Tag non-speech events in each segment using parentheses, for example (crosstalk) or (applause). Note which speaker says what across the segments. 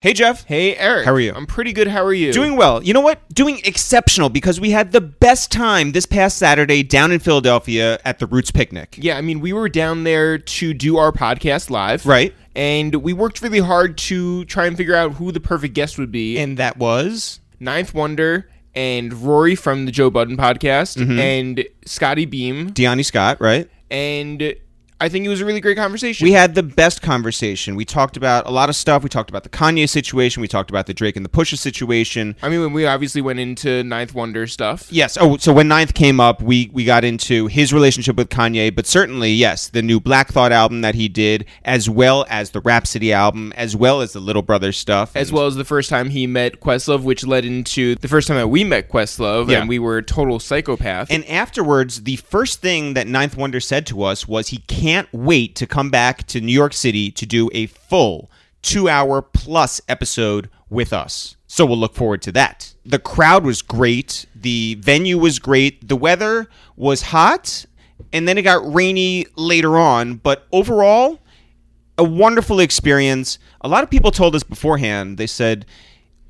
Speaker 1: Hey, Jeff.
Speaker 2: Hey, Eric.
Speaker 1: How are you?
Speaker 2: I'm pretty good. How are you?
Speaker 1: Doing well. You know what? Doing exceptional because we had the best time this past Saturday down in Philadelphia at the Roots Picnic.
Speaker 2: Yeah, I mean, we were down there to do our podcast live.
Speaker 1: Right.
Speaker 2: And we worked really hard to try and figure out who the perfect guest would be.
Speaker 1: And that was.
Speaker 2: Ninth Wonder and Rory from the Joe Budden podcast
Speaker 1: Mm-hmm.
Speaker 2: and Scotty Beam.
Speaker 1: Deani Scott, right?
Speaker 2: And I think it was a really great conversation.
Speaker 1: We had the best conversation. We talked about a lot of stuff. We talked about the Kanye situation. We talked about the Drake and the Pusha situation.
Speaker 2: I mean, we obviously went into Ninth Wonder stuff.
Speaker 1: Yes. Oh, so when Ninth came up, we we got into his relationship with Kanye, but certainly yes, the new Black Thought album that he did, as well as the Rhapsody album, as well as the Little Brother stuff,
Speaker 2: as well as the first time he met Questlove, which led into the first time that we met Questlove,
Speaker 1: Yeah.
Speaker 2: and we were total psychopath.
Speaker 1: And afterwards, the first thing that Ninth Wonder said to us was he can't wait to come back to New York City to do a full two hour plus episode with us. So we'll look forward to that. The crowd was great. The venue was great. The weather was hot. And then it got rainy later on. But overall, a wonderful experience. A lot of people told us beforehand, they said,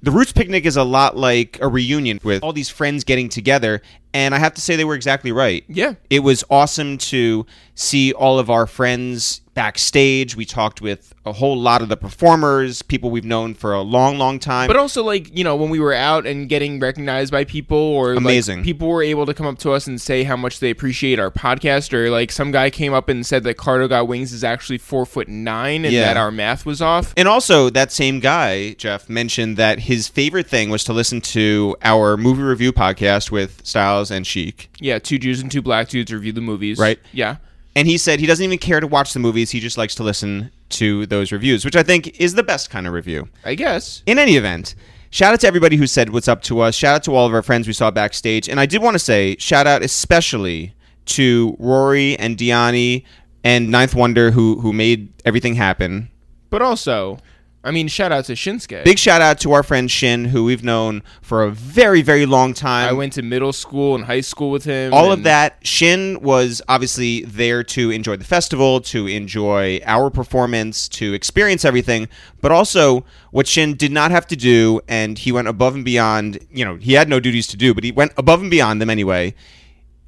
Speaker 1: the Roots Picnic is a lot like a reunion with all these friends getting together. And I have to say, they were exactly right.
Speaker 2: yeah.
Speaker 1: It was awesome to see all of our friends backstage. We talked with a whole lot of the performers, people we've known for a long, long time.
Speaker 2: But also, like you know, when we were out and getting recognized by people, or like,
Speaker 1: Amazing.
Speaker 2: people were able to come up to us and say how much they appreciate our podcast. Or like some guy came up and said that Cardo Got Wings is actually four foot nine, and
Speaker 1: Yeah.
Speaker 2: that our math was off.
Speaker 1: and also, that same guy, Jeff, mentioned that his favorite thing was to listen to our movie review podcast with Styles and Chic.
Speaker 2: Yeah, two Jews and two black dudes review the movies.
Speaker 1: Right.
Speaker 2: Yeah.
Speaker 1: And he said he doesn't even care to watch the movies, he just likes to listen to those reviews, which I think is the best kind of review.
Speaker 2: I guess.
Speaker 1: In any event, shout out to everybody who said what's up to us. Shout out to all of our friends we saw backstage. And I did want to say shout out especially to Rory and Diani and Ninth Wonder who who made everything happen.
Speaker 2: But also, I mean, shout out to Shinsuke.
Speaker 1: Big shout out to our friend Shin who we've known for a very very long time.
Speaker 2: I went to middle school and high school with him.
Speaker 1: all
Speaker 2: and-
Speaker 1: of that. Shin was obviously there to enjoy the festival, to enjoy our performance, to experience everything, but also what Shin did not have to do, and he went above and beyond. You know, he had no duties to do, but he went above and beyond them anyway.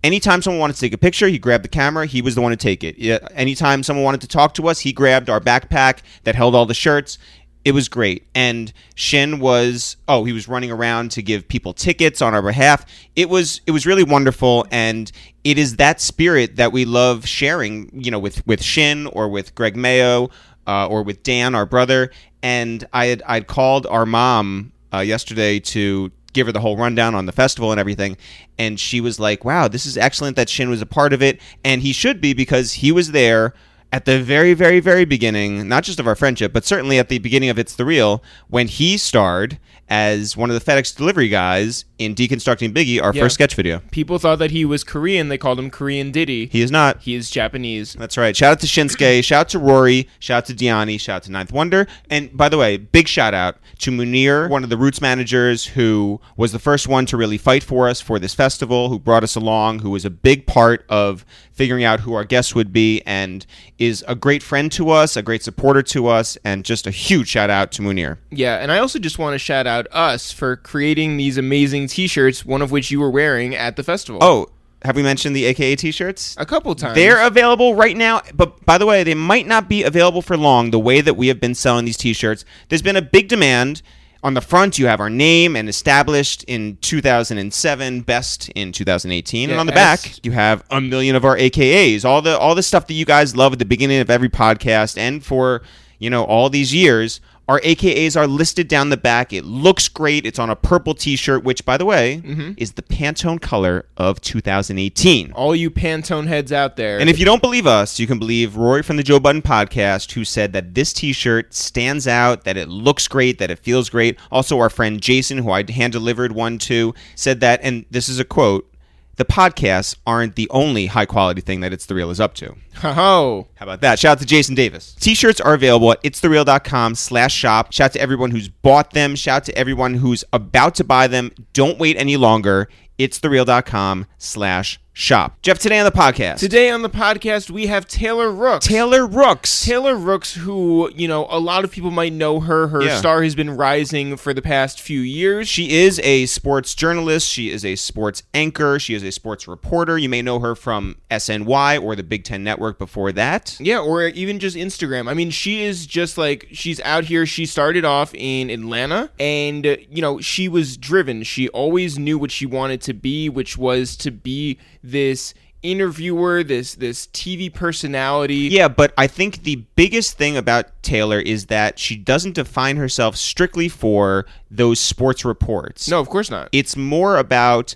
Speaker 1: Anytime someone wanted to take a picture, he grabbed the camera. He was the one to take it. Yeah, Anytime someone wanted to talk to us, he grabbed our backpack that held all the shirts. It was great. And Shin was oh, he was running around to give people tickets on our behalf. It was it was really wonderful and it is that spirit that we love sharing, you know, with with Shin or with Greg Mayo uh, or with Dan, our brother. And I had I'd called our mom uh, yesterday to give her the whole rundown on the festival and everything. And she was like, wow, this is excellent that Shin was a part of it. And he should be because he was there at the very, very, very beginning, not just of our friendship, but certainly at the beginning of It's the Real, when he starred as one of the FedEx delivery guys in Deconstructing Biggie, our
Speaker 2: Yeah.
Speaker 1: first sketch video.
Speaker 2: people thought that he was Korean. They called him Korean Diddy.
Speaker 1: He is not.
Speaker 2: he is Japanese.
Speaker 1: That's right. Shout out to Shinsuke. shout out to Rory. Shout out to Diani. Shout out to Ninth Wonder. And by the way, big shout out to Munir, one of the Roots managers who was the first one to really fight for us for this festival, who brought us along, who was a big part of figuring out who our guests would be, and is a great friend to us, a great supporter to us, and just a huge shout out to Munir.
Speaker 2: Yeah, and I also just want to shout out us for creating these amazing T-shirts, one of which you were wearing at the festival.
Speaker 1: Oh, have we mentioned the AKA t shirts?
Speaker 2: a couple times.
Speaker 1: They're available right now, but by the way, they might not be available for long the way that we have been selling these t shirts. There's been a big demand. On the front, you have our name and established in 2007, best in 2018. and
Speaker 2: Yeah,
Speaker 1: on the back,
Speaker 2: best.
Speaker 1: you have a million of our AKAs, all the all the stuff that you guys love at the beginning of every podcast and for, you know, all these years. Our AKAs are listed down the back. It looks great. It's on a purple t-shirt, which by the way,
Speaker 2: Mm-hmm.
Speaker 1: is the Pantone color of 2018.
Speaker 2: all you Pantone heads out there. (laughs)
Speaker 1: And if you don't believe us, you can believe Rory from the Joe Budden podcast, who said that this t shirt stands out, that it looks great, that it feels great. Also, our friend Jason, who I hand delivered one to, said that, and this is a quote the podcasts aren't the only high quality thing that It's The Real is up to.
Speaker 2: ho
Speaker 1: How about that? Shout out to Jason Davis. T-shirts are available at itsthereal.com slash shop. Shout out to everyone who's bought them. Shout out to everyone who's about to buy them. Don't wait any longer. Itsthereal.com slash shop. Jeff, today on the podcast,
Speaker 2: Today on the podcast, we have Taylor Rooks.
Speaker 1: Taylor Rooks.
Speaker 2: Taylor Rooks, who, you know, a lot of people might know her. Her
Speaker 1: Yeah.
Speaker 2: star has been rising for the past few years.
Speaker 1: She is a sports journalist. She is a sports anchor. She is a sports reporter. You may know her from SNY or the Big Ten Network before that.
Speaker 2: Yeah, or even just Instagram. I mean, she is just like she's out here. She started off in Atlanta and uh, you know, she was driven. She always knew what she wanted to be, which was to be this interviewer, this this TV personality.
Speaker 1: Yeah, but I think the biggest thing about Taylor is that she doesn't define herself strictly for those sports reports.
Speaker 2: No, of course not.
Speaker 1: It's more about,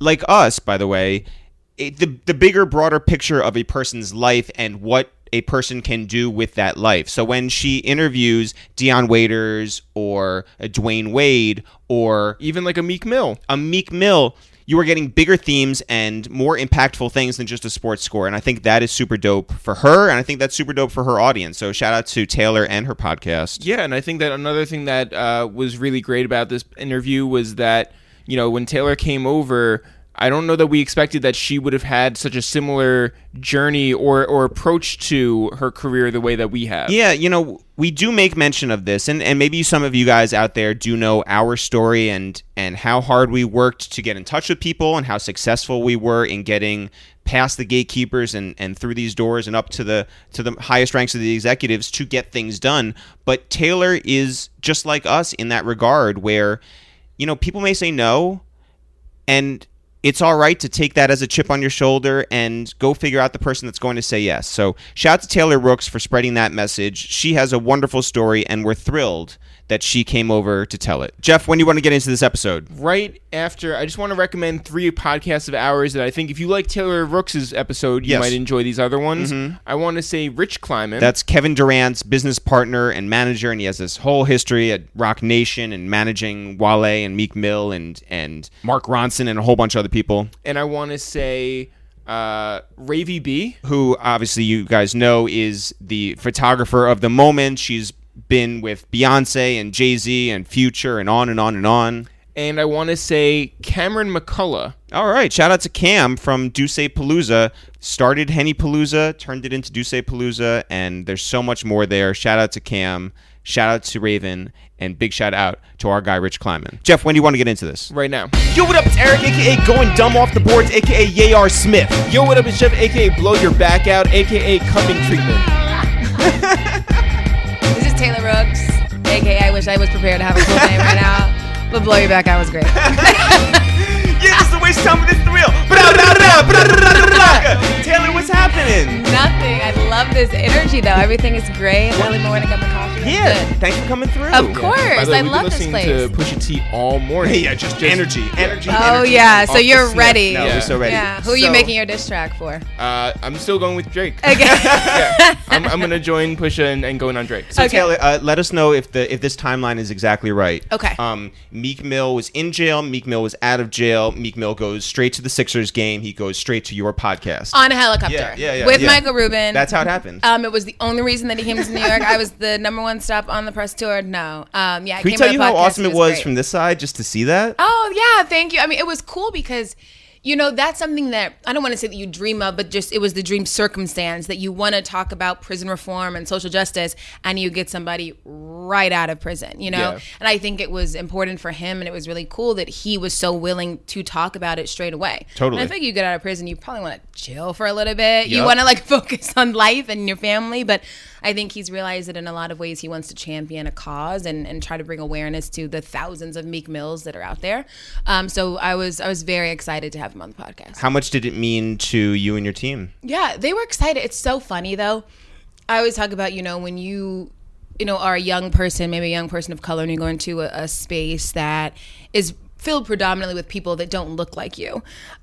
Speaker 1: like us, by the way, it, the, the bigger, broader picture of a person's life and what a person can do with that life. So when she interviews Dion Waiters or a Dwayne Wade or
Speaker 2: Even like a Meek Mill.
Speaker 1: a Meek Mill, you are getting bigger themes and more impactful things than just a sports score. And I think that is super dope for her. And I think that's super dope for her audience. So shout out to Taylor and her podcast.
Speaker 2: Yeah, and I think that another thing that uh, was really great about this interview was that you know when Taylor came over, I don't know that we expected that she would have had such a similar journey or or approach to her career the way that we have.
Speaker 1: Yeah, you know, we do make mention of this, and, and maybe some of you guys out there do know our story and and how hard we worked to get in touch with people and how successful we were in getting past the gatekeepers and, and through these doors and up to the to the highest ranks of the executives to get things done. But Taylor is just like us in that regard where, you know, people may say no, and it's all right to take that as a chip on your shoulder and go figure out the person that's going to say yes. So, shout out to Taylor Rooks for spreading that message. She has a wonderful story, and we're thrilled that she came over to tell it. Jeff, when do you want to get into this episode?
Speaker 2: Right after, I just want to recommend three podcasts of ours that I think if you like Taylor Rooks' episode, you
Speaker 1: Yes. Mm-hmm.
Speaker 2: might enjoy these other ones. I want to say Rich Kleiman.
Speaker 1: That's Kevin Durant's business partner and manager, and he has this whole history at Rock Nation and managing Wale and Meek Mill and and Mark Ronson and a whole bunch of other people.
Speaker 2: and I want to say uh, Ravy B.
Speaker 1: who obviously you guys know is the photographer of the moment. She's been with Beyonce and Jay Z and Future and on and on and on.
Speaker 2: And I want to say Cameron McCullough.
Speaker 1: All right, shout out to Cam from Duce Palooza. Started Henny Palooza, turned it into Duce Palooza, and there's so much more there. Shout out to Cam, shout out to Raven, and big shout out to our guy Rich Kleiman. Jeff, when do you want to get into this?
Speaker 2: right now.
Speaker 1: Yo, what up? It's Eric, aka Going Dumb Off the Boards, aka Yar Smith.
Speaker 2: Yo, what up, it's Jeff, aka Blow Your Back Out, aka Cupping Treatment.
Speaker 3: This is Taylor Rooks, aka I wish I was prepared to have a cool name right now. But blow your back out was
Speaker 1: (laughs)
Speaker 3: great.
Speaker 1: Yeah, this is a waste of time, but it's the real. Taylor, what's happening?
Speaker 3: Nothing. I love this energy though. Everything is great. Early morning, got my coffee. I'm
Speaker 1: Yeah,
Speaker 3: good.
Speaker 1: thanks for coming through.
Speaker 3: Of course.
Speaker 2: By the way,
Speaker 3: I
Speaker 2: we've
Speaker 3: love
Speaker 2: been
Speaker 3: this
Speaker 2: listening
Speaker 3: place.
Speaker 2: to Pusha T all (laughs) morning.
Speaker 1: Yeah, just energy, energy,
Speaker 3: Oh
Speaker 1: energy.
Speaker 3: yeah, so
Speaker 2: off
Speaker 3: you're
Speaker 2: the snap.
Speaker 3: ready.
Speaker 1: No,
Speaker 2: Yeah.
Speaker 1: we're so ready.
Speaker 3: Yeah. Who are you
Speaker 2: So-
Speaker 3: making your diss track for?
Speaker 2: Uh, I'm still going with Drake.
Speaker 3: (laughs)
Speaker 1: (laughs)
Speaker 3: Okay.
Speaker 2: yeah, I'm, I'm gonna join Pusha and, and going on Drake.
Speaker 1: So
Speaker 2: So
Speaker 3: Okay.
Speaker 1: Taylor, uh, let us know if the if this timeline is exactly right.
Speaker 3: Okay.
Speaker 1: Um, Meek Mill was in jail. Meek Mill was out of jail. Meek Mill goes straight to the Sixers game. He goes straight to your podcast.
Speaker 3: On a helicopter.
Speaker 1: Yeah, yeah, yeah,
Speaker 3: with
Speaker 1: yeah.
Speaker 3: Michael Rubin.
Speaker 1: That's how it happened.
Speaker 3: um, it was the only reason that he came to New York. I was the number one stop on the press tour. No, um, yeah. I
Speaker 1: Can we
Speaker 3: came
Speaker 1: tell
Speaker 3: on a
Speaker 1: you how
Speaker 3: podcast.
Speaker 1: awesome it was
Speaker 3: great.
Speaker 1: from this side just to see that?
Speaker 3: Oh yeah, thank you. I mean, it was cool because you know that's something that I don't want to say that you dream of, but just it was the dream circumstance that you want to talk about prison reform and social justice, and you get somebody right out of prison. You know,
Speaker 2: Yeah.
Speaker 3: and I think it was important for him, and it was really cool that he was so willing to talk about it straight away.
Speaker 1: Totally.
Speaker 3: And I think you get out of prison, you probably want to chill for a little bit. You
Speaker 1: Yep.
Speaker 3: want to like (laughs) focus on life and your family, but I think he's realized that in a lot of ways he wants to champion a cause and, and try to bring awareness to the thousands of Meek Mills that are out there. Um, so I was I was very excited to have him on the podcast.
Speaker 1: How much did it mean to you and your team?
Speaker 3: Yeah, they were excited. It's so funny though. I always talk about, you know, when you you know, are a young person, maybe a young person of color, and you go into a, a space that is filled predominantly with people that don't look like you.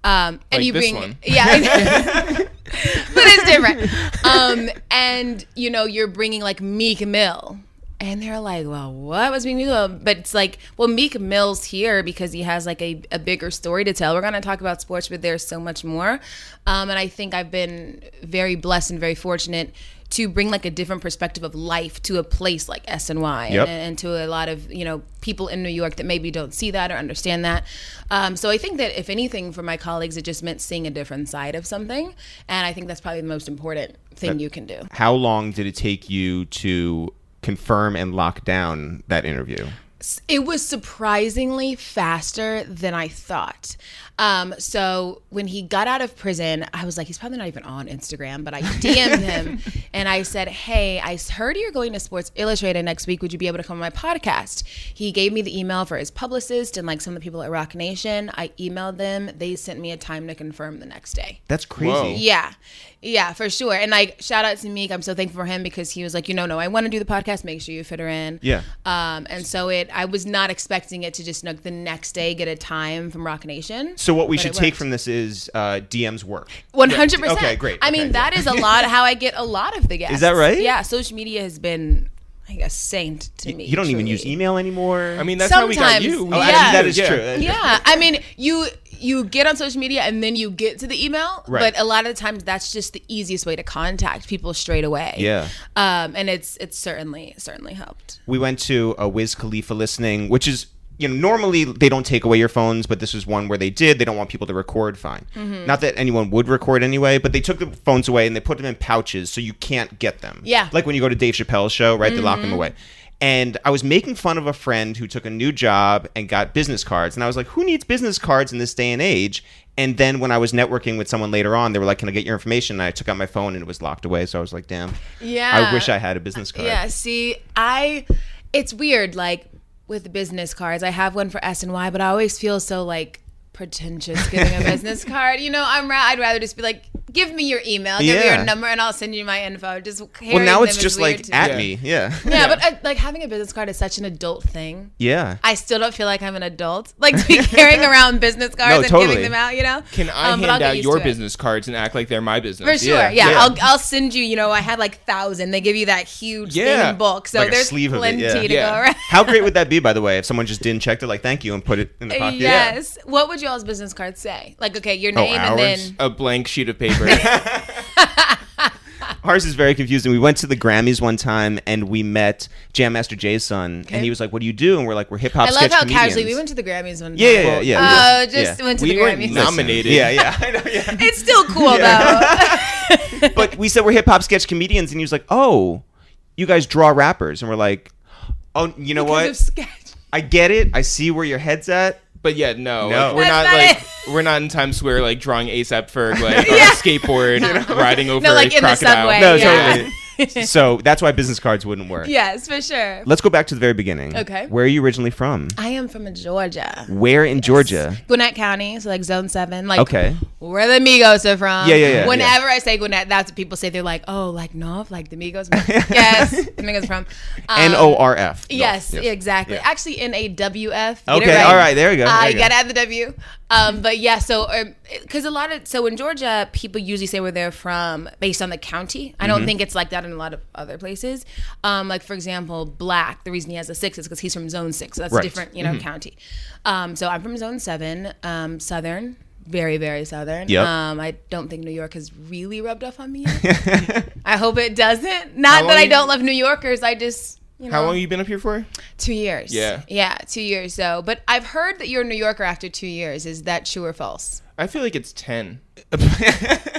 Speaker 3: Um, and
Speaker 2: Like
Speaker 3: you
Speaker 2: this
Speaker 3: bring
Speaker 2: one. (laughs)
Speaker 3: Yeah. (laughs) but it's different. Um, and you know, you're bringing like Meek Mill. And they're like, well, what was Meek Mill? But it's like, well, Meek Mill's here because he has like a, a bigger story to tell. We're going to talk about sports, but there's so much more. Um, and I think I've been very blessed and very fortunate to bring like a different perspective of life to a place like SNY
Speaker 1: Yep.
Speaker 3: and, and to a lot of you know people in New York that maybe don't see that or understand that. Um, so I think that if anything for my colleagues, it just meant seeing a different side of something, and I think that's probably the most important thing you can do.
Speaker 1: How long did it take you to confirm and lock down that interview?
Speaker 3: It was surprisingly faster than I thought. Um, so when he got out of prison, I was like, he's probably not even on Instagram, but I DM'd him and I said, Hey, I heard you're going to Sports Illustrated next week. Would you be able to come on my podcast? He gave me the email for his publicist and like some of the people at Rock Nation. I emailed them. They sent me a time to confirm the next day.
Speaker 1: That's crazy.
Speaker 2: Whoa.
Speaker 3: Yeah. Yeah, for sure. And like shout out to Meek. I'm so thankful for him because he was like, you know, no, I want to do the podcast. Make sure you fit her in.
Speaker 1: Yeah.
Speaker 3: Um, and so it I was not expecting it to just like the next day get a time from Rock Nation.
Speaker 1: So what we
Speaker 3: But
Speaker 1: should
Speaker 3: it
Speaker 1: take
Speaker 3: worked.
Speaker 1: from this is uh, DM's work.
Speaker 3: One hundred percent.
Speaker 1: Okay, great.
Speaker 3: I mean,
Speaker 1: Okay,
Speaker 3: that is a lot of how I get a lot of
Speaker 1: (laughs)
Speaker 3: the guests.
Speaker 1: that right?
Speaker 3: Yeah. Social media has been like a saint to me.
Speaker 1: You don't even use
Speaker 3: truly.
Speaker 1: email anymore.
Speaker 2: I mean, that's how we got
Speaker 3: Sometimes,
Speaker 2: you.
Speaker 1: I
Speaker 3: Oh, yeah.
Speaker 1: mean, that is
Speaker 2: Yeah.
Speaker 1: true. That is
Speaker 3: yeah i mean you you get on social media and then you get to the email
Speaker 1: Right.
Speaker 3: but a lot of the times that's just the easiest way to contact people straight away
Speaker 1: Yeah.
Speaker 3: um and it's it's certainly certainly helped
Speaker 1: we went to a Wiz Khalifa listening, which is you know normally they don't take away your phones, but this is one where they did. They don't want people to record. Fine,
Speaker 3: Mm-hmm.
Speaker 1: not that anyone would record anyway, but they took the phones away and they put them in pouches so you can't get them.
Speaker 3: Yeah. Mm-hmm.
Speaker 1: like when you go to Dave Chappelle's show, right? They lock them away. And I was making fun of a friend who took a new job and got business cards, and I was like, "Who needs business cards in this day and age?" And then when I was networking with someone later on, they were like, "Can I get your information?" And I took out my phone and it was locked away. So I was like, "Damn,
Speaker 3: Yeah. Uh,
Speaker 1: I wish I had a business card."
Speaker 3: yeah see i it's weird like with business cards i have one for s and y but i always feel so like pretentious giving a
Speaker 1: (laughs)
Speaker 3: business card you know i'm ra- i'd rather just be like give me your email give me
Speaker 1: Yeah.
Speaker 3: your number and i'll send you my info just
Speaker 1: Well,
Speaker 3: carrying
Speaker 1: now it's
Speaker 3: them is
Speaker 1: just
Speaker 3: weird
Speaker 1: like
Speaker 3: to
Speaker 1: at
Speaker 2: Yeah.
Speaker 1: me. (laughs) Yeah.
Speaker 3: yeah, but uh, like having a business card is such an adult thing
Speaker 1: Yeah.
Speaker 3: I still don't feel like I'm an adult. Like to be
Speaker 1: (laughs)
Speaker 3: carrying around business cards
Speaker 1: No,
Speaker 3: and
Speaker 1: totally.
Speaker 3: giving them out, you know.
Speaker 2: Can I
Speaker 3: Um, but I'll
Speaker 2: hand
Speaker 3: get
Speaker 2: out
Speaker 3: used
Speaker 2: your
Speaker 3: to it.
Speaker 2: business cards and act like they're my
Speaker 3: For
Speaker 2: business?
Speaker 3: sure,
Speaker 1: Yeah,
Speaker 3: yeah.
Speaker 1: yeah.
Speaker 3: I'll I'll send you. You know, I had like thousand. They give you that huge
Speaker 2: Yeah.
Speaker 3: thing in bulk, so
Speaker 1: Like a
Speaker 3: there's
Speaker 1: sleeve of it,
Speaker 3: plenty
Speaker 1: yeah.
Speaker 3: to
Speaker 2: Yeah.
Speaker 3: go
Speaker 1: (laughs)
Speaker 3: around.
Speaker 1: How great would that be, by the way, if someone just didn't check it like thank you and put it in
Speaker 3: Uh,
Speaker 1: the (laughs)
Speaker 3: (laughs)
Speaker 1: pocket?
Speaker 3: yes. What would y'all's business card say? Like, okay, your
Speaker 1: Oh,
Speaker 3: name
Speaker 1: ours?
Speaker 3: and then
Speaker 2: A blank sheet of
Speaker 3: (laughs)
Speaker 2: paper.
Speaker 1: Ours is very confusing. We went to the Grammys one time and we met Jam Master Jay's son, and he was like, "What do you do?" And we're like, "We're hip hop."
Speaker 3: I love how casually we
Speaker 1: comedians."
Speaker 3: went to the Grammys one.
Speaker 1: Yeah,
Speaker 3: time.
Speaker 1: yeah, yeah. yeah,
Speaker 3: Oh, just
Speaker 1: Yeah.
Speaker 3: went to
Speaker 2: We
Speaker 3: the
Speaker 2: weren't
Speaker 3: Grammys.
Speaker 2: nom- Nominated.
Speaker 1: Yeah, yeah, (laughs) I know,
Speaker 2: (laughs)
Speaker 1: yeah.
Speaker 3: it's
Speaker 1: (laughs)
Speaker 3: still cool (laughs) though.
Speaker 1: But we said we're hip hop sketch comedians, and he was like, "Oh, you guys draw rappers," and we're like, "Oh, you know
Speaker 3: Because of
Speaker 1: what?
Speaker 3: sketch.
Speaker 1: I get it. I see where your head's
Speaker 3: (laughs)
Speaker 1: at."
Speaker 2: But yeah, no,
Speaker 1: No.
Speaker 2: like, we're
Speaker 3: That's
Speaker 2: not,
Speaker 3: not
Speaker 2: like
Speaker 3: it.
Speaker 2: we're not in Times Square like drawing ASAP
Speaker 3: (laughs)
Speaker 2: Ferg like on
Speaker 3: Yeah.
Speaker 2: a skateboard riding over
Speaker 3: No, like
Speaker 2: a
Speaker 3: in the
Speaker 2: crocodile.
Speaker 3: subway.
Speaker 1: No,
Speaker 3: (laughs) yeah.
Speaker 1: so that's why business cards wouldn't work.
Speaker 3: yes, for sure.
Speaker 1: Let's go back to the very beginning.
Speaker 3: Okay.
Speaker 1: Where are you originally from?
Speaker 3: I am from Georgia.
Speaker 1: Where in Georgia?
Speaker 3: Gwinnett County, so like Zone Seven, like
Speaker 1: Okay.
Speaker 3: where the Migos are from.
Speaker 1: Yeah, yeah, yeah,
Speaker 3: Whenever I say Gwinnett, that's what people say. They're like, oh, like North, like the Migos. I'm
Speaker 1: (laughs)
Speaker 3: like, yes, the Migos are from um,
Speaker 1: N O R F.
Speaker 3: Yes, exactly.
Speaker 1: Yeah.
Speaker 3: Actually, N A W F. Get it
Speaker 1: Okay, all right, there we go.
Speaker 3: I
Speaker 1: there we
Speaker 3: gotta add the W. Um, but yeah, so because a lot of so in Georgia, people usually say where they're from based on the county. I don't
Speaker 1: Mm-hmm.
Speaker 3: think it's like that in a lot of other places. Um, like for example, Black. The reason he has a six is because he's from Zone Six. So that's
Speaker 1: Right. Mm-hmm.
Speaker 3: a different, you know, county. Um, so I'm from Zone Seven, um, Southern. Very, very southern.
Speaker 1: Yep.
Speaker 3: Um, I don't think New York has really rubbed off
Speaker 1: (laughs)
Speaker 3: on me. Yet. I hope it doesn't. Not
Speaker 2: long
Speaker 3: that I
Speaker 2: you-
Speaker 3: don't love New Yorkers. I just, you know,
Speaker 2: How long have you been up here for?
Speaker 3: Two years.
Speaker 2: Yeah.
Speaker 3: Yeah, two years though. But I've heard that you're a New Yorker after two years. Is that true or false?
Speaker 2: I feel like it's ten.
Speaker 1: go.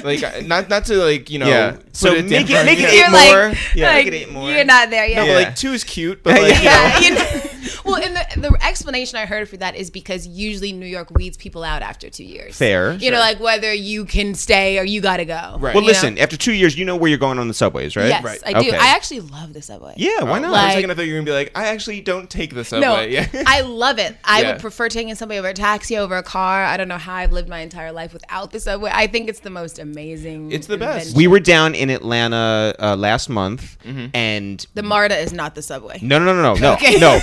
Speaker 2: Like I- not not to like you know.
Speaker 1: Yeah.
Speaker 2: put
Speaker 1: So
Speaker 2: down-
Speaker 1: make it- make it
Speaker 2: Yeah.
Speaker 1: eight
Speaker 3: You're
Speaker 1: more.
Speaker 3: (laughs) like,
Speaker 1: Yeah,
Speaker 3: like,
Speaker 1: make it eight more.
Speaker 3: You're not there yet.
Speaker 2: No,
Speaker 1: Yeah.
Speaker 2: but like two
Speaker 1: (laughs)
Speaker 2: is cute, but like you know.
Speaker 3: yeah. you know. well, and the, the explanation I heard for that is because usually New York weeds people out after two years.
Speaker 1: Fair.
Speaker 3: You know, like whether you can stay or you got to go.
Speaker 2: Right.
Speaker 1: well,
Speaker 3: you
Speaker 1: listen.
Speaker 3: know?
Speaker 1: After two years, you know where you're going on the subways, right?
Speaker 3: Yes,
Speaker 2: Right.
Speaker 3: I do.
Speaker 1: Okay.
Speaker 3: I actually love the subway.
Speaker 1: Yeah. Why not?
Speaker 2: I was
Speaker 3: Like-
Speaker 2: like, I thought you were gonna be like, I actually don't take the subway. (laughs)
Speaker 3: No,
Speaker 2: yeah.
Speaker 3: (laughs) I love it. I
Speaker 2: Yeah.
Speaker 3: would prefer taking somebody over a taxi over a car. I don't know how I've lived my entire life without the subway. I think it's the most amazing.
Speaker 2: It's the best.
Speaker 3: invention.
Speaker 1: we were down in Atlanta uh, last month,
Speaker 2: Mm-hmm.
Speaker 1: and
Speaker 3: The MARTA is not the subway.
Speaker 1: no, no, no, no, no,
Speaker 3: (laughs) Okay.
Speaker 1: no,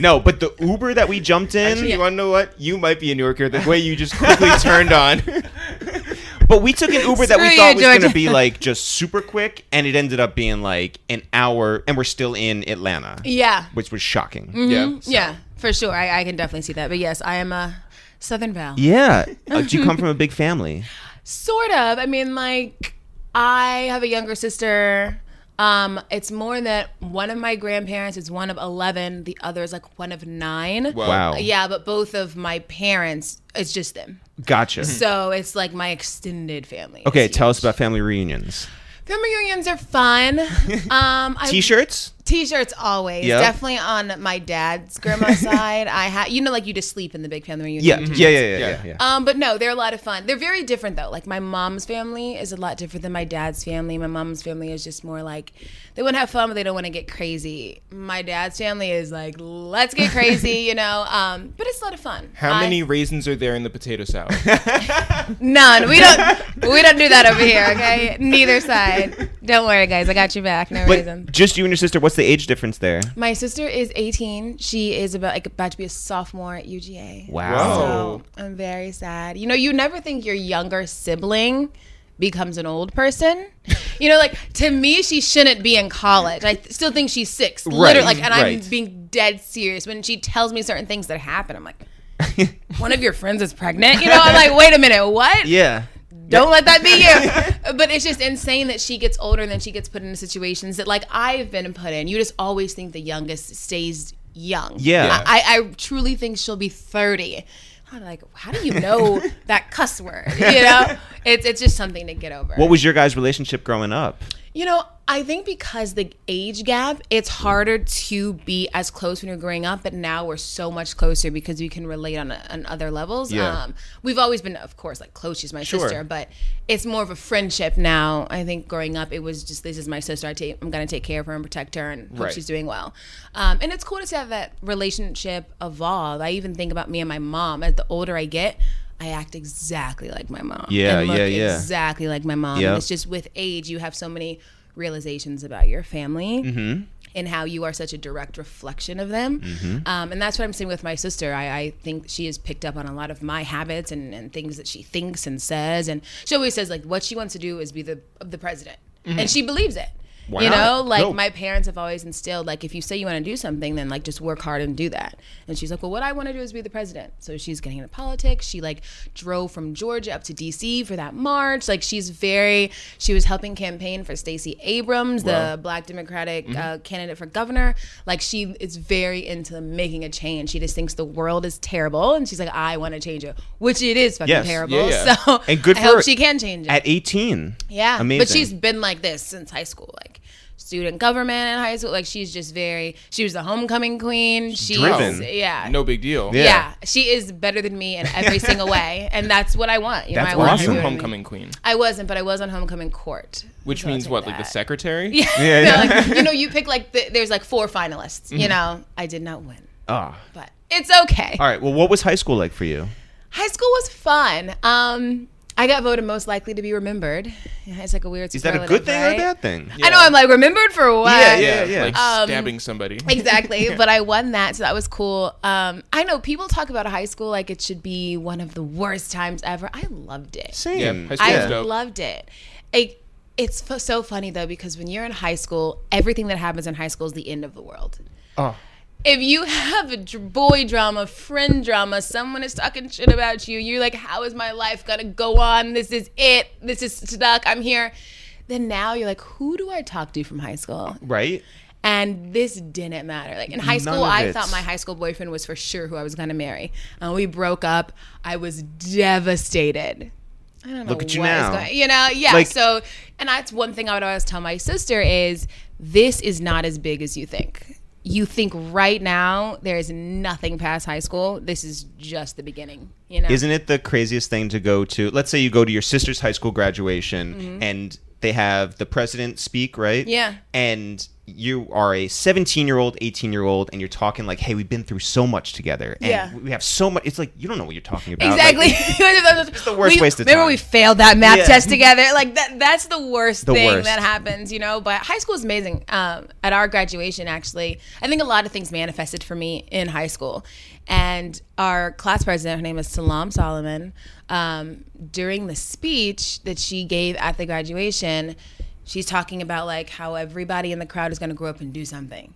Speaker 1: no. But the Uber that we jumped in,
Speaker 2: Actually, you want to know what? You might be a New Yorker. The way you
Speaker 3: (laughs)
Speaker 2: just quickly turned on.
Speaker 1: but we took an Uber that we
Speaker 3: Screw
Speaker 1: thought
Speaker 3: you,
Speaker 1: was going to
Speaker 3: Georgia.
Speaker 1: be like just super quick, and it ended up being like an hour, and we're still in Atlanta,
Speaker 3: Yeah.
Speaker 1: which was shocking.
Speaker 2: Yeah. so-
Speaker 3: Mm-hmm. Yeah, for sure. I, I can definitely see that. But yes, I am a Southern Val.
Speaker 1: Yeah. (laughs) Uh, do you come from a big family?
Speaker 3: Sort of. I mean, like, I have a younger sister. Um, it's more that one of my grandparents is one of 11, the other is like one of nine.
Speaker 1: Wow.
Speaker 3: Yeah, but both of my parents, it's just them.
Speaker 1: Gotcha.
Speaker 3: So it's like my extended family.
Speaker 1: Okay,
Speaker 3: It's
Speaker 1: tell
Speaker 3: huge.
Speaker 1: us about family reunions.
Speaker 3: Family reunions
Speaker 1: (laughs)
Speaker 3: are fun. Um, I-
Speaker 1: T-shirts?
Speaker 3: T-shirts always.
Speaker 1: Yep.
Speaker 3: Definitely on my dad's grandma's side. I had, you know, like you just sleep in the big family reunion.
Speaker 1: Yeah, yeah, yeah, yeah,
Speaker 2: Yeah.
Speaker 1: yeah, yeah.
Speaker 3: Um, but no, they're a lot of fun. They're very different though. Like my mom's family is a lot different than my dad's family. My mom's family is just more like they want to have fun, but they don't want to get crazy. My dad's family is like, let's get crazy, you know. Um, but it's a lot of fun.
Speaker 2: How
Speaker 3: I-
Speaker 2: many raisins are there in the potato salad? (laughs)
Speaker 3: (laughs) None. We don't. we don't do that over here. Okay. Neither side. Don't worry, guys. I got your back. No reason.
Speaker 1: but just you and your sister. What's the age difference there?
Speaker 3: My sister is 18. She is about like about to be a sophomore at UGA.
Speaker 2: Wow.
Speaker 3: So I'm very sad. You know, you never think your younger sibling becomes an
Speaker 1: (laughs)
Speaker 3: old person. You know, like to me, she shouldn't be in college. I th- still think she's six. Literally, like, and I'm
Speaker 1: right.
Speaker 3: being dead serious when she tells me certain things that happen. I'm like, one of your friends is pregnant. You know, I'm like, wait a minute,
Speaker 1: (laughs)
Speaker 3: what?
Speaker 1: Yeah.
Speaker 3: Don't
Speaker 1: (laughs)
Speaker 3: let that be you. but it's just insane that she gets older and then she gets put into situations that like I've been put in. You just always think the youngest stays young.
Speaker 1: Yeah. Yeah.
Speaker 3: I, I truly think she'll be 30. I'm like, how do you
Speaker 1: (laughs)
Speaker 3: know that cuss word? You know? It's it's just something to get over.
Speaker 1: What was your guys' relationship growing up?
Speaker 3: You know, I think because the age gap, it's harder to be as close when you're growing up, but now we're so much closer because we can relate on, on other levels.
Speaker 1: Yeah.
Speaker 3: Um, we've always been, of course, like close. She's my
Speaker 1: Sure.
Speaker 3: sister, but it's more of a friendship now. I think growing up, it was just this is my sister. I take, I'm going to take care of her and protect her and hope
Speaker 1: Right.
Speaker 3: she's doing well. Um, and it's cool to see how that relationship evolve. I even think about me and my mom. As the older I get, I act exactly like my mom.
Speaker 1: Yeah,
Speaker 3: and look
Speaker 1: yeah, yeah.
Speaker 3: Exactly like my mom. And
Speaker 1: Yeah.
Speaker 3: It's just with age, you have so many realizations about your family
Speaker 1: Mm-hmm.
Speaker 3: and how you are such a direct reflection of them.
Speaker 1: Mm-hmm.
Speaker 3: Um, and that's what I'm seeing with my sister. I, I think she has picked up on a lot of my habits and, and things that she thinks and says. And she always says, like, what she wants to do is be the, the president. And she believes it.
Speaker 1: Mm-hmm. Why
Speaker 3: you
Speaker 1: not?
Speaker 3: know, like
Speaker 1: Dope.
Speaker 3: my parents have always instilled, like if you say you want to do something, then like just work hard and do that. And she's like, well, what I want to do is be the president. So she's getting into politics. She like drove from Georgia up to D.C. for that march. Like she's very, she was helping campaign for Stacey Abrams,
Speaker 2: Wow.
Speaker 3: the Black Democratic
Speaker 1: Mm-hmm.
Speaker 3: uh, candidate for governor. Like she is very into making a change. She just thinks the world is terrible, and she's like, I want to change it, which it is fucking
Speaker 1: Yes.
Speaker 3: terrible.
Speaker 2: Yeah, yeah.
Speaker 3: (laughs) So
Speaker 1: And good
Speaker 3: I
Speaker 1: for
Speaker 3: hope
Speaker 1: her.
Speaker 3: she can change it.
Speaker 1: At 18.
Speaker 3: Yeah.
Speaker 1: Amazing.
Speaker 3: But she's been like this since high school, like student government in high school. Like she's just very she was the homecoming queen. She's
Speaker 1: driven.
Speaker 3: yeah.
Speaker 2: No big deal.
Speaker 1: Yeah.
Speaker 3: Yeah. she is better than me in every single way, and that's what I want. You
Speaker 1: That's
Speaker 3: know, I want
Speaker 1: awesome.
Speaker 3: her
Speaker 2: You
Speaker 3: to-
Speaker 2: homecoming queen,
Speaker 3: I wasn't, but I was on homecoming court.
Speaker 2: which
Speaker 3: So I'll
Speaker 2: means
Speaker 3: take
Speaker 2: what, like the
Speaker 3: that.
Speaker 2: secretary?
Speaker 3: Yeah,
Speaker 1: Yeah,
Speaker 3: (laughs) No,
Speaker 1: yeah.
Speaker 3: (laughs) like, you know, you pick like the, there's like four finalists. You know, I did not win,
Speaker 1: Ah.
Speaker 3: but it's okay.
Speaker 1: All right. Well, what was high school like for you?
Speaker 3: High school was fun. Um, I got voted most likely to be remembered. Yeah, it's like a weird.
Speaker 1: Is that a
Speaker 3: superlative,
Speaker 1: good thing or a
Speaker 3: right?
Speaker 1: bad thing?
Speaker 3: I know. I'm like remembered for what?
Speaker 1: Yeah, yeah.
Speaker 2: Like
Speaker 3: Um,
Speaker 2: stabbing somebody.
Speaker 3: Exactly. But I won that, so that was cool. Um, I know people talk about high school like it should be one of the worst times ever. I loved it.
Speaker 1: Same.
Speaker 2: Yeah, high school
Speaker 3: I
Speaker 2: was dope.
Speaker 3: loved it. I- it's f- so funny though because when you're in high school, everything that happens in high school is the end of the world.
Speaker 1: Oh.
Speaker 3: If you have a dr- boy drama, friend drama, someone is talking shit about you, you're like, how is my life gonna go on? This is it. This is stuck. I'm here. Then now you're like, who do I talk to from high school?
Speaker 1: Right?
Speaker 3: and this didn't matter. Like in high school,
Speaker 1: of
Speaker 3: I
Speaker 1: it.
Speaker 3: thought my high school boyfriend was for sure who I was gonna marry. Uh, we broke up. I was devastated. I don't know.
Speaker 1: Look at you
Speaker 3: what is
Speaker 1: now.
Speaker 3: Going, you know, yeah.
Speaker 1: Like-
Speaker 3: so, and that's one thing I would always tell my sister is this is not as big as you think. You think right now there is nothing past high school. This is just the beginning. You know,
Speaker 1: Isn't it the craziest thing to go to? Let's say you go to your sister's high school graduation and they have the president speak, right?
Speaker 3: Mm-hmm. Yeah.
Speaker 1: And you are a 17 year old, 18 year old, and you're talking like, hey, we've been through so much together. And
Speaker 3: Yeah.
Speaker 1: we have so much. It's like, you don't know what you're talking about. Like, (laughs)
Speaker 3: Exactly. (laughs) it's
Speaker 1: the worst waste of
Speaker 3: Remember
Speaker 1: time.
Speaker 3: we failed that math
Speaker 1: Yeah.
Speaker 3: test together? Like that that's the worst
Speaker 1: The
Speaker 3: thing
Speaker 1: worst.
Speaker 3: that happens, you know? But high school is amazing. Um, at our graduation actually, I think a lot of things manifested for me in high school. And our class president, her name is Salam Solomon, um, during the speech that she gave at the graduation, she's talking about like how everybody in the crowd is going to
Speaker 1: Mm-hmm.
Speaker 3: grow up and do something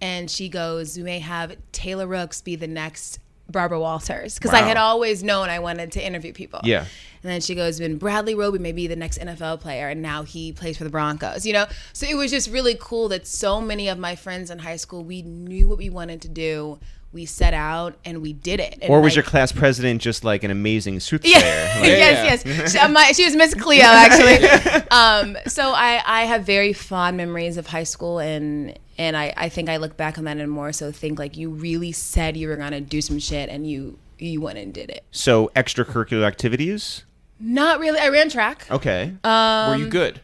Speaker 3: and she goes, "We may have Taylor Rooks be the next Barbara Walters because I
Speaker 1: Wow.
Speaker 3: had always known I wanted to interview people.
Speaker 2: Yeah.
Speaker 3: And then she goes, "When Bradley Roby may be the next NFL player, and now he plays for the Broncos." You know, so it was just really cool that so many of my friends in high school we knew what we wanted to do. We set out and we did it. And
Speaker 1: Or was
Speaker 3: like- (laughs)
Speaker 1: your class president just like an amazing soothsayer?
Speaker 3: yeah. (laughs)
Speaker 1: Like,
Speaker 3: yes, yes. She, uh, my, she was
Speaker 1: (laughs)
Speaker 3: Miss Cleo, actually. Um, so I, I have very fond memories of high school, and and I, I think I look back on that and more so think like you really said you were gonna do some shit, and you you went and did it.
Speaker 1: so extracurricular activities.
Speaker 3: Not really. I ran track.
Speaker 1: Okay.
Speaker 3: Um,
Speaker 2: Were you good?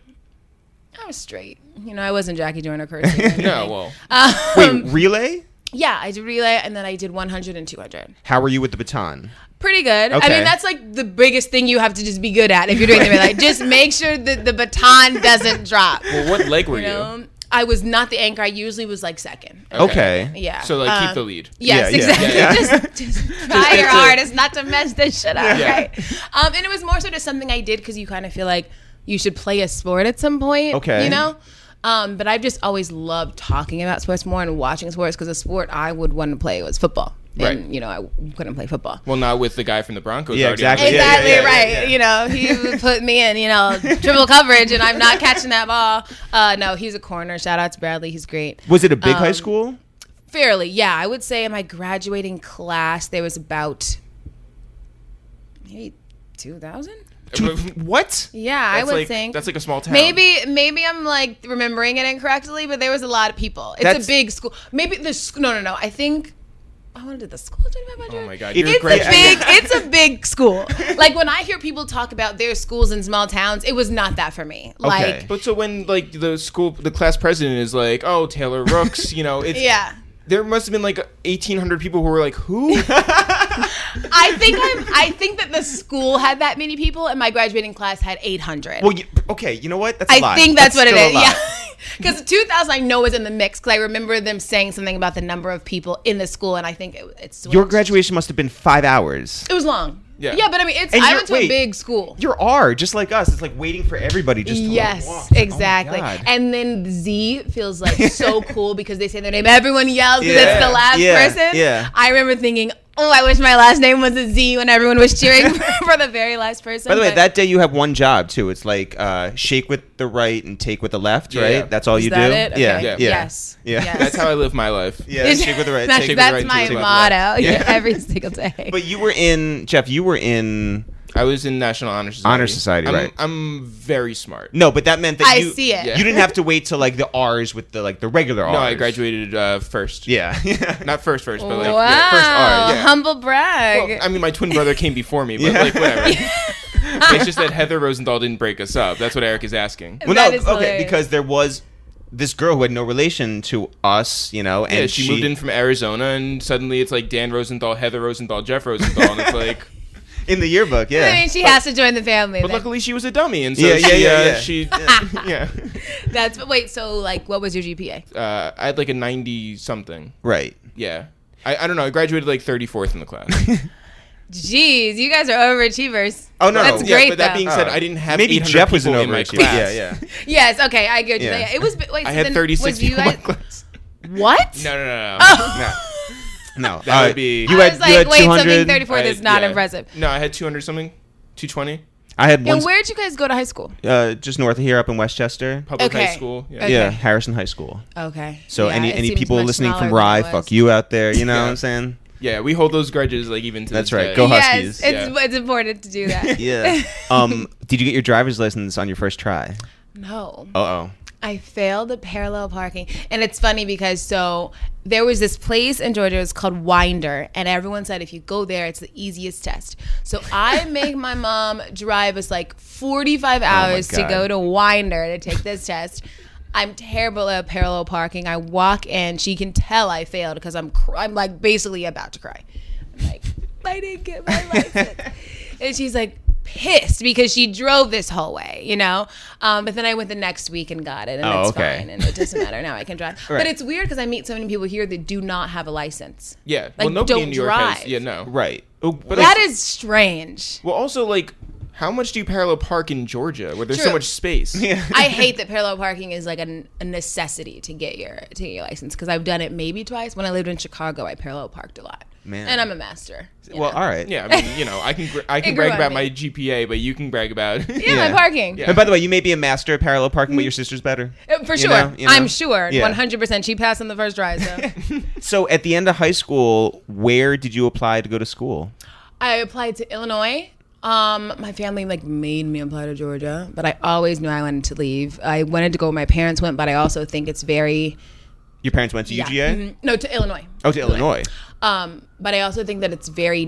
Speaker 3: I was straight. You know, I wasn't Jackie
Speaker 2: (laughs)
Speaker 3: Joyner Curtis.
Speaker 2: No, well,
Speaker 1: Wait, relay?
Speaker 3: yeah, I did relay, and then I did 100 and 200.
Speaker 1: How were you with the baton?
Speaker 3: Pretty good. I
Speaker 1: Okay.
Speaker 3: mean, that's like the biggest thing you have to just be good at if you're doing the relay. Just make sure that the baton doesn't drop.
Speaker 2: well what leg were you?
Speaker 3: you know i was not the anchor i usually was like second
Speaker 1: Okay.
Speaker 3: yeah
Speaker 2: Oh. So like
Speaker 3: Um,
Speaker 2: keep the lead.
Speaker 3: Yes,
Speaker 1: Yeah, yeah,
Speaker 3: exactly.
Speaker 1: (laughs)
Speaker 2: yeah,
Speaker 3: Just, just try
Speaker 2: that's
Speaker 3: your
Speaker 2: it.
Speaker 3: hardest not to mess this shit up,
Speaker 2: Yeah.
Speaker 3: right? Um, and it was more so just something I did because you kind of feel like you should play a sport at some point,
Speaker 1: Okay.
Speaker 3: You know, um, but I've just always loved talking about sports more and watching sports because the sport I would want to play was football,
Speaker 2: Right.
Speaker 3: and you know I couldn't play football.
Speaker 2: Well, not with the guy from the Broncos.
Speaker 1: Yeah,
Speaker 2: already.
Speaker 1: exactly. Yeah,
Speaker 3: Exactly
Speaker 1: yeah, yeah,
Speaker 3: right.
Speaker 1: yeah.
Speaker 3: You know, he would put me in, you know, triple coverage and I'm not catching that ball. Uh, no, he's a corner. Shout out to Bradley. He's great.
Speaker 1: Was it a big high
Speaker 3: Um,
Speaker 1: school?
Speaker 3: Fairly, yeah. I would say in my graduating class, there was about maybe 2,000?
Speaker 1: Two- what?
Speaker 3: Yeah, I
Speaker 2: That's
Speaker 3: would
Speaker 2: like,
Speaker 3: think.
Speaker 2: that's like a small town.
Speaker 3: Maybe maybe I'm like remembering it incorrectly, but there was a lot of people. It's
Speaker 1: That's-
Speaker 3: a big school. Maybe the sc- no no no. I think I wanted to the school. talk about
Speaker 2: Oh
Speaker 3: Jordan?
Speaker 2: my god,
Speaker 1: If
Speaker 2: you're
Speaker 1: it's
Speaker 2: a great.
Speaker 3: It's a big it's a
Speaker 2: (laughs)
Speaker 3: big school. Like when I hear people talk about their schools in small towns, it was not that for me. Like
Speaker 1: Okay.
Speaker 2: But so when like the school, the class president is like, "Oh, Taylor Rooks," you know, it's
Speaker 3: yeah.
Speaker 2: There must have been like 1,800 people who were like, "Who?"
Speaker 3: I think I'm I think that the school had that many people and my graduating class had 800.
Speaker 1: Well, you, okay. You know what? That's a
Speaker 3: I
Speaker 1: lie.
Speaker 3: think that's, what it
Speaker 1: still a
Speaker 3: is.
Speaker 1: lie. (laughs)
Speaker 3: Yeah. (laughs) Because 2000, I know is in the mix. Because I remember them saying something about the number of people in the school, and I think it, it's
Speaker 1: Your graduation must have been five hours.
Speaker 3: It was long.
Speaker 2: Yeah.
Speaker 3: Yeah, but I mean, it's
Speaker 1: And
Speaker 3: I
Speaker 1: you're-
Speaker 3: went to
Speaker 1: wait.
Speaker 3: a big school.
Speaker 1: Your R, just like us, it's like waiting for everybody just to like,
Speaker 3: Yes,
Speaker 1: walk. Oh my
Speaker 3: exactly.
Speaker 1: God.
Speaker 3: and then Z feels like
Speaker 1: (laughs)
Speaker 3: so cool because they say their name. Everyone yells because it's
Speaker 1: Yeah,
Speaker 3: the last
Speaker 1: yeah,
Speaker 3: person.
Speaker 1: yeah.
Speaker 3: I remember thinking, oh, I wish my last name was a Z when everyone was
Speaker 1: (laughs)
Speaker 3: cheering (laughs) for, the very last person.
Speaker 1: By the way,
Speaker 3: but- (laughs)
Speaker 1: that day you have one job too. It's like uh, shake with the right and take with the left,
Speaker 2: Yeah.
Speaker 1: right? That's all
Speaker 3: Is
Speaker 1: you
Speaker 3: that
Speaker 1: do.
Speaker 3: it?
Speaker 1: Yeah.
Speaker 3: Okay.
Speaker 1: yeah,
Speaker 3: Yes.
Speaker 1: Yeah.
Speaker 3: Yes.
Speaker 2: That's how I live my life.
Speaker 1: (laughs) Yeah, shake with the right,
Speaker 3: That's,
Speaker 1: take with
Speaker 2: the
Speaker 3: that's
Speaker 2: right,
Speaker 3: my
Speaker 2: take with the left.
Speaker 3: motto
Speaker 2: Yeah.
Speaker 3: every single day.
Speaker 1: But you were in Jeff. You were in
Speaker 2: I was in National Honor Society.
Speaker 1: Honor Society,
Speaker 2: I'm,
Speaker 1: right.
Speaker 2: I'm very smart.
Speaker 1: no, but that meant that
Speaker 3: I
Speaker 1: you,
Speaker 3: see it.
Speaker 1: You didn't have
Speaker 3: (laughs)
Speaker 1: to wait till like the R's with the like the regular R's.
Speaker 2: No, I graduated uh, first.
Speaker 1: Yeah, (laughs)
Speaker 2: Not first, first, but like
Speaker 3: wow,
Speaker 2: yeah, first R. Yeah.
Speaker 3: humble brag.
Speaker 2: Well, I mean, my twin brother came before me, but
Speaker 1: Yeah. (laughs)
Speaker 2: like whatever. it's just that Heather Rosenthal didn't break us up. That's what Eric is asking.
Speaker 1: well,
Speaker 3: That
Speaker 1: no,
Speaker 3: is
Speaker 1: okay,
Speaker 3: hilarious.
Speaker 1: because there was this girl who had no relation to us, you know, and
Speaker 2: Yeah, she, moved in from Arizona, and suddenly it's like Dan Rosenthal, Heather Rosenthal, Jeff Rosenthal, and it's like.
Speaker 1: in the yearbook. Yeah,
Speaker 3: I mean, she has to join the family.
Speaker 2: But
Speaker 3: then.
Speaker 2: luckily, she was a dummy, and so
Speaker 1: Yeah, yeah,
Speaker 2: she,
Speaker 1: yeah,
Speaker 2: uh,
Speaker 1: yeah.
Speaker 2: she, (laughs)
Speaker 3: (laughs)
Speaker 2: yeah,
Speaker 3: That's but wait. So, like, what was your GPA?
Speaker 2: Uh, I had like a ninety something.
Speaker 1: right.
Speaker 2: Yeah, I, I don't know. I graduated like thirty fourth in the (laughs) class.
Speaker 3: Jeez, you guys are overachievers.
Speaker 1: Oh, no,
Speaker 3: that's
Speaker 1: no. Yeah,
Speaker 3: great.
Speaker 2: but that
Speaker 3: though.
Speaker 2: being said, I didn't have
Speaker 1: Maybe
Speaker 2: 800
Speaker 1: Jeff was an
Speaker 2: people in my
Speaker 1: overachiever.
Speaker 2: class.
Speaker 1: Yeah, yeah.
Speaker 2: (laughs)
Speaker 3: yes, okay, I get you.
Speaker 1: Yeah.
Speaker 3: Yeah. It was wait.
Speaker 2: I
Speaker 3: so
Speaker 2: had
Speaker 3: then
Speaker 2: thirty six
Speaker 3: was you
Speaker 2: people
Speaker 3: guys
Speaker 2: in my class.
Speaker 3: (laughs) what?
Speaker 2: (laughs) No, no, no, no.
Speaker 3: (laughs) Oh.
Speaker 1: No,
Speaker 2: That
Speaker 1: uh,
Speaker 2: would be-
Speaker 1: You
Speaker 3: I
Speaker 1: had,
Speaker 3: was
Speaker 1: you
Speaker 3: like,
Speaker 1: had
Speaker 3: wait,
Speaker 1: 200.
Speaker 3: something 34
Speaker 2: I-
Speaker 3: that's not
Speaker 2: yeah.
Speaker 3: impressive.
Speaker 2: No, I had two hundred something, two twenty,
Speaker 1: I had one
Speaker 3: And where'd you guys go to high school?
Speaker 1: uh, just north of here, up in Westchester.
Speaker 2: public high
Speaker 3: Okay.
Speaker 2: school. Yeah.
Speaker 3: Okay.
Speaker 1: Yeah, Harrison High School.
Speaker 3: Okay.
Speaker 1: So
Speaker 3: Yeah,
Speaker 1: any
Speaker 3: it
Speaker 1: any
Speaker 3: seems
Speaker 1: people
Speaker 3: much
Speaker 1: listening
Speaker 3: smaller
Speaker 1: from
Speaker 3: than
Speaker 1: Rye,
Speaker 3: it was.
Speaker 1: fuck you out there. You know
Speaker 2: Yeah.
Speaker 1: what I'm saying?
Speaker 2: Yeah, we hold those grudges like even to
Speaker 1: That's
Speaker 2: this
Speaker 1: right.
Speaker 2: day.
Speaker 1: Go Huskies.
Speaker 3: Yes, it's,
Speaker 2: Yeah.
Speaker 3: it's important to do that.
Speaker 1: (laughs)
Speaker 3: (laughs)
Speaker 1: Yeah. um, did you get your driver's license on your first try?
Speaker 3: No.
Speaker 1: Uh oh.
Speaker 3: I failed at parallel parking. And it's funny because so there was this place in Georgia, it's called Winder, and everyone said if you go there, it's the easiest test. So I make my mom drive us like 45 hours to
Speaker 1: God.
Speaker 3: go to Winder to take this test. I'm terrible at parallel parking. I walk in, she can tell I failed because I'm cr- I'm like basically about to cry. I'm like, I didn't get my license. and she's like pissed because she drove this whole way, you know. Um, but then I went the next week and got it, and
Speaker 1: Oh,
Speaker 3: it's
Speaker 1: okay.
Speaker 3: fine, and it doesn't matter now. I can drive.
Speaker 1: (laughs) Right.
Speaker 3: But it's weird because I meet so many people here that do not have a license.
Speaker 2: Yeah. well,
Speaker 3: Like,
Speaker 2: nobody in
Speaker 3: don't
Speaker 2: New York has.
Speaker 3: drive.
Speaker 2: Yeah, no.
Speaker 1: Right. Oh, but
Speaker 3: That
Speaker 1: (laughs)
Speaker 3: is strange.
Speaker 2: Well, also like, how much do you parallel park in Georgia where there's so
Speaker 3: True.
Speaker 2: much (laughs) space?
Speaker 1: Yeah.
Speaker 3: I hate that parallel parking is like a, a necessity to get your to get your license because I've done it maybe twice. When I lived in Chicago, I parallel parked a lot.
Speaker 1: Man.
Speaker 3: And I'm a master. you
Speaker 1: well,
Speaker 3: know.
Speaker 1: all right.
Speaker 2: Yeah, I mean, you know, I can gr-
Speaker 3: (laughs)
Speaker 2: I can
Speaker 3: grew
Speaker 2: brag
Speaker 3: on
Speaker 2: about
Speaker 3: me.
Speaker 2: my GPA, but you can brag about (laughs)
Speaker 3: Yeah,
Speaker 1: yeah.
Speaker 3: my parking.
Speaker 2: Yeah.
Speaker 1: And by the way, you may be a master at parallel parking,
Speaker 3: Mm-hmm.
Speaker 1: but your sister's better.
Speaker 3: Uh, For
Speaker 1: You
Speaker 3: sure.
Speaker 1: know, you know.
Speaker 3: I'm sure.
Speaker 1: Yeah.
Speaker 3: 100%. She passed on the first
Speaker 1: (laughs)
Speaker 3: try, so.
Speaker 1: So at the end of high school, where did you apply to go to school?
Speaker 3: I applied to Illinois. Um, my family like made me apply to Georgia, but I always knew I wanted to leave. I wanted to go. where My parents went, but I also think it's very
Speaker 1: Your parents went to
Speaker 3: yeah,
Speaker 1: UGA?
Speaker 3: mhm. No, to Illinois.
Speaker 1: Oh, to Illinois.
Speaker 3: Um, but I also think that it's very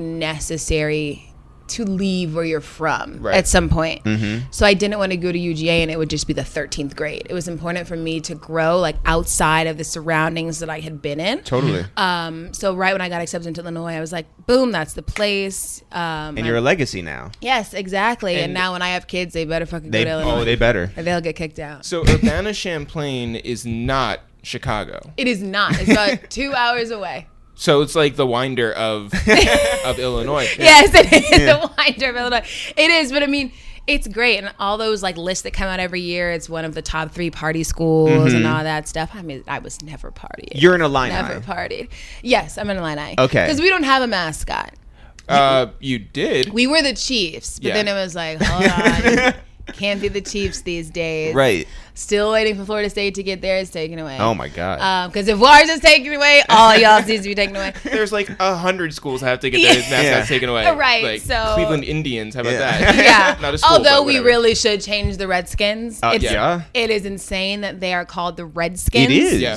Speaker 3: necessary to leave where you're from
Speaker 2: Right.
Speaker 3: at some point.
Speaker 1: Mm-hmm.
Speaker 3: So I didn't want to go to UGA and it would just be the 13th grade. It was important for me to grow like outside of the surroundings that I had been in.
Speaker 1: Totally.
Speaker 3: Um, so right when I got accepted into Illinois, I was like, boom, that's the place. Um,
Speaker 1: and you're a legacy now.
Speaker 3: Yes, exactly. And,
Speaker 2: And-
Speaker 3: now when I have kids, they better fucking
Speaker 1: They
Speaker 3: go to Illinois.
Speaker 1: oh, they better.
Speaker 3: Or they'll get kicked out.
Speaker 2: So Urbana Champlain is not Chicago.
Speaker 3: It is not.
Speaker 1: (laughs)
Speaker 3: It's about two hours away.
Speaker 2: So it's like the winder
Speaker 3: (laughs)
Speaker 2: of of Illinois.
Speaker 3: Yes, it is the winder of Illinois. It is, but I mean, it's great. And all those like lists that come out every year, it's one of the top three party schools and all that stuff. I mean, I was never partying.
Speaker 1: Mm-hmm. You're an Illini.
Speaker 3: never partied. Yes, I'm an Illini.
Speaker 1: Okay.
Speaker 3: Because we don't have a mascot.
Speaker 2: Uh, you did.
Speaker 3: We were the Chiefs, but
Speaker 2: Yeah.
Speaker 3: then it was like,
Speaker 1: (laughs)
Speaker 3: hold on. Can't be the Chiefs these days.
Speaker 1: Right.
Speaker 3: Still waiting for Florida State to get theirs taken away.
Speaker 1: Oh my God.
Speaker 3: Because if ours is taken away, all y'all needs to be taken away.
Speaker 2: (laughs) There's like a hundred schools that have to get their
Speaker 3: Yeah.
Speaker 2: mascots
Speaker 1: Yeah.
Speaker 2: taken away.
Speaker 3: All right,
Speaker 2: Like
Speaker 3: so-
Speaker 2: Cleveland Indians. How
Speaker 1: (laughs)
Speaker 2: about
Speaker 1: Yeah.
Speaker 2: that?
Speaker 3: Yeah. (laughs)
Speaker 2: Not a school,
Speaker 3: Although
Speaker 2: but
Speaker 3: we
Speaker 2: whatever.
Speaker 3: really should change the Redskins.
Speaker 1: Uh,
Speaker 3: it's,
Speaker 1: yeah.
Speaker 3: It is insane that they are called the
Speaker 1: it
Speaker 3: Redskins.
Speaker 1: is.
Speaker 2: Yeah.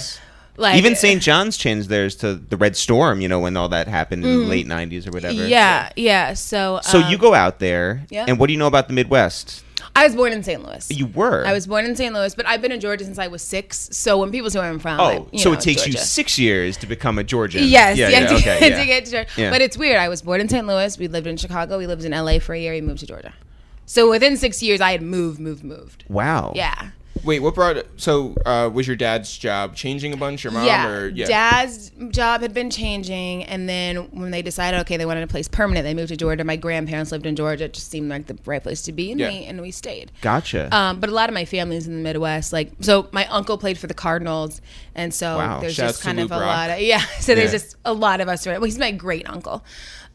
Speaker 3: Like
Speaker 1: Even St. John's changed theirs to the Red Storm, you know, when all that happened in the late 90s or whatever.
Speaker 3: Mm-hmm. Yeah. Yeah. So.
Speaker 1: So
Speaker 3: um,
Speaker 1: you go out there,
Speaker 3: yeah.
Speaker 1: and what do you know about the Midwest?
Speaker 3: I was born in St. Louis.
Speaker 1: You were.
Speaker 3: I was born in St. Louis, but I've been in Georgia since I was six. So when people say where I'm from, I-
Speaker 1: Oh,
Speaker 3: you
Speaker 1: so
Speaker 3: know,
Speaker 1: it takes you
Speaker 3: Georgia.
Speaker 1: six years to become a Georgian.
Speaker 3: Yes,
Speaker 1: Yeah,
Speaker 3: yeah,
Speaker 1: yeah,
Speaker 3: to,
Speaker 1: okay,
Speaker 3: get-
Speaker 1: yeah.
Speaker 3: (laughs) to get to Georgia.
Speaker 1: Yeah.
Speaker 3: But it's weird. I was born in St. Louis. We lived in Chicago. We lived in LA for a year. We moved to Georgia. So within six years, I had moved, moved, moved.
Speaker 1: Wow.
Speaker 3: Yeah.
Speaker 2: Wait, what brought? So uh, was your dad's job changing a bunch? Your mom
Speaker 3: yeah,
Speaker 2: or yeah?
Speaker 3: Dad's job had been changing, and then when they decided, okay, they wanted a place permanent, they moved to Georgia. My grandparents lived in Georgia; it just seemed like the right place to be, and
Speaker 2: Yeah.
Speaker 3: we and we stayed.
Speaker 1: Gotcha.
Speaker 3: Um, but a lot of my family's in the Midwest, like so. My uncle played for the Cardinals, and so
Speaker 1: Wow.
Speaker 3: there's
Speaker 2: Shouts
Speaker 3: just
Speaker 2: to
Speaker 3: kind
Speaker 2: Lou
Speaker 3: of a
Speaker 2: Brock.
Speaker 3: lot of yeah. (laughs) So there's
Speaker 1: Yeah.
Speaker 3: just a lot of us. Well, he's my great uncle,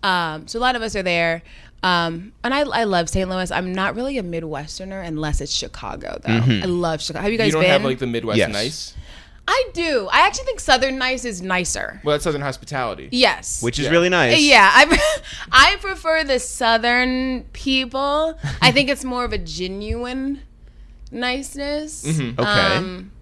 Speaker 3: um, so a lot of us are there. Um, and I, I love St. Louis. I'm not really a Midwesterner unless it's Chicago, though. I love Chicago. Have you guys
Speaker 2: Mm-hmm. You don't
Speaker 3: been?
Speaker 2: have like the Midwest
Speaker 1: Yes.
Speaker 2: nice.
Speaker 3: I do. I actually think Southern nice is nicer.
Speaker 2: Well, that's Southern hospitality.
Speaker 3: Yes.
Speaker 1: which is
Speaker 2: yeah.
Speaker 1: really nice.
Speaker 3: yeah, I (laughs) I prefer the Southern people. I think it's more of a genuine niceness.
Speaker 2: Mm-hmm.
Speaker 1: Okay.
Speaker 3: Um,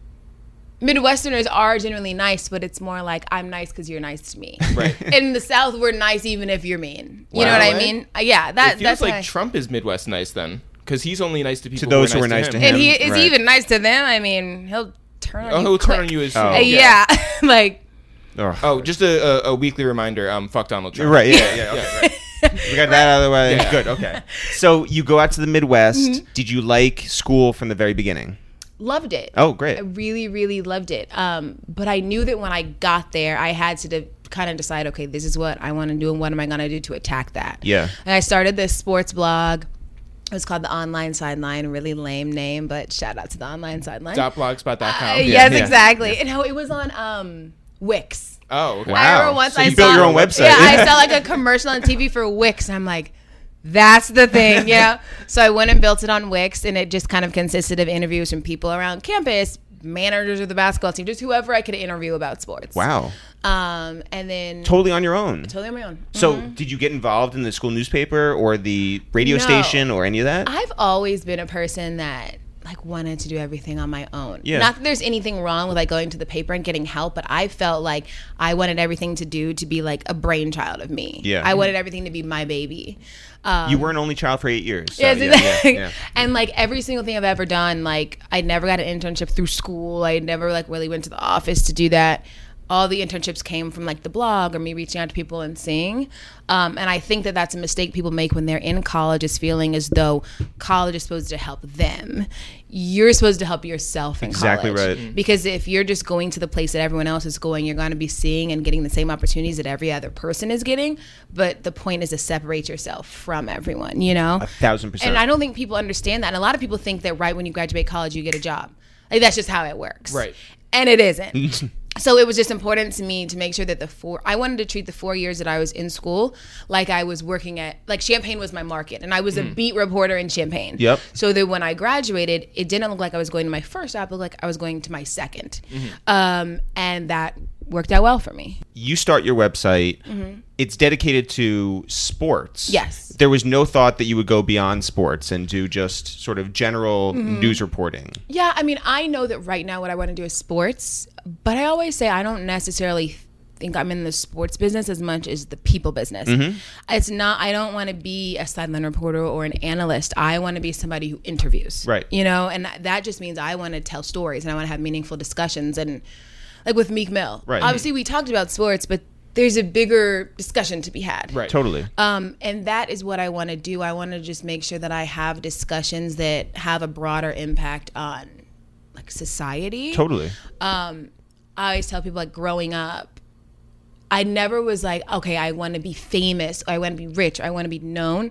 Speaker 3: Midwesterners are generally nice, but it's more like I'm nice because you're nice
Speaker 2: (laughs)
Speaker 3: to me.
Speaker 2: Right.
Speaker 3: In the South, we're nice even if you're mean. You
Speaker 2: Wow,
Speaker 3: know what I
Speaker 2: eh?
Speaker 3: mean? Uh, Yeah, that
Speaker 2: it feels
Speaker 3: that's
Speaker 2: like
Speaker 3: why-
Speaker 2: Trump is Midwest nice then, because he's only nice to people
Speaker 1: those who were nice to him.
Speaker 3: and he is
Speaker 1: Right.
Speaker 3: even nice to them. I mean, he'll turn on
Speaker 2: Oh,
Speaker 3: you.
Speaker 2: he'll turn
Speaker 3: quick.
Speaker 2: on you as
Speaker 1: Oh.
Speaker 3: Uh, yeah, (laughs) like
Speaker 1: Ugh.
Speaker 2: Oh, just a, a, a weekly reminder. Um, fuck Donald Trump.
Speaker 1: Right. Yeah. Yeah. Okay.
Speaker 2: Yeah.
Speaker 1: We got that out of the way.
Speaker 2: Yeah.
Speaker 1: Good. Okay. So you go out to the Midwest.
Speaker 3: Mm-hmm.
Speaker 1: Did you like school from the very beginning?
Speaker 3: loved it.
Speaker 1: Oh, great.
Speaker 3: I really, really loved it. Um, but I knew that when I got there, I had to de- kind of decide, okay, this is what I want to do, and what am I going to do to attack that?
Speaker 1: Yeah.
Speaker 3: And I started this sports blog. It was called the Online Sideline. Really lame name, but shout out to the Online Sideline.
Speaker 2: Dot blogspot.com.
Speaker 3: Uh,
Speaker 1: Oh, Yeah,
Speaker 3: yes,
Speaker 1: yeah.
Speaker 3: exactly. And how it was on um, Wix.
Speaker 2: Oh, okay.
Speaker 1: Wow.
Speaker 3: I remember once
Speaker 1: So
Speaker 3: I
Speaker 1: you
Speaker 3: saw,
Speaker 1: built your own website. (laughs)
Speaker 3: Yeah, I saw like a commercial on TV for Wix, and I'm like, that's the thing, you know. so I went and built it on Wix, and it just kind of consisted of interviews from people around campus, managers of the basketball team, just whoever I could interview about sports.
Speaker 1: Wow.
Speaker 3: Um, and then totally,
Speaker 1: Totally on your own.
Speaker 3: on my own.
Speaker 1: So did you get involved in the school newspaper or the radio
Speaker 3: No. Um,
Speaker 1: station or any of that?
Speaker 3: I've always been a person that like wanted to do everything on my own.
Speaker 1: Yeah.
Speaker 3: Not that there's anything wrong with like going to the paper and getting help, but I felt like I wanted everything to do to be like a brainchild of me.
Speaker 1: Yeah.
Speaker 3: I wanted everything to be my baby. Um,
Speaker 1: you were an only child for eight years. so
Speaker 3: Yes,
Speaker 1: yeah,
Speaker 3: exactly.
Speaker 1: yeah, yeah.
Speaker 3: (laughs) And like every single thing I've ever done, like I never got an internship through school. I never like really went to the office to do that. All the internships came from like the blog or me reaching out to people and seeing. Um, and I think that that's a mistake people make when they're in college, is feeling as though college is supposed to help them. You're supposed to help yourself in
Speaker 1: Exactly
Speaker 3: college.
Speaker 1: right.
Speaker 3: Because if you're just going to the place that everyone else is going, you're going to be seeing and getting the same opportunities that every other person is getting. But the point is to separate yourself from everyone, you know?
Speaker 1: A thousand percent.
Speaker 3: And I don't think people understand that. And a lot of people think that right when you graduate college, you get a job. Like that's just how it works.
Speaker 2: Right.
Speaker 1: (laughs)
Speaker 3: And it isn't. so it was just important to me to make sure that the four I wanted to treat the four years that I was in school like I was working at like Champagne was my market and I was a beat reporter in Champagne.
Speaker 1: Mm. Yep.
Speaker 3: So that when I graduated, it didn't look like I was going to my first job, it looked like I was going to my 2nd
Speaker 1: Mm-hmm.
Speaker 3: Um, and that worked out well for me.
Speaker 1: you start your website. It's dedicated to sports.
Speaker 3: Mm-hmm. Yes.
Speaker 1: There was no thought that you would go beyond sports and do just sort of general
Speaker 3: Mm-hmm.
Speaker 1: news reporting.
Speaker 3: Yeah, I mean, I know that right now what I want to do is sports, but I always say I don't necessarily think I'm in the sports business as much as the people business.
Speaker 1: Mm-hmm.
Speaker 3: It's not I don't want to be a sideline reporter or an analyst. I want to be somebody who interviews.
Speaker 1: Right.
Speaker 3: You know, and that just means I want to tell stories and I want to have meaningful discussions and like with Meek Mill.
Speaker 1: Right.
Speaker 3: Obviously we talked about sports, but there's a bigger discussion to be had.
Speaker 2: Right.
Speaker 1: Totally.
Speaker 3: Um, and that is what I want to do. I want to just make sure that I have discussions that have a broader impact on like society.
Speaker 1: totally.
Speaker 3: I always tell people like growing up, I never was like, okay, I want to be famous, or I want to be rich, or I want to be known.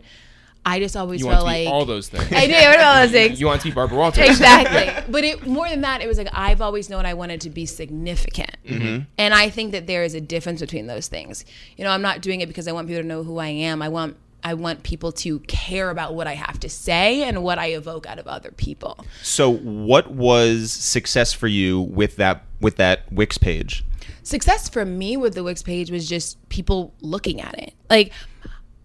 Speaker 3: I just always
Speaker 2: You want
Speaker 3: felt
Speaker 2: to be
Speaker 3: like
Speaker 2: all those things.
Speaker 3: (laughs) I did. What about those
Speaker 2: (laughs)
Speaker 3: things?
Speaker 2: you want to be Barbara Walters.
Speaker 3: exactly. (laughs) But it more than that, it was like I've always known I wanted to be significant, and I think that there is a difference between those things. You know, I'm not doing it because I want people to know who I am. I want I want people to care about what I have to say and what I evoke out of other people.
Speaker 1: So, what was success for you with that with that Wix page?
Speaker 3: success for me with the Wix page was just people looking at it. Like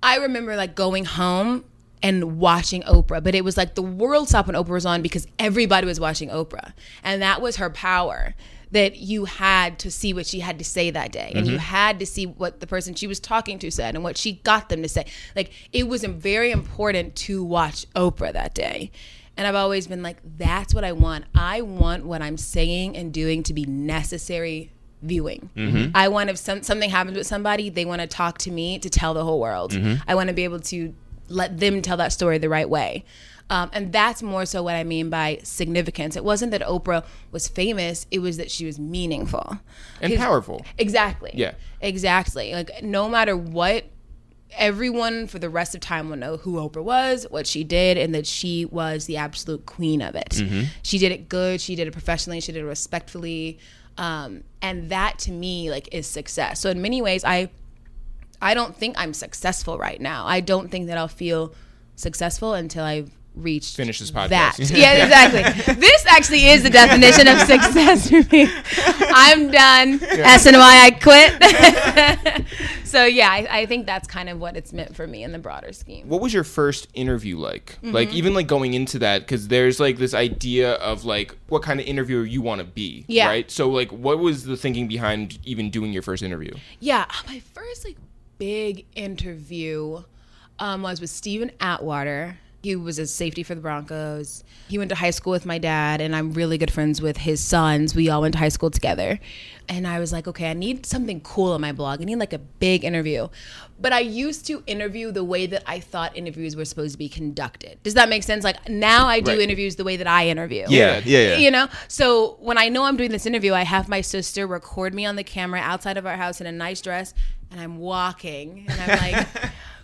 Speaker 3: I remember like going home and watching Oprah, but it was like the world stopped when Oprah was on because everybody was watching Oprah. And that was her power that you had to see what she had to say that day. And you had to see what the person she was talking to said and what she got them to say. Like it was very important to watch Oprah that day. And I've always been like, that's what I want. I want what I'm saying and doing to be necessary viewing. I want if some, something happens with somebody, they want to talk to me to tell the whole world. I want to be able to let them tell that story the right way. Um, and that's more so what I mean by significance. It wasn't that Oprah was famous, it was that she was meaningful.
Speaker 2: And
Speaker 3: 'Cause-
Speaker 2: powerful.
Speaker 3: Exactly.
Speaker 2: Yeah.
Speaker 3: Exactly. Like no matter what, everyone for the rest of time will know who Oprah was, what she did, and that she was the absolute queen of it. She did it good. She did it professionally. She did it respectfully. Um, and that to me like is success. So in many ways, I I don't think I'm successful right now. I don't think that I'll feel successful until I've reached
Speaker 2: Finish this podcast.
Speaker 3: That.
Speaker 2: (laughs)
Speaker 3: Yeah, exactly. this actually is the definition of success for me. I'm done. S and Y, I quit. (laughs) so yeah, I, I think that's kind of what it's meant for me in the broader scheme.
Speaker 2: what was your first interview like
Speaker 3: Mm-hmm.
Speaker 2: like even like going into that because there's like this idea of like what kind of interviewer you want to be
Speaker 3: Yeah.
Speaker 2: right so like what was the thinking behind even doing your first interview
Speaker 3: Yeah, uh, my first like big interview um, was with Steven Atwater. He was a safety for the Broncos. He went to high school with my dad, and I'm really good friends with his sons. We all went to high school together. And I was like, okay, I need something cool on my blog. I need like a big interview. But I used to interview the way that I thought interviews were supposed to be conducted. Does that make sense? Like now I do
Speaker 2: Right.
Speaker 3: interviews the way that I interview.
Speaker 1: Yeah, yeah, yeah.
Speaker 3: You know, so when I know I'm doing this interview, I have my sister record me on the camera outside of our house in a nice dress, and I'm walking, and I'm
Speaker 2: (laughs)
Speaker 3: like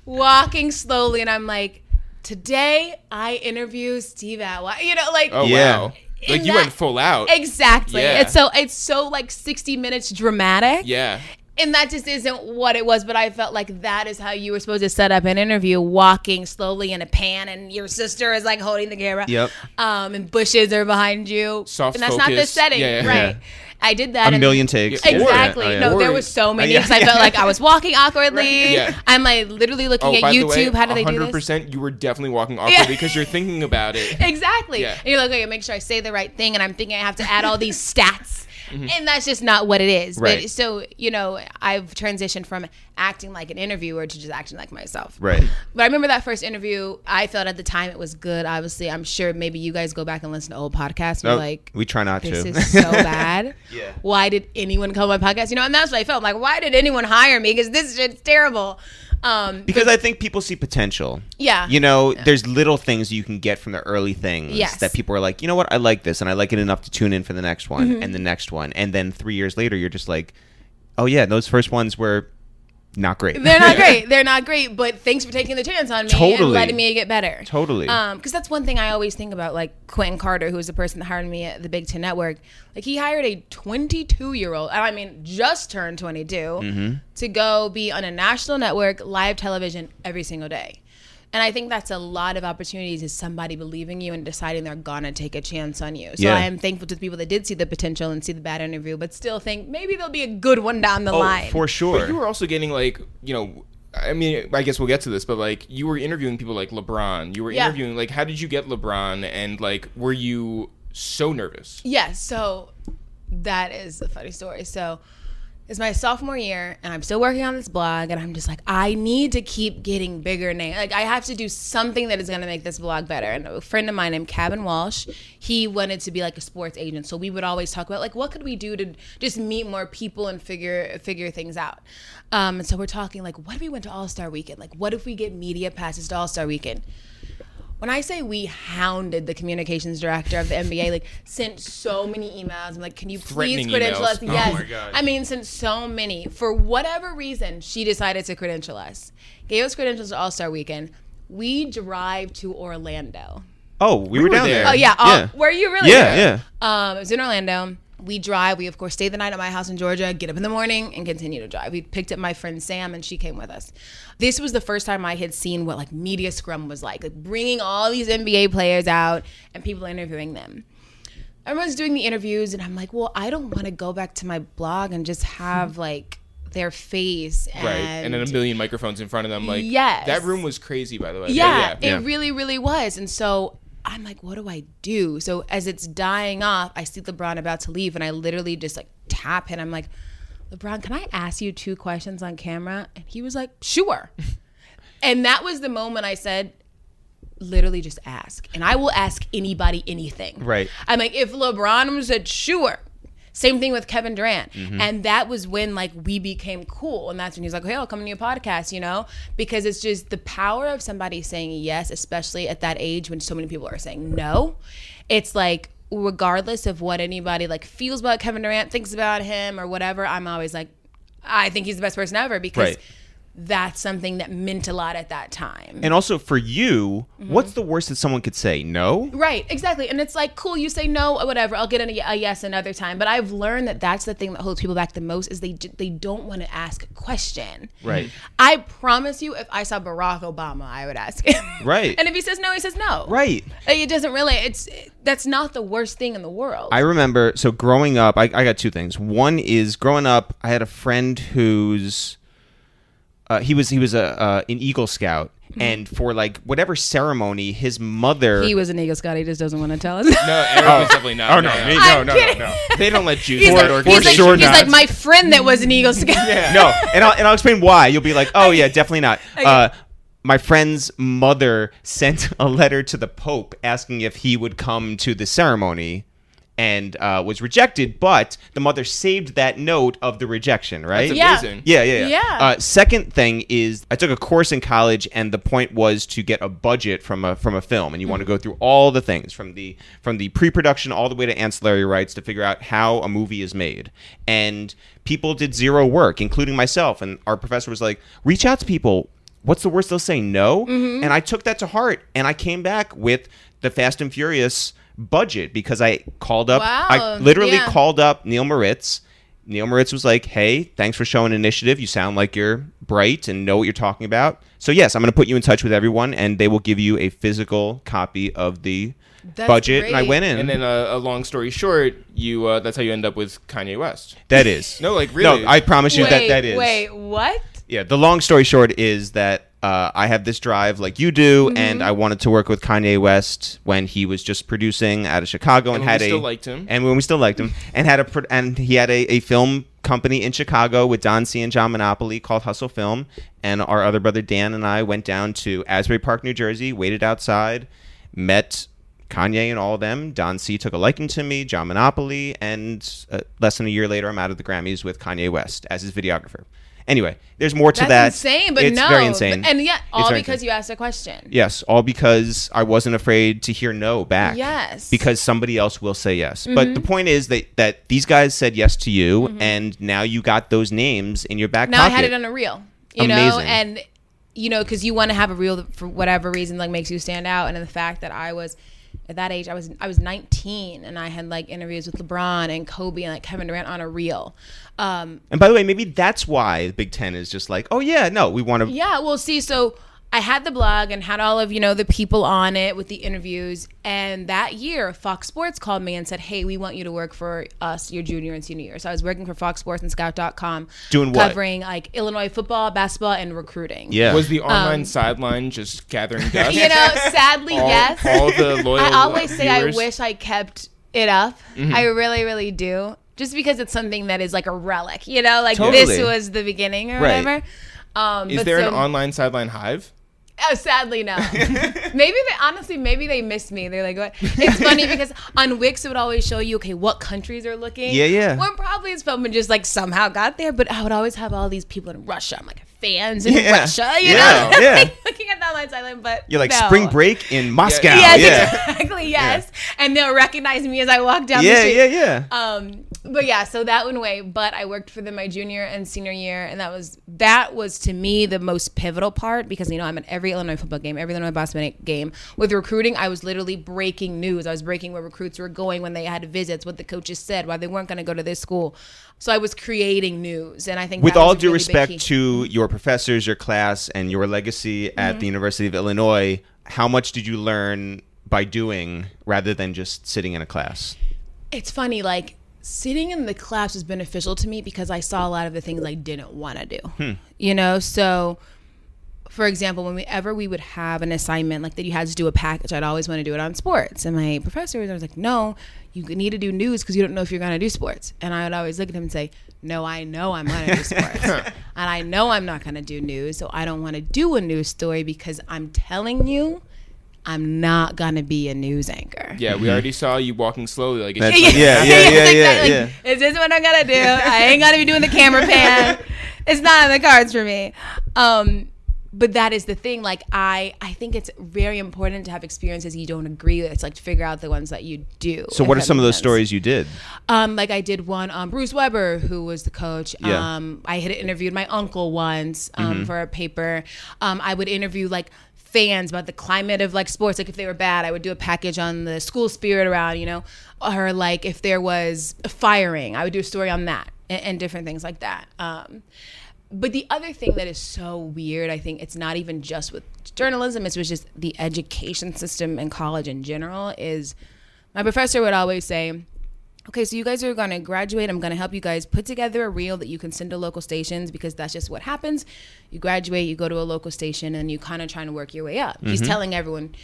Speaker 3: walking slowly, and I'm like, today I interview Steve Atwater. You know, like
Speaker 2: oh
Speaker 1: Yeah.
Speaker 2: wow
Speaker 3: In
Speaker 2: like you
Speaker 3: that-
Speaker 2: went full out
Speaker 3: exactly.
Speaker 2: Yeah.
Speaker 3: It's so it's so like 60 minutes dramatic
Speaker 2: yeah
Speaker 3: and that just isn't what it was but i felt like that is how you were supposed to set up an interview walking slowly in a pan and your sister is like holding the camera
Speaker 1: Yep.
Speaker 3: um and bushes are behind you
Speaker 2: Soft
Speaker 3: and that's not the
Speaker 2: focus.
Speaker 3: setting
Speaker 2: Yeah, yeah,
Speaker 3: right
Speaker 1: yeah.
Speaker 3: i did that
Speaker 1: A
Speaker 3: and-
Speaker 1: million takes.
Speaker 2: Yeah.
Speaker 3: Exactly.
Speaker 1: (laughs) Yeah, oh, yeah.
Speaker 3: No, there
Speaker 2: Or-
Speaker 3: was so many
Speaker 2: yeah,
Speaker 3: because I felt like I was
Speaker 2: (laughs)
Speaker 3: walking awkwardly.
Speaker 2: Yeah.
Speaker 3: I'm like literally looking
Speaker 2: oh
Speaker 3: at
Speaker 2: by
Speaker 3: YouTube.
Speaker 2: the way
Speaker 3: how do they do this?
Speaker 2: 100% you were definitely
Speaker 3: (laughs)
Speaker 2: walking awkwardly
Speaker 3: Yeah.
Speaker 2: because you're thinking about
Speaker 3: (laughs)
Speaker 2: it
Speaker 3: Exactly.
Speaker 2: Yeah.
Speaker 3: And you're like, okay, make sure I say the right thing. And I'm thinking I have to add all these stats. And that's just not what it is.
Speaker 1: Mm-hmm. Right.
Speaker 3: But so, you know, I've transitioned from acting like an interviewer to just acting like myself.
Speaker 1: Right.
Speaker 3: But I remember that first interview. I felt at the time it was good. Obviously, I'm sure maybe you guys go back and listen to old podcasts. And
Speaker 1: Oh,
Speaker 3: you're like,
Speaker 1: we try not
Speaker 3: this
Speaker 1: to. (laughs)
Speaker 3: is so bad.
Speaker 1: Yeah.
Speaker 3: Why did anyone come on my podcast? You know, and that's what I felt. I'm like, why did anyone hire me? Because this shit's terrible.
Speaker 1: (laughs)
Speaker 3: Um,
Speaker 1: because I think people see potential.
Speaker 3: Yeah.
Speaker 1: You know, there's little things you can get from the early things
Speaker 3: Yes.
Speaker 1: that people are like, you know what, I like this and I like it enough to tune in for the next
Speaker 3: Mm-hmm.
Speaker 1: one and the next one. And then three years later, you're just like, oh, yeah, those first ones were not great.
Speaker 3: They're not great. They're not great. But thanks for taking the chance on me
Speaker 1: Totally.
Speaker 3: and letting me get better.
Speaker 1: Totally.
Speaker 3: Um, because that's one thing I always think about. Like Quentin Carter, who was the person that hired me at the Big Ten Network. Like he hired a 22 year old, and I mean just turned 22, to go be on a national network, live television every single day. And I think that's a lot of opportunities is somebody believing you and deciding they're gonna take a chance on you. So
Speaker 1: Yeah.
Speaker 3: I am thankful to the people that did see the potential and see the bad interview, but still think maybe there'll be a good one down
Speaker 1: Oh,
Speaker 3: the line.
Speaker 1: for
Speaker 2: But you
Speaker 1: sure.
Speaker 2: were also getting like, you know, I mean, I guess we'll get to this, but like, you were interviewing people like LeBron. You were
Speaker 3: Yeah.
Speaker 2: interviewing like, how did you get LeBron? And like, were you so nervous?
Speaker 3: Yes. So that is a funny story. So it's my sophomore year, and I'm still working on this blog, and I'm just like, I need to keep getting bigger names. Like, I have to do something that is going to make this blog better. And a friend of mine named Cabin Walsh, he wanted to be like a sports agent, so we would always talk about like, what could we do to just meet more people and figure figure things out. Um, and so we're talking like, what if we went to All Star Weekend? Like, what if we get media passes to All Star Weekend? when I say we hounded the communications director of the NBA, like sent so many emails. I'm like, can you please
Speaker 2: Threatening
Speaker 3: credential
Speaker 2: emails.
Speaker 3: us?
Speaker 2: Oh
Speaker 3: Yes.
Speaker 2: my God.
Speaker 3: I mean, sent so many. For whatever reason, she decided to credential us. Gave us credentials to All Star Weekend. We drive to Orlando.
Speaker 1: Oh, we, were
Speaker 2: were
Speaker 1: down there.
Speaker 2: there.
Speaker 3: Oh yeah, all,
Speaker 1: yeah.
Speaker 3: were you really?
Speaker 1: Yeah, yeah.
Speaker 3: Um, it was in Orlando. We drive. We of course stay the night at my house in Georgia. Get up in the morning and continue to drive. We picked up my friend Sam, and she came with us. This was the first time I had seen what like media scrum was like, like bringing all these NBA players out and people interviewing them. Everyone's doing the interviews, and I'm like, well, I don't want to go back to my blog and just have like their face and
Speaker 2: Right. And, then a million microphones in front of them. Like,
Speaker 3: Yes.
Speaker 2: That room was crazy, by the way.
Speaker 3: yeah,
Speaker 2: Yeah.
Speaker 1: yeah.
Speaker 3: it really, really was. And so I'm like, what do I do? So as it's dying off, I see LeBron about to leave, and I literally just like tap him. I'm like, LeBron, can I ask you two questions on camera? And he was like, sure. and that was the moment I said, literally just ask. And I will ask anybody anything.
Speaker 1: Right.
Speaker 3: I'm like, if LeBron said, sure. Same thing with Kevin Durant. And that was when like we became cool. And that's when he was like, Hey, I'll come on your podcast, you know? Because it's just the power of somebody saying yes, especially at that age when so many people are saying no. It's like regardless of what anybody like feels about Kevin Durant, thinks about him or whatever, I'm always like, I think he's the best person ever because
Speaker 1: Right.
Speaker 3: that's something that meant a lot at that time.
Speaker 1: And also for you, what's
Speaker 3: Mm-hmm.
Speaker 1: the worst that someone could say? No.
Speaker 3: Right, exactly. And it's like, cool, you say no, or whatever. I'll get a, a yes another time. But I've learned that that's the thing that holds people back the most is they j- they don't want to ask a question.
Speaker 1: Right.
Speaker 3: I promise you, if I saw Barack Obama, I would ask him.
Speaker 1: Right.
Speaker 3: (laughs) and if he says no, he says no.
Speaker 1: Right.
Speaker 3: Like, It doesn't really. It's that's not the worst thing in the world.
Speaker 1: I remember. So growing up, I, I got two things. One is growing up, I had a friend who's uh, he was he was a uh, an Eagle Scout, and for like whatever ceremony, his mother
Speaker 3: Mm-hmm. he was an Eagle Scout. He just doesn't want to tell us.
Speaker 2: No, Eric was definitely not.
Speaker 1: Oh, no, me-
Speaker 3: (laughs) I'm kidding.
Speaker 2: They don't
Speaker 3: (laughs)
Speaker 2: let you
Speaker 3: He's
Speaker 2: for
Speaker 3: like, he's, like,
Speaker 1: sure
Speaker 3: he's
Speaker 1: not.
Speaker 3: like my friend that was an Eagle Scout. (laughs)
Speaker 1: no, and I'll, and I'll explain why. You'll be like, oh, yeah, definitely not. Uh, my friend's mother sent a letter to the Pope asking if he would come to the ceremony and uh, was rejected, but the mother saved that note of the rejection, right?
Speaker 2: That's
Speaker 3: Yeah.
Speaker 2: amazing.
Speaker 1: Yeah, yeah, yeah.
Speaker 3: Yeah.
Speaker 1: Uh, second thing is, I took a course in college, and the point was to get a budget from a from a film, and you
Speaker 3: Mm.
Speaker 1: want to go through all the things from the from the pre production all the way to ancillary rights to figure out how a movie is made. And people did zero work, including myself. And our professor was like, "Reach out to people. What's the worst they'll say? No."
Speaker 3: Mm-hmm.
Speaker 1: And I took that to heart, and I came back with the Fast and Furious budget because I called up.
Speaker 3: Wow,
Speaker 1: I literally
Speaker 3: yeah.
Speaker 1: called called up Neil Moritz. Neil Moritz was like, "Hey, thanks for showing initiative. You sound like you're bright and know what you're talking about. So yes, I'm going to put you in touch with everyone, and they will give you a physical copy of the
Speaker 3: That's
Speaker 1: budget." And I
Speaker 3: great.
Speaker 1: went in.
Speaker 2: And then, uh, a long story short, you uh, that's how you end up with Kanye West.
Speaker 1: that is
Speaker 2: (laughs) No, like, really.
Speaker 1: No, I promise you that that is.
Speaker 3: Wait, what?
Speaker 1: Yeah. The long story short is that uh, I have this drive like you do, and
Speaker 3: Mm-hmm.
Speaker 1: I wanted to work with Kanye West when he was just producing out of Chicago, and,
Speaker 2: when we
Speaker 1: had a
Speaker 2: still liked him.
Speaker 1: and when we still liked him, and had a pro- and he had a, a film company in Chicago with Don C and John Monopoly called Hustle Film, and our other brother Dan and I went down to Asbury Park, New Jersey, waited outside, met. Kanye and all of them. Don C took a liking to me, John Monopoly, and uh, less than a year later, I'm out of the Grammys with Kanye West as his videographer. Anyway, there's more to
Speaker 3: That's
Speaker 1: that.
Speaker 3: insane, but
Speaker 1: it's
Speaker 3: no.
Speaker 1: very insane.
Speaker 3: But- and yet, all
Speaker 1: very
Speaker 3: because
Speaker 1: insane.
Speaker 3: you asked a question.
Speaker 1: Yes, all because I wasn't afraid to hear no back.
Speaker 3: Yes. Mm-hmm.
Speaker 1: Because somebody else will say yes. But the point is that that these guys said yes to you and now you got those names in your back
Speaker 3: Now I
Speaker 1: pocket.
Speaker 3: had it on a reel. you know
Speaker 1: Amazing.
Speaker 3: and you know because you want to have a reel that for whatever reason like makes you stand out and the fact that i was at that age i was i was 19 and i had like interviews with lebron and kobe and like kevin durant on a reel um
Speaker 1: And by the way, maybe that's why the Big Ten is just like, oh yeah, no, we want to.
Speaker 3: yeah well see so i had the blog and had all of you know the people on it with the interviews and that year fox sports called me and said hey we want you to work for us your junior and senior year so i was working for fox sports and scout.com
Speaker 1: Doing what?
Speaker 3: covering like illinois football basketball and recruiting
Speaker 1: Yeah.
Speaker 2: Was the online sideline just
Speaker 3: (laughs)
Speaker 2: gathering
Speaker 1: (laughs)
Speaker 2: dust?
Speaker 3: Um, you know sadly
Speaker 2: all,
Speaker 3: yes
Speaker 2: all the loyal.
Speaker 3: (laughs) I always say I
Speaker 2: viewers?
Speaker 3: wish I kept it up.
Speaker 1: Mm-hmm.
Speaker 3: I really, really do. Just because it's something that is like a relic, you know, like this
Speaker 1: Totally.
Speaker 3: was the beginning or
Speaker 1: Right.
Speaker 3: whatever. Um,
Speaker 2: Is
Speaker 3: but
Speaker 2: there an
Speaker 3: so-
Speaker 2: online sideline hive?
Speaker 3: Oh,
Speaker 1: (laughs)
Speaker 3: sadly, no. maybe they honestly, maybe they missed me. They're like, what? It's funny because on Wix it would always show you, okay, what countries are looking.
Speaker 1: Yeah, yeah.
Speaker 3: Well, probably it's Spelman just like somehow got there, but I would always have all these people in Russia. I'm like fans in
Speaker 1: Yeah.
Speaker 3: Russia, you
Speaker 1: Yeah,
Speaker 3: know, (laughs)
Speaker 1: yeah.
Speaker 3: Like, looking at that line silent. But
Speaker 1: You're like
Speaker 3: no.
Speaker 1: spring break in Moscow. Yeah,
Speaker 3: Yes, (laughs)
Speaker 1: yeah,
Speaker 3: exactly. Yes, and they'll recognize me as I walk down the
Speaker 1: yeah,
Speaker 3: street.
Speaker 1: yeah,
Speaker 3: Um, but yeah, so that one way. But I worked for them my junior and senior year, and that was that was to me the most pivotal part because you know I'm at every Illinois football game, every Illinois basketball game. With recruiting, I was literally breaking news. I was breaking where recruits were going when they had visits, what the coaches said, why they weren't going to go to this school. So I was creating news, and I think
Speaker 1: With
Speaker 3: that was
Speaker 1: all
Speaker 3: a
Speaker 1: due
Speaker 3: really big key. Mm-hmm.
Speaker 1: respect to your professors, your class, and your legacy at the University of Illinois, how much did you learn by doing rather than just sitting in a class?
Speaker 3: it's funny like sitting in the class was beneficial to me because i saw a lot of the things i didn't want to do you know so for example whenever we would have an assignment like that you had to do a package i'd always want to do it on sports and my professor was always like no you need to do news because you don't know if you're going to do sports and i would always look at him and say no i know i'm going to do sports and i know i'm not going to do news so i don't want to do a news story because i'm telling you i'm not going to be a news anchor
Speaker 2: Yeah, we already saw you walking slowly. Like
Speaker 1: Mm-hmm. That's-
Speaker 2: it's
Speaker 1: (laughs) Yeah, yeah, yeah,
Speaker 3: Yes,
Speaker 1: yeah,
Speaker 3: exactly.
Speaker 1: yeah.
Speaker 3: Like, Is this what I'm gonna do? I ain't gonna be doing the camera pan. It's not in the cards for me. Um, but that is the thing. Like I, I think it's very important to have experiences you don't agree with. It's like to figure out the ones that you do.
Speaker 1: So,
Speaker 3: if
Speaker 1: what are
Speaker 3: that
Speaker 1: some of those
Speaker 3: makes sense.
Speaker 1: stories you did?
Speaker 3: Um, like I did one on Bruce Weber, who was the coach.
Speaker 1: Yeah.
Speaker 3: Um, I had interviewed my uncle once um, for a paper. Um, I would interview like fans about the climate of like sports. Like if they were bad, I would do a package on the school spirit around, you know, or like if there was a firing, I would do a story on that and, and different things like that. Um, but the other thing that is so weird, I think it's not even just with journalism, it's with just the education system and college in general, is my professor would always say, Okay, so you guys are going to graduate. I'm going to help you guys put together a reel that you can send to local stations because that's just what happens. You graduate, you go to a local station, and you kind of trying to work your way up. He's telling everyone,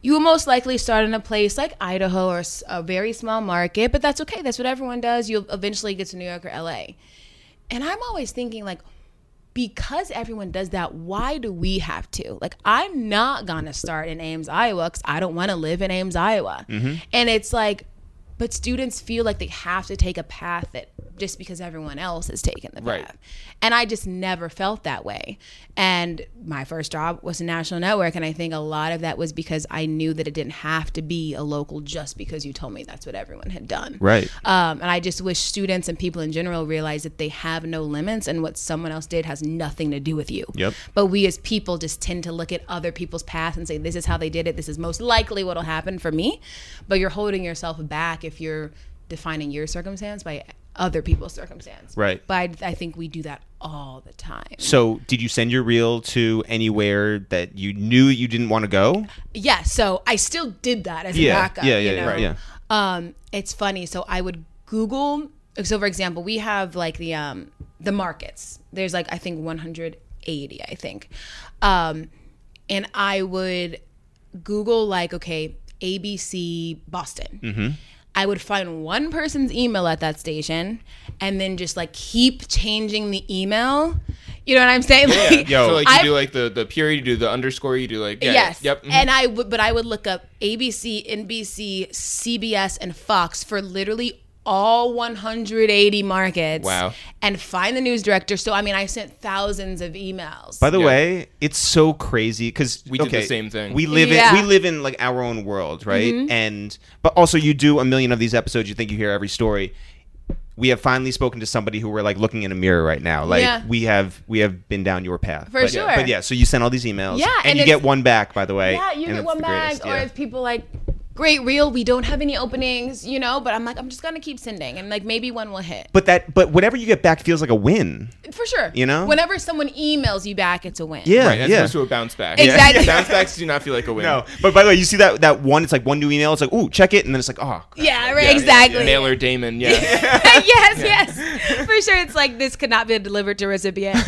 Speaker 3: you will most likely start in a place like Idaho or s- a very small market, but that's okay. That's what everyone does. You'll eventually get to New York or LA. And I'm always thinking, like, because everyone does that, why do we have to? Like, I'm not gonna start in Ames, Iowa, because I don't wanna live in Ames, Iowa. And it's like, but students feel like they have to take a path that just because everyone else is taking the path.
Speaker 2: Right.
Speaker 3: And I just never felt that way. And my first job was a national network. And I think a lot of that was because I knew that it didn't have to be a local just because you told me that's what everyone had done.
Speaker 1: Right.
Speaker 3: Um, and I just wish students and people in general realize that they have no limits and what someone else did has nothing to do with you.
Speaker 1: Yep.
Speaker 3: But we as people just tend to look at other people's paths and say, this is how they did it. This is most likely what'll happen for me. But you're holding yourself back if you're defining your circumstance by other people's circumstance.
Speaker 1: Right.
Speaker 3: But I, I think we do that all the time.
Speaker 1: So, did you send your reel to anywhere that you knew you didn't want to go?
Speaker 3: Yeah. So I still did that as
Speaker 1: Yeah,
Speaker 3: a backup.
Speaker 1: yeah, yeah,
Speaker 3: you know?
Speaker 1: right, yeah.
Speaker 3: Um, it's funny. So I would Google. So for example, we have like the um the markets. There's like I think 180. I think, um, and I would Google like okay ABC Boston. I would find one person's email at that station, and then just like keep changing the email. You know what I'm saying? Like,
Speaker 1: Yo,
Speaker 3: (laughs)
Speaker 2: so like you
Speaker 3: I've-
Speaker 2: do like the the period, you do the underscore, you do like yeah,
Speaker 3: yes.
Speaker 2: yep.
Speaker 1: mm-hmm.
Speaker 2: mhm.
Speaker 3: And I would, but I would look up ABC, NBC, CBS, and Fox for literally all 180 markets.
Speaker 2: Wow.
Speaker 3: And find the news director. So I mean, I sent thousands of emails.
Speaker 1: By the
Speaker 2: Yeah.
Speaker 1: way, it's so crazy because
Speaker 2: We did the same thing.
Speaker 1: We live
Speaker 3: Yeah. Mm-hmm.
Speaker 1: in we live in like our own world, right? And but also you do a million of these episodes. You think you hear every story. we have finally spoken to somebody who we're like looking in a mirror right now. Like
Speaker 3: Yeah.
Speaker 1: we have we have been down your path
Speaker 3: For
Speaker 1: But-
Speaker 3: sure.
Speaker 1: But yeah, so you send all these emails.
Speaker 3: Yeah,
Speaker 1: and,
Speaker 3: and
Speaker 1: you
Speaker 3: it's-
Speaker 1: get one back by the way.
Speaker 3: yeah, you
Speaker 1: and
Speaker 3: get
Speaker 1: it's
Speaker 3: one
Speaker 1: the
Speaker 3: back,
Speaker 1: greatest,
Speaker 3: or
Speaker 1: yeah.
Speaker 3: if people like, great reel, we don't have any openings, you know. But I'm like, I'm just gonna keep sending, and like maybe one will hit
Speaker 1: But that but whatever you get back feels like a win.
Speaker 3: for sure.
Speaker 1: You know?
Speaker 3: whenever someone emails you back, it's a win.
Speaker 1: Yeah,
Speaker 2: Right, as
Speaker 1: yeah.
Speaker 2: opposed to a bounce back.
Speaker 3: Exactly.
Speaker 2: (laughs) bounce backs do not feel like a win.
Speaker 1: No, but by the way, you see that that one. It's like one new email. It's like, ooh, check it, and then it's like, oh,
Speaker 3: yeah, right, exactly.
Speaker 2: Mailer Damon,
Speaker 3: (laughs)
Speaker 2: yeah.
Speaker 3: yes, yes, for sure. It's like this could not be delivered to recipient.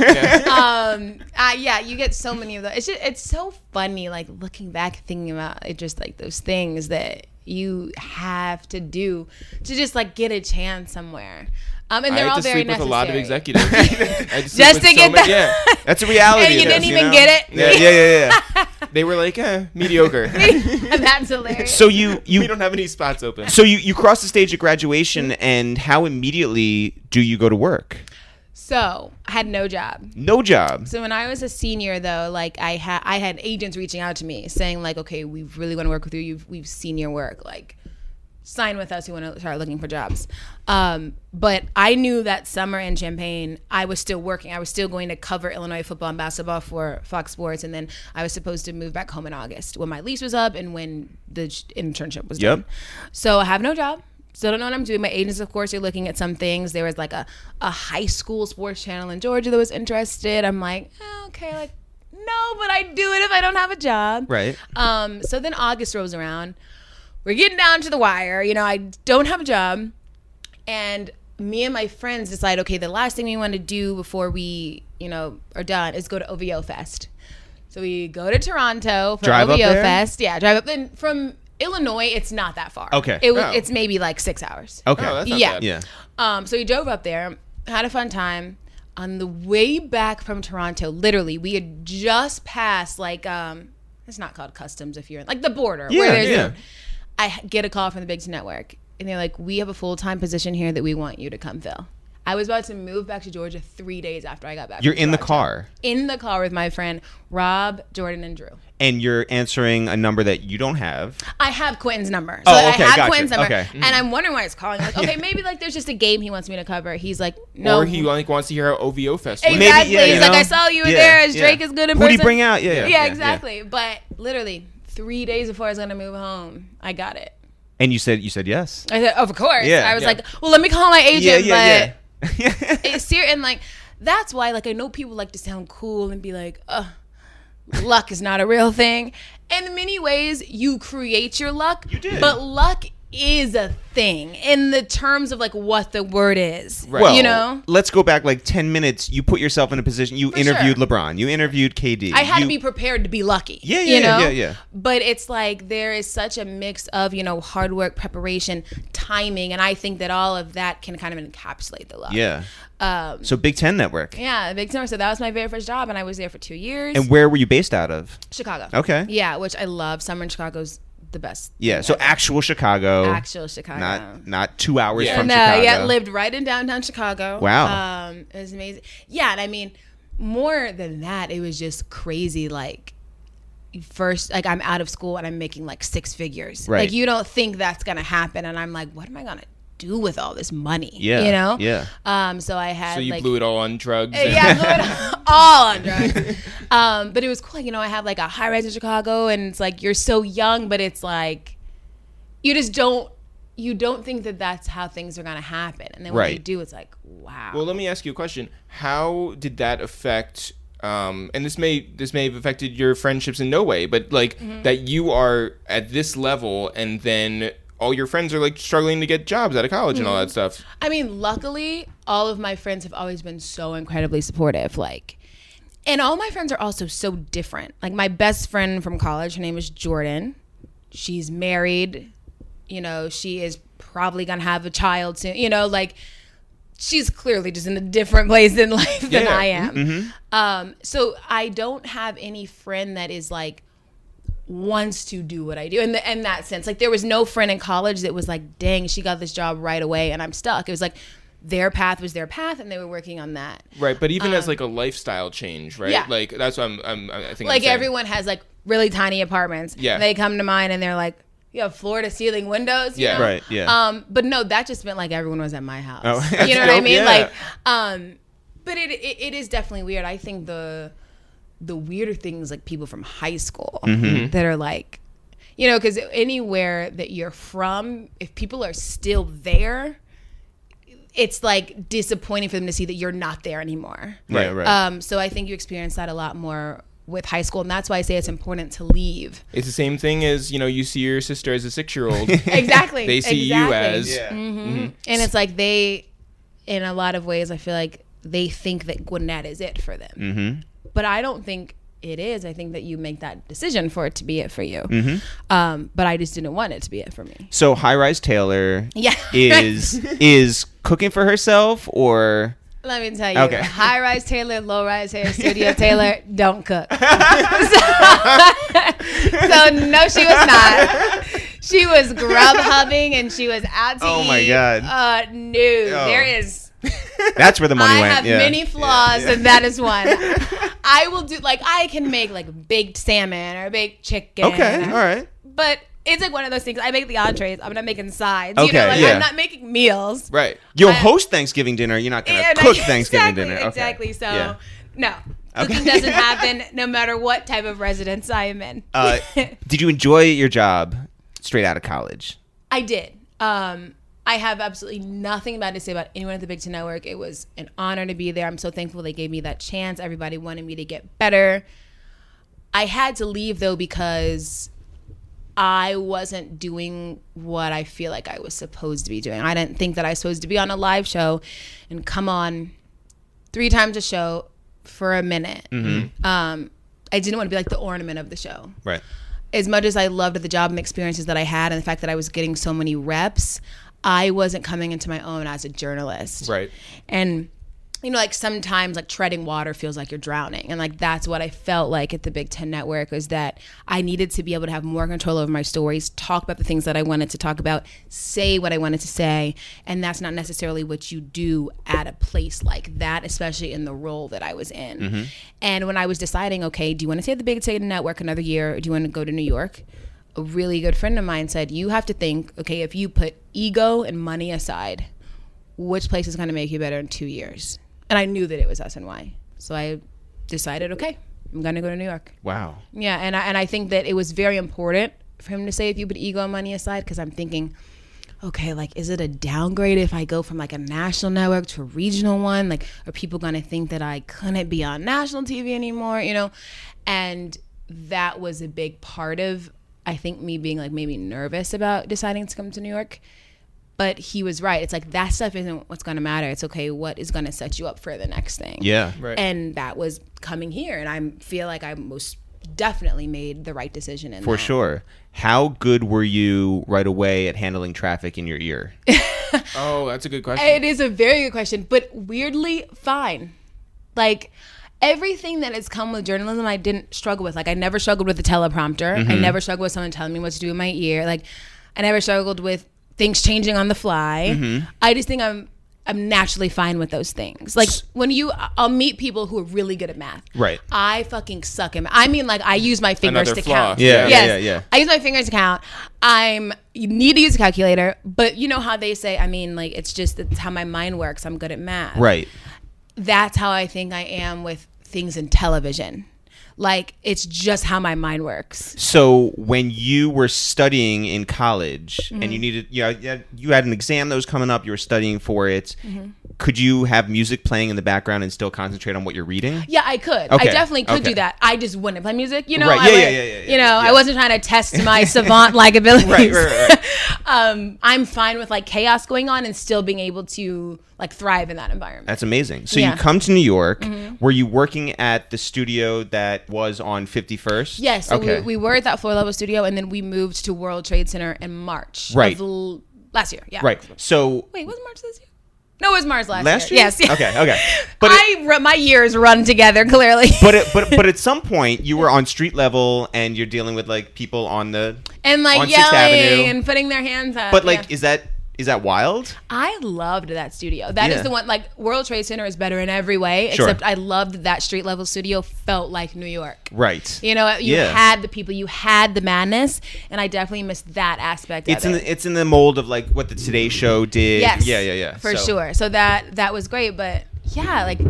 Speaker 3: Um, uh, yeah, you get so many of those. It's just, it's so funny, like looking back, thinking about it, just like those things that you have to do to just like get a chance somewhere. Um, and
Speaker 2: I
Speaker 3: they're
Speaker 2: had
Speaker 3: all
Speaker 2: to
Speaker 3: very
Speaker 2: sleep
Speaker 3: necessary.
Speaker 2: with a lot of
Speaker 3: (laughs)
Speaker 2: executives. I had to sleep
Speaker 3: Just
Speaker 2: with
Speaker 3: to
Speaker 2: so
Speaker 3: get
Speaker 2: many-
Speaker 3: that-
Speaker 2: Yeah.
Speaker 3: (laughs)
Speaker 1: that's a reality.
Speaker 3: And you
Speaker 1: of
Speaker 3: didn't
Speaker 1: this,
Speaker 3: even
Speaker 1: know?
Speaker 3: get it?
Speaker 1: Yeah, yeah, yeah.
Speaker 3: (laughs)
Speaker 1: yeah.
Speaker 2: They were like, eh, mediocre. (laughs)
Speaker 3: That's hilarious.
Speaker 1: so you
Speaker 2: we
Speaker 1: you
Speaker 2: don't have any spots
Speaker 3: (laughs)
Speaker 2: open.
Speaker 1: so you you cross the stage at graduation, and how immediately do you go to work?
Speaker 3: so I had no job.
Speaker 1: No job.
Speaker 3: So when I was a senior, though, like I had, I had agents reaching out to me saying, like, okay, we really want to work with you. You've, we've seen your work. Like, sign with us. We want to start looking for jobs. Um, but I knew that summer in Champaign, I was still working. I was still going to cover Illinois football and basketball for Fox Sports, and then I was supposed to move back home in August when my lease was up and when the j- internship was
Speaker 1: Yep.
Speaker 3: done. So I have no job. Still don't know what I'm doing. My agents, of course, are looking at some things. There was like a, a high school sports channel in Georgia that was interested. I'm like, "Oh, okay, like, no, but I do it if I don't have a job.
Speaker 1: Right.
Speaker 3: Um, so then August rolls around. We're getting down to the wire. You know, I don't have a job. And me and my friends decide, okay, the last thing we want to do before we, you know, are done is go to OVO Fest. So we go to Toronto for
Speaker 1: Drive up
Speaker 3: OVO
Speaker 1: there?
Speaker 3: Fest. Yeah, drive up. And from Illinois, it's not that far.
Speaker 1: Okay.
Speaker 3: It was,
Speaker 2: Oh.
Speaker 3: It's maybe like six hours.
Speaker 1: Okay.
Speaker 2: Oh, that's not
Speaker 3: Yeah.
Speaker 2: bad.
Speaker 1: yeah.
Speaker 3: Um, so we drove up there, had a fun time. On the way back from Toronto, literally, we had just passed like um, it's not called customs if you're in like the border
Speaker 1: Yeah,
Speaker 3: where there's
Speaker 1: yeah.
Speaker 3: I h- get a call from the Big Ten Network, and they're like, "We have a full time position here that we want you to come fill." I was about to move back to Georgia three days after I got back.
Speaker 1: You're
Speaker 3: from
Speaker 1: in the
Speaker 3: Toronto.
Speaker 1: car,
Speaker 3: In the car with my friend Rob, Jordan, and Drew.
Speaker 1: and you're answering a number that you don't have.
Speaker 3: I have Quentin's number. So
Speaker 1: Oh,
Speaker 3: I
Speaker 1: okay,
Speaker 3: have
Speaker 1: gotcha.
Speaker 3: Quentin's number.
Speaker 1: Okay. Mm.
Speaker 3: And I'm wondering why he's calling. Like, okay, maybe like there's just a game he wants me to cover. He's like, no.
Speaker 2: Or he like wants to hear how OVO Fest went.
Speaker 3: Exactly.
Speaker 1: yeah,
Speaker 3: He's
Speaker 1: you
Speaker 3: like,
Speaker 1: know?
Speaker 3: I saw you in
Speaker 1: Yeah,
Speaker 3: there. Is
Speaker 1: yeah.
Speaker 3: Drake is good in
Speaker 1: Who do you
Speaker 3: person?
Speaker 1: bring out? Yeah. Yeah.
Speaker 3: Yeah, exactly. But literally three days before I was gonna move home, I got it.
Speaker 1: And you said you said yes.
Speaker 3: I said, of course.
Speaker 1: Yeah,
Speaker 3: I was
Speaker 1: yeah.
Speaker 3: like, well, let me call my agent.
Speaker 1: Yeah. Yeah.
Speaker 3: but
Speaker 1: (laughs) Yeah.
Speaker 3: it's ser- and like that's why like I know people like to sound cool and be like, Ugh, luck is not a real thing. And in many ways, you create your luck. You
Speaker 1: did.
Speaker 3: But luck is a thing in the terms of like what the word is.
Speaker 1: Well,
Speaker 3: You know?
Speaker 1: let's go back like 10 minutes. You put yourself in a position. You interviewed
Speaker 3: sure.
Speaker 1: LeBron. You interviewed KD.
Speaker 3: I had
Speaker 1: you,
Speaker 3: to be prepared to be lucky.
Speaker 1: Yeah, yeah,
Speaker 3: you
Speaker 1: yeah,
Speaker 3: know?
Speaker 1: yeah, yeah.
Speaker 3: But it's like there is such a mix of you know hard work, preparation, timing, and I think that all of that can kind of encapsulate the luck.
Speaker 1: Yeah.
Speaker 3: Um,
Speaker 1: So Big Ten Network.
Speaker 3: yeah, big summer. So that was my very first job, and I was there for two years.
Speaker 1: And where were you based out of?
Speaker 3: Chicago.
Speaker 1: Okay.
Speaker 3: Yeah, which I love. Summer in Chicago's the best.
Speaker 1: Yeah. So actual Chicago.
Speaker 3: Actual Chicago.
Speaker 1: Not not two hours
Speaker 2: Yeah.
Speaker 1: from
Speaker 3: no,
Speaker 1: Chicago.
Speaker 3: yeah, lived right in downtown Chicago.
Speaker 1: Wow.
Speaker 3: um, it was amazing. Yeah, and I mean, more than that, it was just crazy. Like, first, like I'm out of school and I'm making like six figures.
Speaker 1: Right.
Speaker 3: Like you don't think that's gonna happen, and I'm like, what am I gonna do with all this money?
Speaker 1: Yeah,
Speaker 3: you know.
Speaker 1: yeah.
Speaker 3: Um. So I had.
Speaker 2: So you
Speaker 3: like, Eh,
Speaker 2: blew it all on drugs. and-
Speaker 3: yeah, I blew it all on drugs. Um, but it was cool. Like, you know, I have like a high rise in Chicago, and it's like you're so young, but it's like you just don't you don't think that that's how things are gonna happen, and then when you
Speaker 1: Right.
Speaker 3: do, it's like wow.
Speaker 2: Well, let me ask you a question. How did that affect? Um, and this may this may have affected your friendships in no way, but like
Speaker 3: Mm-hmm.
Speaker 2: that you are at this level, and then all your friends are like struggling to get jobs out of college and all that stuff.
Speaker 3: I mean, luckily, all of my friends have always been so incredibly supportive. Like, and all my friends are also so different. Like, my best friend from college, her name is Jordan. She's married. You know, she is probably going to have a child soon. You know, like, she's clearly just in a different place in (laughs) life than
Speaker 2: Yeah. Mm-hmm.
Speaker 3: I am. Um, so I don't have any friend that is like, wants to do what I do. In, the, in that sense, like there was no friend in college that was like, dang, she got this job right away and I'm stuck. It was like their path was their path and they were working on that.
Speaker 2: Right, but even as like a lifestyle change, right?
Speaker 3: Um, yeah.
Speaker 2: Like that's what I'm. I'm I think I'm
Speaker 3: Like
Speaker 2: saying.
Speaker 3: everyone has like really tiny apartments.
Speaker 2: Yeah.
Speaker 3: They come to mine and they're like, you have floor to ceiling windows. you
Speaker 2: Yeah.
Speaker 3: know?
Speaker 1: Right, yeah.
Speaker 3: Um, but no, that just meant like everyone was at my house.
Speaker 1: Oh,
Speaker 3: (laughs) you know what I
Speaker 1: dope,
Speaker 3: mean?
Speaker 1: yeah.
Speaker 3: Like, um, but it, it it is definitely weird. I think the the weirder things like people from high school that are like, you know, because anywhere that you're from, if people are still there, it's like disappointing for them to see that you're not there anymore.
Speaker 1: Right, right.
Speaker 3: Um, so I think you experience that a lot more with high school, and that's why I say it's important to leave.
Speaker 2: It's the same thing as you know you see your sister as a six year old.
Speaker 3: (laughs) Exactly.
Speaker 2: They see you as
Speaker 3: exactly. And it's like they, in a lot of ways, I feel like they think that Gwinnett is it for them.
Speaker 1: Mm-hmm.
Speaker 3: But I don't think it is. I think that you make that decision for it to be it for you.
Speaker 1: Mm-hmm.
Speaker 3: Um, but I just didn't want it to be it for me.
Speaker 1: So high rise Taylor
Speaker 3: Yeah. (laughs)
Speaker 1: is is cooking for herself or
Speaker 3: Let me tell you,
Speaker 1: Okay. (laughs)
Speaker 3: high rise Taylor, low rise hair, studio Taylor, don't
Speaker 1: (laughs)
Speaker 3: cook. so, so no, she was not. She was grub hubbing and she was out to
Speaker 1: Oh my
Speaker 3: eat.
Speaker 1: God. Oh.
Speaker 3: Uh, no, there is.
Speaker 1: that's where the money
Speaker 3: I
Speaker 1: went.
Speaker 3: have
Speaker 1: yeah.
Speaker 3: many flaws, and
Speaker 1: (laughs)
Speaker 3: that is one. I will do like I can make like baked salmon or baked chicken.
Speaker 1: Okay, all right.
Speaker 3: But it's like one of those things. I make the entrees. I'm not making sides. you
Speaker 1: Okay,
Speaker 3: know, like
Speaker 1: yeah.
Speaker 3: I'm not making meals.
Speaker 2: right.
Speaker 1: You'll
Speaker 3: I-
Speaker 1: host Thanksgiving dinner. You're not gonna
Speaker 3: Yeah, no, (laughs)
Speaker 1: cook
Speaker 3: yeah,
Speaker 1: Thanksgiving
Speaker 3: exactly,
Speaker 1: dinner. Okay.
Speaker 3: Exactly. So
Speaker 1: Yeah.
Speaker 3: no.
Speaker 1: Okay. (laughs)
Speaker 3: Cooking doesn't happen no matter what type of residence I am in. (laughs)
Speaker 1: Uh, did you enjoy your job straight out of college?
Speaker 3: I did. Um, I have absolutely nothing bad to say about anyone at the Big Ten Network. It was an honor to be there. I'm so thankful they gave me that chance. Everybody wanted me to get better. I had to leave though because I wasn't doing what I feel like I was supposed to be doing. I didn't think that I was supposed to be on a live show and come on three times a show for a minute. Um, I didn't want to be like the ornament of the show
Speaker 1: Right.
Speaker 3: as much as I loved the job and experiences that I had and the fact that I was getting so many reps, I wasn't coming into my own as a journalist.
Speaker 2: Right.
Speaker 3: And you know, like sometimes like treading water feels like you're drowning. And like that's what I felt like at the Big Ten Network was that I needed to be able to have more control over my stories, talk about the things that I wanted to talk about, say what I wanted to say. And that's not necessarily what you do at a place like that, especially in the role that I was in. And when I was deciding, okay, do you want to stay at the Big Ten Network another year or do you want to go to New York? A really good friend of mine said, You have to think, okay, if you put ego and money aside, which place is going to make you better in two years. And I knew that it was SNY. So I decided, okay, I'm going to go to New York.
Speaker 1: Wow.
Speaker 3: Yeah. And I, and I think that it was very important for him to say if you put ego and money aside, because I'm thinking, okay, like, is it a downgrade if I go from like a national network to a regional one? Like, are people going to think that I couldn't be on national TV anymore? You know? And that was a big part of, I think, me being like maybe nervous about deciding to come to New York but he was right. It's like that stuff isn't what's gonna matter. It's okay, what is gonna set you up for the next thing.
Speaker 1: Yeah.
Speaker 2: Right.
Speaker 3: And that was coming here, and I feel like I most definitely made the right decision. In
Speaker 1: For
Speaker 3: that.
Speaker 1: sure. How good were you right away at handling traffic in your
Speaker 3: (laughs)
Speaker 1: ear?
Speaker 2: Oh, that's a good question.
Speaker 3: It is a very good question, but weirdly fine. Like everything that has come with journalism, I didn't struggle with. Like I never struggled with the teleprompter. I
Speaker 2: Mm-hmm.
Speaker 3: never struggled with someone telling me what to do in my ear. Like I never struggled with things changing on the fly.
Speaker 2: Mm-hmm.
Speaker 3: I just think I'm I'm naturally fine with those things. Like when you, I'll meet people who are really good at math.
Speaker 1: Right.
Speaker 3: I fucking suck at. ma- I mean, like I use my fingers
Speaker 2: Another
Speaker 3: to
Speaker 2: flaw.
Speaker 3: count.
Speaker 1: Yeah, yeah,
Speaker 3: Yes.
Speaker 1: yeah, yeah.
Speaker 3: I use my fingers to count. I'm you need to use a calculator, but you know how they say, I mean, like it's just it's how my mind works. I'm good at math.
Speaker 1: Right.
Speaker 3: That's how I think I am with things in television. Like it's just how my mind works.
Speaker 1: So when you were studying in college and you
Speaker 3: Mm-hmm.
Speaker 1: needed you, know, you had- you had an exam that was coming up, you were studying for it.
Speaker 3: Mm-hmm.
Speaker 1: Could you have music playing in the background and still concentrate on what you're
Speaker 3: (laughs)
Speaker 1: reading?
Speaker 3: Yeah, I could.
Speaker 1: Okay,
Speaker 3: I definitely could
Speaker 1: okay.
Speaker 3: do that. I just wouldn't play music, you know.
Speaker 1: Right,
Speaker 3: I
Speaker 1: yeah,
Speaker 3: would-
Speaker 1: yeah, yeah, yeah, yeah,
Speaker 3: You know,
Speaker 1: yeah.
Speaker 3: I wasn't trying to
Speaker 1: (laughs)
Speaker 3: test my savant like abilities.
Speaker 1: Right, right, right, right.
Speaker 3: um, I'm fine with like chaos going on and still being able to like thrive in that
Speaker 1: (laughs)
Speaker 3: environment.
Speaker 1: That's amazing. So
Speaker 3: Yeah. Mm-hmm.
Speaker 1: you come to New York. Were you working at the studio that was on 51st?
Speaker 3: Yes, so
Speaker 1: okay.
Speaker 3: we, we were at that floor level studio, and then we moved to World Trade Center in March.
Speaker 1: Right.
Speaker 3: Of l- last year, yeah.
Speaker 1: right. So
Speaker 3: Wait, was March this year? No, it was March last,
Speaker 1: last year?
Speaker 3: year. Yes.
Speaker 1: Okay,
Speaker 3: (laughs)
Speaker 1: okay. But
Speaker 3: But
Speaker 1: it-
Speaker 3: I ru- my years run together clearly.
Speaker 1: but it, but but at some point you were on street level and you're dealing with like people on the
Speaker 3: (laughs) and like
Speaker 1: on Sixth
Speaker 3: yelling
Speaker 1: Avenue.
Speaker 3: and putting their hands up.
Speaker 1: but like
Speaker 3: yeah.
Speaker 1: is that Is that wild?
Speaker 3: I loved that studio. That is
Speaker 1: Yeah.
Speaker 3: the one. Like World Trade Center is better in every way,
Speaker 1: Sure.
Speaker 3: except I loved that that street level studio felt like New York.
Speaker 1: Right.
Speaker 3: You know, you
Speaker 1: Yeah.
Speaker 3: had the people, you had the madness, and I definitely missed that aspect.
Speaker 1: It's
Speaker 3: of
Speaker 1: in
Speaker 3: it.
Speaker 1: the, it's in the mold of like what the Today Show did.
Speaker 3: Yes.
Speaker 1: Yeah, yeah, yeah.
Speaker 3: For
Speaker 1: So-
Speaker 3: sure. So that that was great, but yeah, like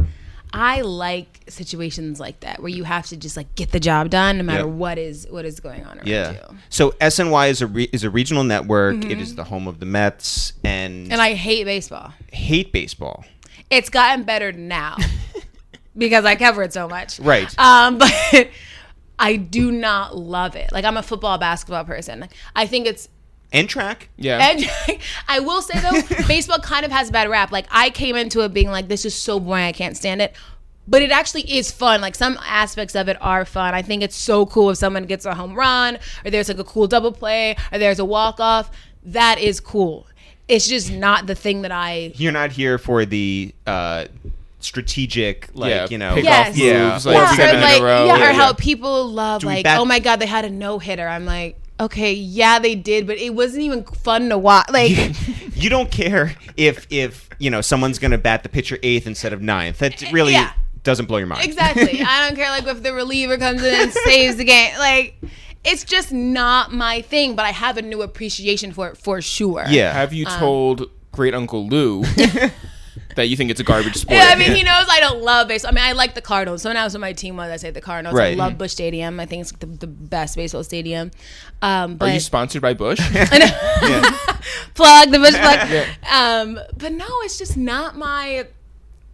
Speaker 3: I like situations like that where you have to just like get the job done no matter
Speaker 1: Yeah.
Speaker 3: what is what is going on around
Speaker 1: Yeah.
Speaker 3: you.
Speaker 1: So SNY is a re- is a regional network. It is the home of the Mets and,
Speaker 3: Mm-hmm. And I hate baseball.
Speaker 1: hate baseball.
Speaker 3: It's gotten better
Speaker 1: (laughs)
Speaker 3: now because I cover it so much.
Speaker 1: Right.
Speaker 3: Um, (laughs) but I do not love it. Like I'm a football basketball person. Like, I think it's
Speaker 1: and track.
Speaker 3: (laughs)
Speaker 2: Yeah.
Speaker 3: And I will say
Speaker 1: (laughs)
Speaker 3: though, baseball kind of has a bad rap. Like I came into it being like, this is so boring, I can't stand it. But it actually is fun. Like some aspects of it are fun. I think it's so cool if someone gets a home run, or there's like a cool double play, or there's a walk off. That is cool. It's just not the thing that I.
Speaker 1: You're not here for the uh, strategic, like
Speaker 2: Yeah,
Speaker 1: you know,
Speaker 2: pick
Speaker 3: Yes.
Speaker 1: yeah,
Speaker 2: moves,
Speaker 1: or
Speaker 2: like,
Speaker 3: Yeah,
Speaker 2: you
Speaker 1: seven
Speaker 2: gotta
Speaker 3: or
Speaker 1: in a
Speaker 2: hit
Speaker 3: like,
Speaker 2: row.
Speaker 3: yeah,
Speaker 2: Yeah,
Speaker 3: or how
Speaker 2: yeah.
Speaker 3: people love
Speaker 1: Do we
Speaker 3: like,
Speaker 1: bat-
Speaker 3: oh my god, they had a no hitter. I'm like, okay, yeah, they did, but it wasn't even fun to watch.
Speaker 1: (laughs)
Speaker 3: Like. (laughs)
Speaker 1: you don't care if if you know someone's gonna bat the pitcher eighth instead of ninth.
Speaker 3: (laughs)
Speaker 1: That really
Speaker 3: Yeah.
Speaker 1: doesn't blow your mind.
Speaker 3: Exactly. I don't care like if the reliever comes in and saves the game. Like it's just not my thing, but I have a new appreciation for it for sure.
Speaker 1: (laughs) Yeah.
Speaker 2: Have
Speaker 3: Um,
Speaker 2: you told Great Uncle
Speaker 3: (laughs)
Speaker 2: Lou that you think it's a garbage sport?
Speaker 3: Yeah, I mean, he knows I don't love baseball. I mean, I like the Cardinals. So when I was with my team was. I say the Cardinals. I
Speaker 1: Right.
Speaker 3: love Bush Stadium. I think it's the, the best baseball stadium. Um,
Speaker 2: (laughs)
Speaker 3: but
Speaker 2: Are you sponsored by
Speaker 3: (laughs)
Speaker 2: Bush?
Speaker 3: plug the Bush plug. Um, but no, it's just not my.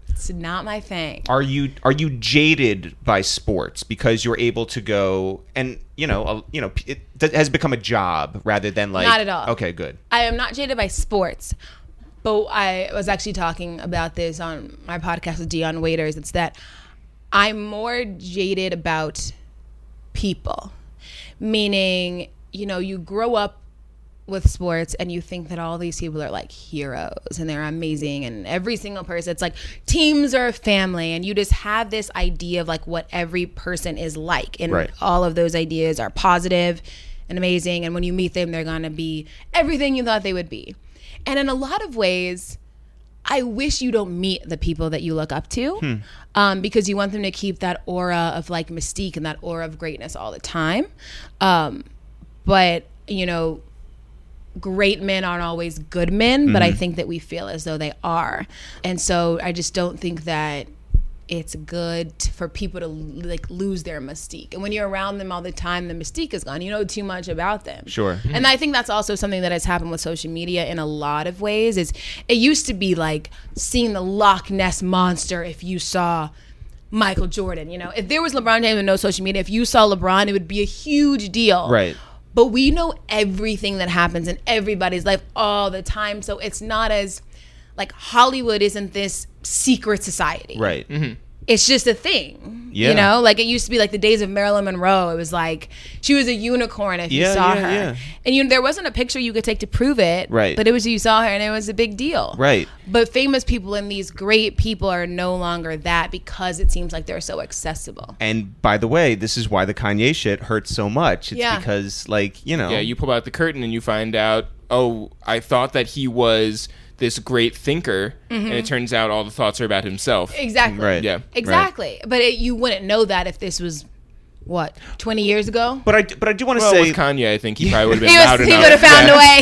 Speaker 3: It's not my thing.
Speaker 1: are you are you jaded by sports because you're able to go and you know a, you know p- it that has become a job rather than like
Speaker 3: Not at all.
Speaker 1: okay good
Speaker 3: I am not jaded by sports, but I was actually talking about this on my podcast with Dion Waiters. It's that I'm more jaded about people, meaning, you know, you grow up with sports and you think that all these people are like heroes and they're amazing and every single person it's like teams are a family and you just have this idea of like what every person is like and
Speaker 1: Right.
Speaker 3: all of those ideas are positive and amazing and when you meet them they're going to be everything you thought they would be and in a lot of ways i wish you don't meet the people that you look up to um, because you want them to keep that aura of like mystique and that aura of greatness all the time um, but you know great men aren't always good men, but
Speaker 1: Mm-hmm.
Speaker 3: I think that we feel as though they are. And so I just don't think that it's good t- for people to like lose their mystique. And when you're around them all the time, the mystique is gone. You know too much about them.
Speaker 1: Sure.
Speaker 3: And I think that's also something that has happened with social media in a lot of ways is it used to be like seeing the Loch Ness monster if you saw Michael Jordan, you know. If there was LeBron James and no social media, if you saw LeBron, it would be a huge deal
Speaker 1: Right.
Speaker 3: but we know everything that happens in everybody's life all the time so it's not as like hollywood isn't this secret society
Speaker 1: right
Speaker 3: it's just a thing
Speaker 1: Yeah.
Speaker 3: you know like it used to be like the days of marilyn monroe it was like she was a unicorn if
Speaker 1: Yeah,
Speaker 3: you saw
Speaker 1: yeah,
Speaker 3: her
Speaker 1: yeah.
Speaker 3: and you there wasn't a picture you could take to prove it
Speaker 1: Right.
Speaker 3: but it was you saw her and it was a big deal
Speaker 1: right
Speaker 3: but famous people and these great people are no longer that because it seems like they're so accessible
Speaker 1: and by the way this is why the Kanye shit hurts so much it's
Speaker 3: Yeah.
Speaker 1: because like you know
Speaker 2: Yeah, you pull out the curtain and you find out, oh, I thought that he was this great thinker, and
Speaker 3: Mm-hmm.
Speaker 2: it turns out all the thoughts are about himself.
Speaker 3: exactly
Speaker 1: right
Speaker 2: Yeah.
Speaker 3: Exactly. But it, you wouldn't know that if this was what twenty years ago.
Speaker 1: but I d- but I do want to
Speaker 2: Well,
Speaker 1: say
Speaker 2: with Kanye, I think he probably would have been
Speaker 3: He was-
Speaker 2: loud
Speaker 3: he
Speaker 2: enough.
Speaker 3: would've found
Speaker 2: yeah.
Speaker 3: a way.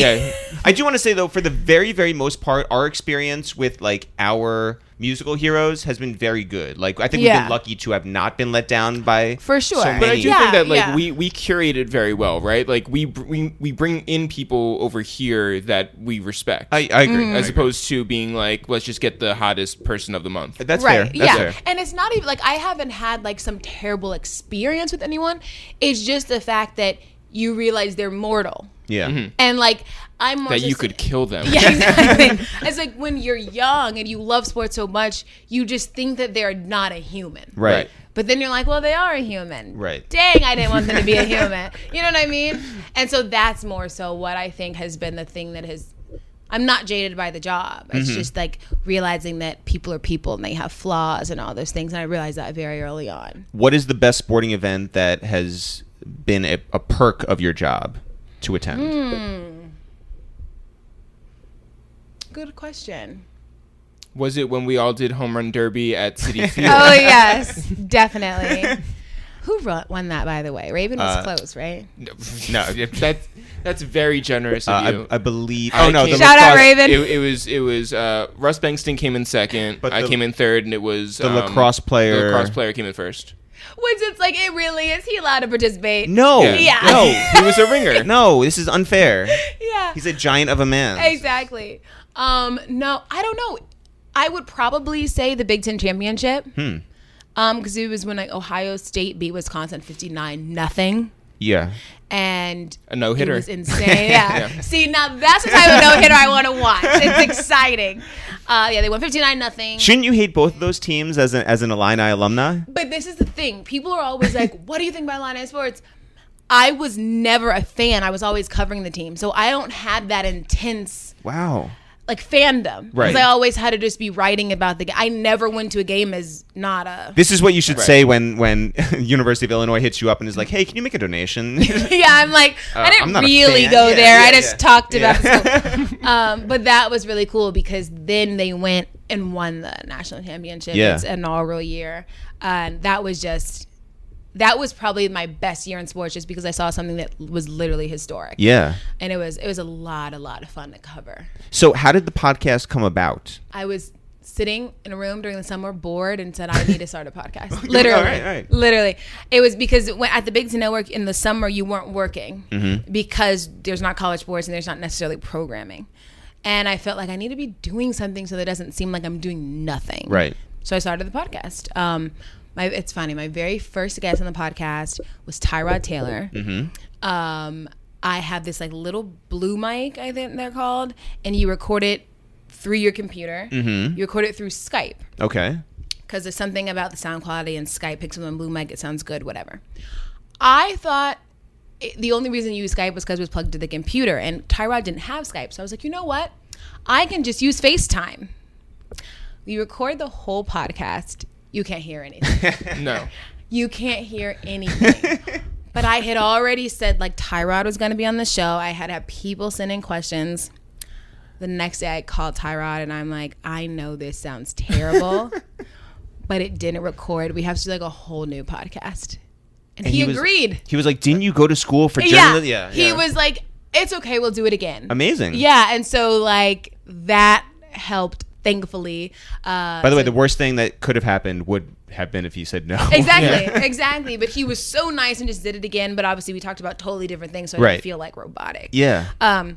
Speaker 2: Yeah.
Speaker 1: I do want to say though, for the very, very most part, our experience with like our musical heroes has been very good. Like I think we've
Speaker 3: Yeah.
Speaker 1: been lucky to have not been let down by
Speaker 3: For sure.
Speaker 1: So
Speaker 2: But I
Speaker 1: many-
Speaker 2: do
Speaker 3: Yeah,
Speaker 2: think that like
Speaker 3: yeah.
Speaker 2: we we curated very well, right? Like we br- we we bring in people over here that we respect,
Speaker 1: I, I agree. I
Speaker 3: Mm-hmm.
Speaker 2: as
Speaker 1: agree.
Speaker 2: opposed to being like, let's just get the hottest person of the month.
Speaker 1: That's fair.
Speaker 3: right.
Speaker 1: That's
Speaker 3: Yeah.
Speaker 1: fair.
Speaker 3: And it's not even like I haven't had like some terrible experience with anyone. It's just the fact that you realize they're mortal.
Speaker 1: Yeah.
Speaker 3: And like I'm more
Speaker 2: That you
Speaker 3: just-
Speaker 2: could kill them.
Speaker 3: (laughs) Yeah,
Speaker 1: (laughs)
Speaker 3: exactly. it's like when you're young and you love sports so much, you just think that they're not a human.
Speaker 1: Right.
Speaker 3: But then you're like, well, they are a human.
Speaker 1: Right.
Speaker 3: Dang, I didn't want them to be
Speaker 1: (laughs)
Speaker 3: a human. You know what I mean? And so that's more so what I think has been the thing that has. I'm not jaded by the job. It's
Speaker 1: Mm-hmm.
Speaker 3: just like realizing that people are people and they have flaws and all those things. And I realized that very early on.
Speaker 1: What is the best sporting event that has been a,
Speaker 3: Hmm.
Speaker 1: a perk of your job to attend?
Speaker 3: Good question.
Speaker 2: Was it when we all did home run derby at
Speaker 3: (laughs)
Speaker 2: City Field?
Speaker 3: Oh yes, definitely. (laughs) Who ru- won that, by the way? Raven was
Speaker 1: Uh,
Speaker 3: close, right?
Speaker 2: No,
Speaker 1: No.
Speaker 2: that's that's very generous of you.
Speaker 1: Uh, I, I believe.
Speaker 2: I
Speaker 1: oh no,
Speaker 2: came-
Speaker 1: the,
Speaker 3: Shout out,
Speaker 2: lacrosse-
Speaker 3: Raven.
Speaker 2: It, it was it was uh, Russ Bengston came in second.
Speaker 1: But
Speaker 2: I
Speaker 1: the-
Speaker 2: came in third, and it was
Speaker 1: the
Speaker 2: um,
Speaker 1: lacrosse player.
Speaker 2: The lacrosse player came in first.
Speaker 3: Which it's like it really is. He allowed to participate.
Speaker 1: No,
Speaker 3: Yeah.
Speaker 1: no, (laughs)
Speaker 2: he was a ringer.
Speaker 1: no. This is unfair.
Speaker 3: Yeah.
Speaker 1: He's a giant of a man.
Speaker 3: Exactly. Um, no, I don't know. I would probably say the Big Ten championship. Hmm. Um, because it was when like Ohio State beat Wisconsin fifty nine nothing,
Speaker 1: Yeah.
Speaker 3: and
Speaker 2: A no
Speaker 3: it
Speaker 2: hitter.
Speaker 3: was (laughs) insane. Yeah.
Speaker 2: Yeah.
Speaker 3: See, now that's the type of no hitter I want to watch. It's exciting. Uh, yeah, they won fifty nine nothing.
Speaker 1: Shouldn't you hate both of those teams as an as an Illini alumni?
Speaker 3: But this is the thing. People are always like, what do you think about Illini sports? I was never a fan. I was always covering the team. So I don't have that intense
Speaker 1: Wow.
Speaker 3: like fandom.
Speaker 1: Right.
Speaker 3: Because I always had to just be writing about the game. I never went to a game as not a
Speaker 1: This is what you should
Speaker 2: Right.
Speaker 1: say when when (laughs) University of Illinois hits you up and is like, "Hey, can you make a donation?" (laughs)
Speaker 3: (laughs) Yeah, I'm like, I
Speaker 1: Uh, I'm
Speaker 3: didn't
Speaker 1: not a
Speaker 3: really
Speaker 1: fan.
Speaker 3: go
Speaker 1: Yeah,
Speaker 3: there.
Speaker 1: yeah,
Speaker 3: I just
Speaker 1: yeah.
Speaker 3: talked about
Speaker 1: Yeah. (laughs)
Speaker 3: the school. um, but that was really cool because then they went and won the national championship.
Speaker 1: Yeah.
Speaker 3: It's an all real year. And that was just that was probably my best year in sports just because I saw something that was literally historic.
Speaker 1: yeah.
Speaker 3: And it was it was a lot, a lot of fun to cover.
Speaker 1: So, how did the podcast come about?
Speaker 3: I was sitting in a room during the summer bored and said, I need to start a
Speaker 1: (laughs)
Speaker 3: podcast. literally.
Speaker 1: all right, all right.
Speaker 3: Literally. It was because when, at the Big Ten Network in the summer, you weren't working
Speaker 1: Mm-hmm.
Speaker 3: because there's not college sports and there's not necessarily programming. And I felt like I need to be doing something so that it doesn't seem like I'm doing nothing.
Speaker 1: Right.
Speaker 3: So I started the podcast. Um, my, it's funny. My very first guest on the podcast was Tyrod Taylor. Um, I have this like little blue mic, I think they're called, and you record it through your computer. You record it through Skype
Speaker 1: Okay.
Speaker 3: because there's something about the sound quality and Skype picks up on blue mic. It sounds good, whatever. I thought it, the only reason you use Skype was because it was plugged to the computer, and Tyrod didn't have Skype, so I was like, you know what? I can just use FaceTime. We record the whole podcast. You can't hear anything. (laughs)
Speaker 2: no.
Speaker 3: you can't hear anything.
Speaker 1: (laughs)
Speaker 3: but I had already said like Tyrod was going to be on the show. I had had people send in questions. The next day I called Tyrod and I'm like, I know this sounds
Speaker 1: (laughs)
Speaker 3: terrible, but it didn't record. We have to do like a whole new podcast. And, he,
Speaker 1: he was-
Speaker 3: agreed.
Speaker 1: He was like, "Didn't you go to school for
Speaker 3: Yeah.
Speaker 1: journalism?" Yeah.
Speaker 3: He
Speaker 1: yeah.
Speaker 3: was like, it's okay. We'll do it again.
Speaker 1: amazing.
Speaker 3: Yeah. And so like that helped thankfully. Uh,
Speaker 1: By the way, the
Speaker 3: so-
Speaker 1: worst thing that could have happened would have been if you said no. (laughs)
Speaker 3: Exactly, exactly. But he was so nice and just did it again. But obviously, we talked about totally different things, so I
Speaker 1: Right.
Speaker 3: didn't feel like robotic.
Speaker 1: (laughs) Yeah.
Speaker 3: Um,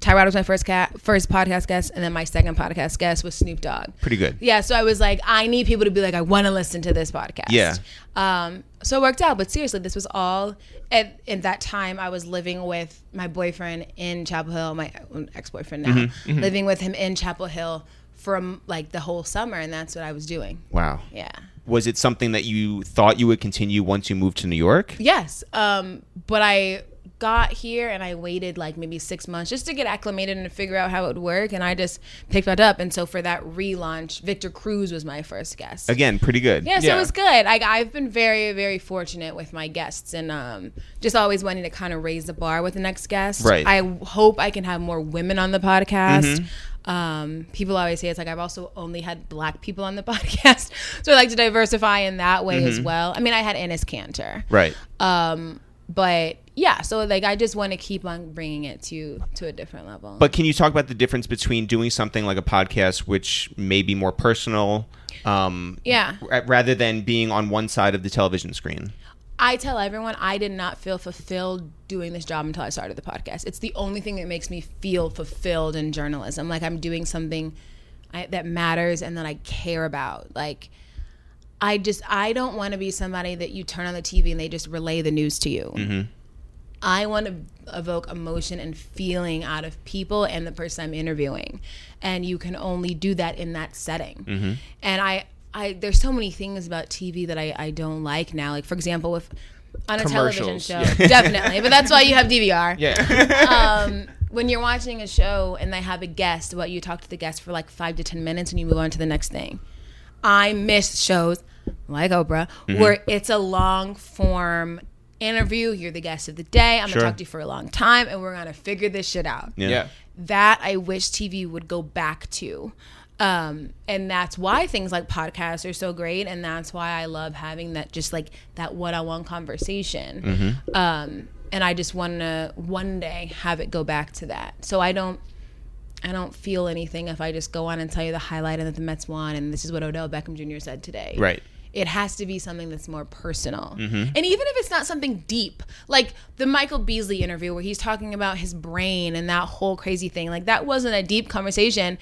Speaker 3: Tyrod was my first cat, first podcast guest, and then my second podcast guest was Snoop Dogg.
Speaker 1: Pretty good.
Speaker 3: Yeah, so I was like, I need people to be like, I want to listen to this podcast.
Speaker 1: Yeah.
Speaker 3: Um, so it worked out, but seriously, this was all at, at that time. I was living with my boyfriend in Chapel Hill, my ex boyfriend now,
Speaker 1: Mm-hmm,
Speaker 3: living with him in Chapel Hill from like the whole summer, and that's what I was doing.
Speaker 1: Wow.
Speaker 3: Yeah.
Speaker 1: Was it something that you thought you would continue once you moved to New York?
Speaker 3: Yes. Um, but I got here and I waited like maybe six months just to get acclimated and to figure out how it would work. And I just picked that up. And so for that relaunch, Victor Cruz was my first guest.
Speaker 1: Again, pretty good.
Speaker 3: Yeah, so
Speaker 2: Yeah.
Speaker 3: it was good. Like I've been very, very fortunate with my guests, and um, just always wanting to kind of raise the bar with the next guest.
Speaker 1: Right.
Speaker 3: I hope I can have more women on the podcast.
Speaker 1: Mm-hmm.
Speaker 3: Um, people always say it's like I've also only had black people on the (laughs) podcast, so I like to diversify in that way
Speaker 1: Mm-hmm.
Speaker 3: as well. I mean, I had Ennis Cantor,
Speaker 1: Right.
Speaker 3: um, but yeah, so like I just want to keep on bringing it to to a different level.
Speaker 1: But can you talk about the difference between doing something like a podcast, which may be more personal, um,
Speaker 3: yeah.
Speaker 1: ra- rather than being on one side of the television screen?
Speaker 3: I tell everyone I did not feel fulfilled doing this job until I started the podcast. It's the only thing that makes me feel fulfilled in journalism. Like I'm doing something I, that matters and that I care about. Like I just I don't want to be somebody that you turn on the TV and they just relay the news to you.
Speaker 2: Mm-hmm.
Speaker 3: I want to evoke emotion and feeling out of people and the person I'm interviewing, and you can only do that in that setting.
Speaker 2: Mm-hmm.
Speaker 3: And I, I, there's so many things about TV that I, I don't like now. Like for example, with on a television
Speaker 2: Commercials,
Speaker 3: show, definitely. But that's why you have
Speaker 2: (laughs)
Speaker 3: DVR.
Speaker 2: Yeah.
Speaker 3: Um, when you're watching a show and they have a guest, what you talk to the guest for like five to ten minutes, and you move on to the next thing. I miss shows like Oprah where it's a long form interview. You're the guest of the day. I'm
Speaker 1: Sure.
Speaker 3: gonna talk to you for a long time, and we're gonna figure this shit out.
Speaker 2: Yeah.
Speaker 3: that I wish TV would go back to. Um, and that's why things like podcasts are so great. And that's why I love having that just like that one on one conversation. Um, and I just want to one day have it go back to that. So I don't. I don't feel anything if I just go on and tell you the highlight and that the Mets won and this is what Odell Beckham Jr. said today.
Speaker 1: Right.
Speaker 3: It has to be something that's more personal. And even if it's not something deep, like the Michael Beasley interview where he's talking about his brain and that whole crazy thing, like that wasn't a deep conversation,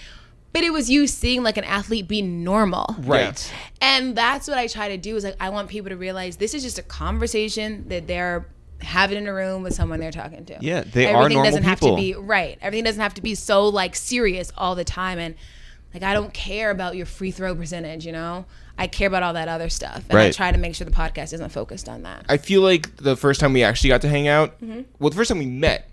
Speaker 3: but it was you seeing like an athlete be normal.
Speaker 2: Right.
Speaker 3: And that's what I try to do is like I want people to realize this is just a conversation that they're having in a room with someone they're talking to.
Speaker 1: Yeah, they are normal
Speaker 3: doesn't have
Speaker 1: people.
Speaker 3: to be right. Everything doesn't have to be so like serious all the time and like I don't care about your free throw percentage, you know? I care about all that other stuff. And I
Speaker 1: Right.
Speaker 3: try to make sure the podcast isn't focused on that.
Speaker 2: I feel like the first time we actually got to hang out,
Speaker 3: Mm-hmm.
Speaker 2: well, the first time we met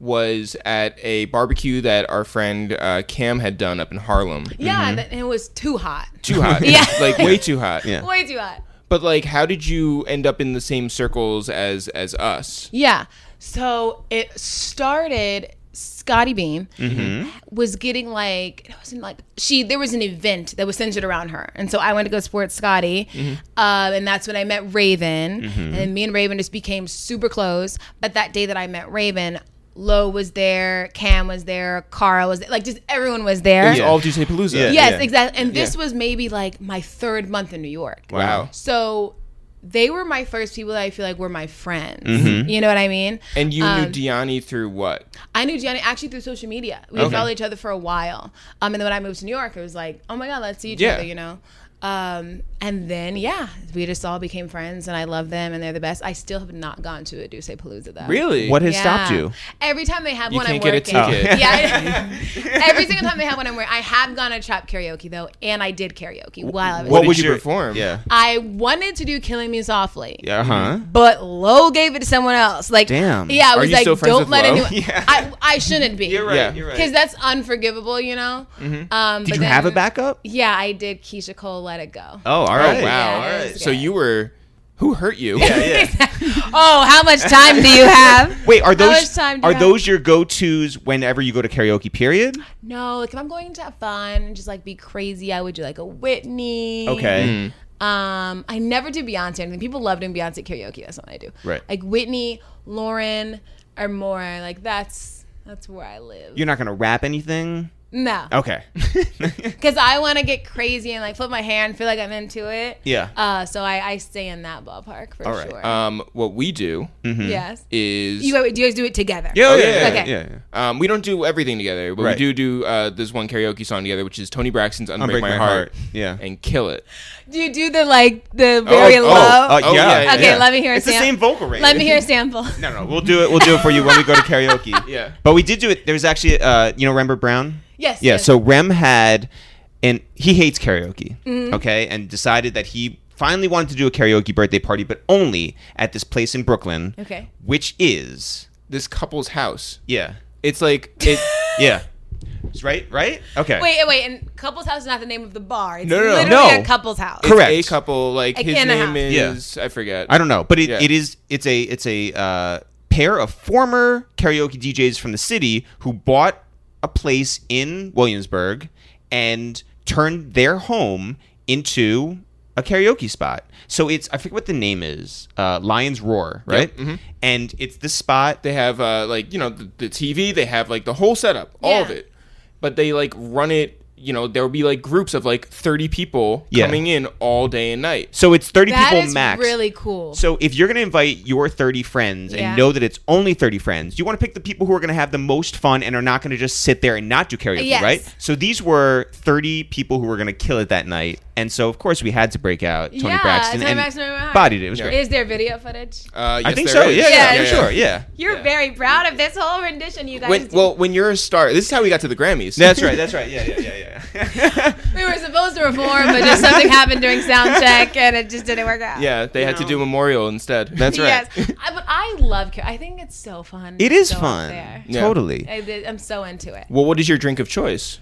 Speaker 2: was at a barbecue that our friend uh, Cam had done up in Harlem.
Speaker 3: yeah,
Speaker 1: Mm-hmm.
Speaker 3: and it was too hot.
Speaker 2: Too hot.
Speaker 3: (laughs) Yeah.
Speaker 2: Like way too hot.
Speaker 1: Yeah.
Speaker 3: Way too hot.
Speaker 2: But like how did you end up in the same circles as as us?
Speaker 3: Yeah. So it started. Scotty Beam
Speaker 2: Mm-hmm.
Speaker 3: was getting like it wasn't like she there was an event that was centered around her, and so I went to go support Scotty,
Speaker 2: Mm-hmm.
Speaker 3: um, and that's when I met Raven, and then me and Raven just became super close. But that day that I met Raven, Lo was there, Cam was there, Carl was there, like just everyone was there.
Speaker 2: It was all Disney Palooza.
Speaker 1: Yeah.
Speaker 3: Yes, exactly. And this
Speaker 2: Yeah.
Speaker 3: was maybe like my third month in New York.
Speaker 2: Wow.
Speaker 3: So they were my first people that I feel like were my friends. You know what I mean?
Speaker 2: Mm-hmm. And you
Speaker 3: Um,
Speaker 2: knew Diani through what?
Speaker 1: uh,
Speaker 3: I knew Gianni actually through social media. We
Speaker 2: Okay.
Speaker 3: followed each other for a while. Um, and then when I moved to New York, it was like, oh my God, let's see each
Speaker 2: Yeah.
Speaker 3: other, you know? Um, and then, yeah, we just all became friends and I love them and they're the best. I still have not gone to a Duce Palooza though.
Speaker 2: Really?
Speaker 1: What has
Speaker 3: Yeah.
Speaker 1: stopped you?
Speaker 3: Every time they have
Speaker 2: You
Speaker 3: one,
Speaker 2: can't
Speaker 3: I'm
Speaker 2: get a
Speaker 3: working.
Speaker 2: ticket. (laughs)
Speaker 3: yeah. Every single time they have one, I'm working. I have gone to trap karaoke though, and I did karaoke while I was.
Speaker 2: What
Speaker 1: did
Speaker 2: would you perform?
Speaker 1: Yeah.
Speaker 3: I wanted to do "Killing Me Softly."
Speaker 1: Yeah. uh-huh. Huh.
Speaker 3: But Lo gave it to someone else. Like,
Speaker 1: Damn.
Speaker 3: yeah, I
Speaker 2: Are
Speaker 3: was
Speaker 2: you
Speaker 3: like,
Speaker 2: still friends
Speaker 3: don't
Speaker 2: with
Speaker 3: let
Speaker 2: Lo? (laughs)
Speaker 3: anyone.
Speaker 1: Yeah.
Speaker 3: I, I shouldn't be.
Speaker 1: You're right.
Speaker 2: Yeah.
Speaker 1: You're right. Mm-hmm.
Speaker 3: Because that's unforgivable, you know. Um,
Speaker 1: Did you have a backup?
Speaker 3: Yeah, I did. Keisha Cole, "Let It Go."
Speaker 1: Oh, all
Speaker 2: Oh
Speaker 1: right.
Speaker 2: wow.
Speaker 3: Yeah, it was
Speaker 2: So
Speaker 3: good.
Speaker 2: you were who hurt you?
Speaker 3: (laughs)
Speaker 1: Yeah.
Speaker 3: (laughs) oh, how much time
Speaker 1: (laughs)
Speaker 3: do you have?
Speaker 1: Wait, are
Speaker 3: How
Speaker 1: those
Speaker 3: much time do
Speaker 1: are
Speaker 3: you have?
Speaker 1: those your go tos whenever you go to karaoke? Period.
Speaker 3: No, like if I'm going to have fun and just like be crazy, I would do like a Whitney.
Speaker 1: Okay.
Speaker 3: Um, I never do Beyonce or anything. People love doing Beyonce karaoke. That's what I do.
Speaker 1: Right.
Speaker 3: Like Whitney, Lauren, or more. Like that's that's where I live.
Speaker 1: You're not gonna rap anything.
Speaker 3: no,
Speaker 1: Okay.
Speaker 3: because I want to get crazy and like flip my hair and feel like I'm into it.
Speaker 1: yeah.
Speaker 3: Uh, so I, I stay in that ballpark for
Speaker 1: All right.
Speaker 2: (laughs)
Speaker 3: sure.
Speaker 2: Um what we do
Speaker 1: Hmm.
Speaker 3: yes.
Speaker 2: is
Speaker 3: You guys, do you guys do it together?
Speaker 1: oh,
Speaker 2: yeah, yeah,
Speaker 3: Okay.
Speaker 1: yeah, yeah.
Speaker 2: Um, we don't do everything together, but
Speaker 1: Right.
Speaker 2: we do do uh, this one karaoke song together, which is Tony Braxton's "Unbreak,
Speaker 1: Unbreak
Speaker 2: My,
Speaker 1: My
Speaker 2: Heart.
Speaker 1: Heart. Yeah.
Speaker 2: and kill it.
Speaker 3: Do you do the like the very
Speaker 2: oh,
Speaker 3: low?
Speaker 1: Uh, yeah.
Speaker 2: Oh, yeah, yeah,
Speaker 3: okay,
Speaker 2: yeah.
Speaker 3: let me hear a
Speaker 1: It's the
Speaker 3: sample.
Speaker 1: same vocal range.
Speaker 3: Let me hear
Speaker 1: (laughs)
Speaker 3: a sample.
Speaker 1: No, no, we'll do it. We'll do it for you when we go to
Speaker 3: (laughs)
Speaker 1: karaoke.
Speaker 2: Yeah.
Speaker 1: But we did do it. There was actually, uh, you know, Rembert Brown.
Speaker 3: Yes,
Speaker 1: Yeah.
Speaker 3: yes.
Speaker 1: So Rem had, and he hates karaoke.
Speaker 3: Mm-hmm.
Speaker 1: Okay, and decided that he finally wanted to do a karaoke birthday party, but only at this place in Brooklyn.
Speaker 3: Okay.
Speaker 1: Which is
Speaker 2: This couple's house.
Speaker 1: yeah,
Speaker 2: It's like
Speaker 1: (laughs)
Speaker 2: it.
Speaker 1: yeah. It's Right. Right. Okay.
Speaker 3: Wait, uh, wait, and couple's house is not the name of the bar. It's
Speaker 2: No, no, no.
Speaker 3: literally
Speaker 1: No.
Speaker 3: a couple's house.
Speaker 1: Correct.
Speaker 2: It's a couple. Like
Speaker 3: Like
Speaker 2: his
Speaker 3: in a
Speaker 2: name
Speaker 1: house.
Speaker 2: is I forget.
Speaker 1: I don't know, but it,
Speaker 2: Yeah.
Speaker 1: it is it's a it's a uh, pair of former karaoke DJs from the city who bought a place in Williamsburg and turned their home into a karaoke spot. So it's I forget what the name is, uh, Lions Roar, right? And it's this spot.
Speaker 2: They have uh, like you know the, the TV. They have like the whole setup, all of
Speaker 3: Yeah.
Speaker 2: it. But they like run it. You know there will be like groups of like thirty people
Speaker 1: Yeah.
Speaker 2: coming in all day and night.
Speaker 1: so it's thirty
Speaker 3: That
Speaker 1: people
Speaker 3: is
Speaker 1: max.
Speaker 3: really cool.
Speaker 1: So if you're going to invite your 30 friends
Speaker 3: Yeah.
Speaker 1: and know that it's only 30 friends, you want to pick the people who are going to have the most fun and are not going to just sit there and not do karaoke,
Speaker 3: Yes.
Speaker 1: right? So these were 30 people who were going to kill it that night. And so of course we had to break out Tony
Speaker 3: Yeah,
Speaker 1: Braxton
Speaker 3: Tony
Speaker 1: and
Speaker 3: Braxton, I remember.
Speaker 1: bodied it. It was great.
Speaker 3: is there video footage?
Speaker 2: Uh,
Speaker 1: I
Speaker 2: yes,
Speaker 1: think
Speaker 2: there
Speaker 1: so.
Speaker 2: is.
Speaker 1: Yeah, yeah,
Speaker 3: Yeah,
Speaker 1: for
Speaker 3: yeah.
Speaker 1: sure. Yeah.
Speaker 3: You're
Speaker 2: Yeah.
Speaker 3: very proud of this whole rendition, you guys.
Speaker 2: When,
Speaker 3: did.
Speaker 2: well, when you're a star, this is how we got to the Grammys.
Speaker 1: That's right.
Speaker 2: (laughs)
Speaker 1: That's right. Yeah, yeah, yeah,
Speaker 3: (laughs)
Speaker 1: yeah.
Speaker 3: we were supposed to perform, but just something happened during
Speaker 1: (laughs)
Speaker 3: sound check, and it just didn't work out.
Speaker 2: Yeah, they had to do Memorial instead.
Speaker 1: That's right.
Speaker 2: (laughs)
Speaker 3: Yes, I, but I love. Car- I think it's so fun.
Speaker 1: It is
Speaker 3: So up
Speaker 1: fun.
Speaker 3: there.
Speaker 2: Yeah.
Speaker 1: Totally.
Speaker 3: I, I'm so into it.
Speaker 2: Well, what is your drink of choice?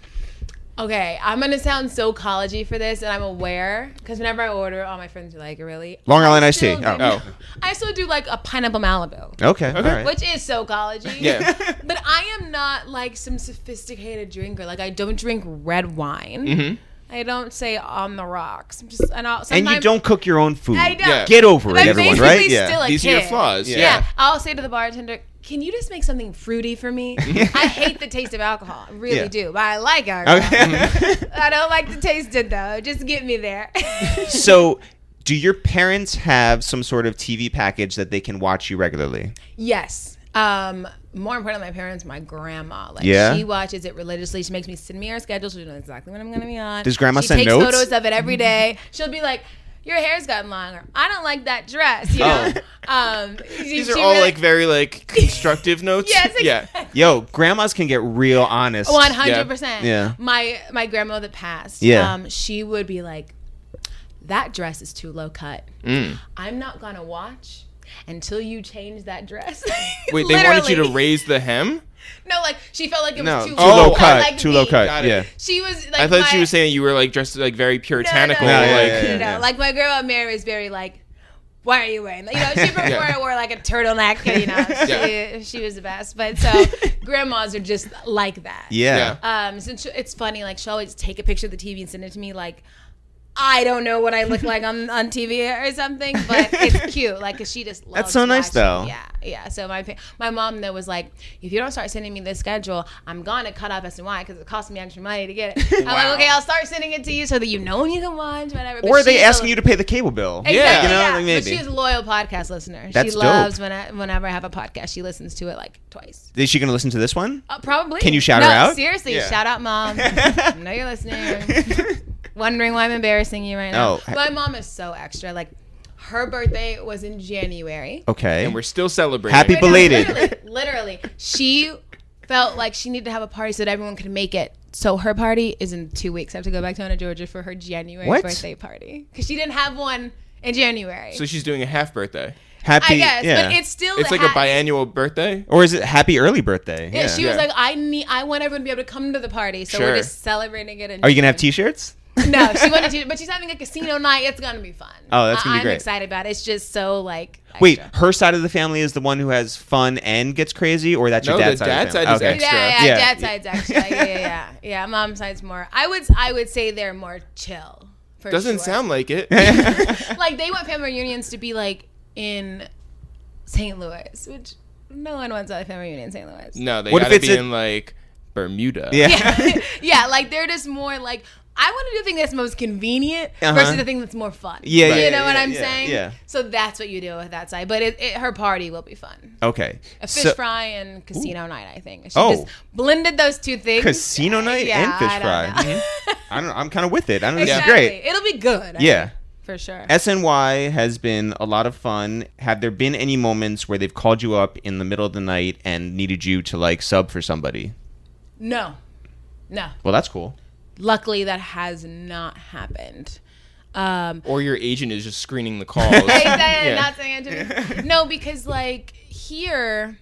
Speaker 3: Okay, I'm gonna sound so collegey for this, and I'm aware because whenever I order, all my friends are like, "Really?"
Speaker 1: Long
Speaker 3: I
Speaker 1: Island iced
Speaker 3: still
Speaker 1: tea.
Speaker 3: do-
Speaker 1: Oh.
Speaker 3: I still do like a pineapple Malibu,
Speaker 1: Okay. All right.
Speaker 3: which is so collegey.
Speaker 2: Yeah.
Speaker 3: (laughs) but I am not like some sophisticated drinker. Like I don't drink red wine. I don't say on the rocks. I'm just and I'll,
Speaker 1: Mm-hmm. and you
Speaker 3: sometimes-
Speaker 1: don't cook your own food.
Speaker 3: I don't.
Speaker 2: Yeah.
Speaker 1: Get over it,
Speaker 3: But I'm
Speaker 1: everyone.
Speaker 3: basically
Speaker 1: Right? Yeah.
Speaker 3: Still a
Speaker 2: These are your
Speaker 3: kid.
Speaker 2: flaws,
Speaker 3: Yeah.
Speaker 2: yeah.
Speaker 3: I'll say to the bartender, "Can you just make something fruity for
Speaker 1: (laughs)
Speaker 3: me? I hate the taste of alcohol. I really
Speaker 1: Yeah.
Speaker 3: do, but I
Speaker 1: (laughs)
Speaker 3: like alcohol.
Speaker 1: Okay.
Speaker 3: I don't like the taste of it though. Just get me there. (laughs)
Speaker 1: so, do your parents have some sort of TV package that they can watch you regularly?
Speaker 3: yes. Um, more important than my parents, my grandma. Like
Speaker 1: Yeah?
Speaker 3: she watches it religiously. She makes me send me her schedule. She knows exactly when I'm gonna be on.
Speaker 1: Does grandma
Speaker 3: she
Speaker 1: send
Speaker 3: takes
Speaker 1: notes?
Speaker 3: photos of it every day. She'll be like, Your hair's gotten longer. I don't like that dress, you know? Um
Speaker 2: These are all like very like constructive notes.
Speaker 3: (laughs) Yes,
Speaker 2: (laughs) Yeah.
Speaker 3: exactly.
Speaker 1: Yo, grandmas can get real honest.
Speaker 3: One hundred percent.
Speaker 1: Yeah.
Speaker 3: My my grandma that passed.
Speaker 1: Yeah.
Speaker 3: Um, she would be like, "That dress is too low cut.
Speaker 2: Mm.
Speaker 3: I'm not gonna watch until you change that dress."
Speaker 2: (laughs) Wait, they wanted you to
Speaker 3: Literally.
Speaker 2: raise the hem?
Speaker 3: No, like she felt like it was
Speaker 1: No,
Speaker 3: too,
Speaker 1: too
Speaker 2: low
Speaker 1: low
Speaker 2: Oh, I
Speaker 1: cut.
Speaker 3: Like
Speaker 1: too
Speaker 3: me.
Speaker 1: low cut.
Speaker 2: Got it.
Speaker 1: Yeah.
Speaker 3: She was like,
Speaker 2: I thought
Speaker 3: my,
Speaker 2: she was saying you were like dressed like very
Speaker 3: no, no,
Speaker 2: puritanical.
Speaker 1: No, yeah,
Speaker 2: like
Speaker 1: yeah, yeah.
Speaker 3: you know, like my grandma Mary was very like. Why are you wearing that? You know, she
Speaker 2: (laughs)
Speaker 3: before
Speaker 2: Yeah.
Speaker 3: I wore like a turtleneck, you know,
Speaker 2: (laughs) Yeah.
Speaker 3: she, she was the best. But
Speaker 2: (laughs)
Speaker 3: so grandmas are just like that.
Speaker 1: Yeah.
Speaker 2: Yeah.
Speaker 3: Um, since she- it's funny, like she'll always take a picture of the TV and send it to me, like I don't know what I look like on on TV or something, but
Speaker 1: (laughs)
Speaker 3: it's cute. Like 'cause she just loves
Speaker 1: That's so nice,
Speaker 3: watching-
Speaker 1: though.
Speaker 3: Yeah, yeah. So my pa- my mom though was like, if you don't start sending me this schedule, I'm gonna cut off S and Y because it cost me extra money to get it. I'm
Speaker 2: Wow.
Speaker 3: like, okay, I'll start sending it to you so that you know when you can watch whatever. But
Speaker 1: Or are they
Speaker 3: she's
Speaker 1: asking
Speaker 3: a-
Speaker 1: you to pay the cable bill?
Speaker 3: Exactly,
Speaker 1: You know,
Speaker 3: yeah.
Speaker 1: like
Speaker 3: But
Speaker 1: maybe.
Speaker 3: she's a loyal podcast listener.
Speaker 1: That's
Speaker 3: she
Speaker 1: dope.
Speaker 3: loves when I, whenever I have a podcast. She listens to it like twice.
Speaker 1: Is she going to listen to this
Speaker 3: (laughs)
Speaker 1: one?
Speaker 3: Uh, probably.
Speaker 1: Can you shout
Speaker 3: No,
Speaker 1: her out?
Speaker 3: Seriously,
Speaker 1: Yeah.
Speaker 3: shout
Speaker 1: (laughs)
Speaker 3: out, mom. I know you're listening. Wondering why I'm embarrassing you right now.
Speaker 1: Oh, I-
Speaker 3: My mom is so extra. Like, her birthday was in January.
Speaker 1: okay.
Speaker 2: And we're still celebrating.
Speaker 1: Happy
Speaker 3: Right now,
Speaker 1: Oh, belated.
Speaker 3: Literally, literally, she felt like she needed to have a party so that everyone could make it. So her party is in two weeks. I have to go back to Atlanta, Georgia for her January
Speaker 1: What?
Speaker 3: birthday party because she didn't have one in January.
Speaker 2: So she's doing a half birthday.
Speaker 1: Happy.
Speaker 3: I guess,
Speaker 1: yeah.
Speaker 3: but it's still
Speaker 2: It's like a
Speaker 3: ha-
Speaker 2: biannual birthday.
Speaker 1: or is it happy early birthday?
Speaker 3: Yeah, she was
Speaker 2: Yeah.
Speaker 3: like, I need, I want everyone to be able to come to the party, so
Speaker 2: Sure.
Speaker 3: we're just celebrating it. In
Speaker 1: Are you going to have
Speaker 3: January.
Speaker 1: t-shirts?
Speaker 3: (laughs) No, she wanted to, but she's having a casino night. It's gonna be fun.
Speaker 1: Oh, that's
Speaker 3: I-
Speaker 1: gonna be great.
Speaker 3: I'm excited about it. It's just so like.
Speaker 1: Wait,
Speaker 3: extra.
Speaker 1: her side of the family is the one who has fun and gets crazy, or that's your
Speaker 2: No,
Speaker 1: dad's
Speaker 2: the
Speaker 1: side.
Speaker 2: dad's
Speaker 1: of the
Speaker 2: side is
Speaker 1: family?
Speaker 2: extra.
Speaker 3: Yeah, yeah,
Speaker 1: Yeah.
Speaker 3: dad side's actually. Yeah, yeah, yeah, yeah. Mom side's more. I would, I would say they're more chill. For
Speaker 2: Doesn't
Speaker 3: sure.
Speaker 2: sound like it.
Speaker 1: (laughs)
Speaker 3: (laughs) like they want family reunions to be like in St. Louis, which no one wants a family reunion in St. Louis.
Speaker 2: no, they
Speaker 1: What if
Speaker 2: gotta
Speaker 1: it's
Speaker 2: be
Speaker 1: a-
Speaker 2: in like Bermuda.
Speaker 1: Yeah.
Speaker 3: (laughs) yeah, (laughs) yeah, like they're just more like I want to do the thing that's most convenient
Speaker 1: Uh-huh.
Speaker 3: versus the thing that's more fun.
Speaker 1: Yeah,
Speaker 3: you
Speaker 1: yeah,
Speaker 3: know
Speaker 1: yeah,
Speaker 3: what
Speaker 1: yeah,
Speaker 3: I'm
Speaker 1: yeah,
Speaker 3: saying.
Speaker 1: yeah.
Speaker 3: So that's what you do with that side, but it, it, her party will be fun.
Speaker 1: Okay.
Speaker 3: A fish
Speaker 1: So-
Speaker 3: fry and casino night, I think. She
Speaker 1: Oh.
Speaker 3: just blended those two things. (laughs)
Speaker 1: Casino night
Speaker 3: Yeah,
Speaker 1: and fish
Speaker 3: I
Speaker 1: fry.
Speaker 3: don't know. (laughs)
Speaker 1: I don't know. I'm kind of with it. I don't know.
Speaker 3: exactly.
Speaker 1: This is great.
Speaker 3: It'll be good. I
Speaker 1: Yeah.
Speaker 3: think, for sure.
Speaker 1: SNY has been a lot of fun. Have there been any moments where they've called you up in the middle of the night and needed you to like sub for somebody?
Speaker 3: no, no.
Speaker 1: Well, that's cool.
Speaker 3: Luckily, that has not happened. Um,
Speaker 2: Or your agent is just
Speaker 1: (laughs)
Speaker 2: screening the calls.
Speaker 3: Hey, Diana,
Speaker 2: Yeah.
Speaker 3: not saying it to me. No, because like here,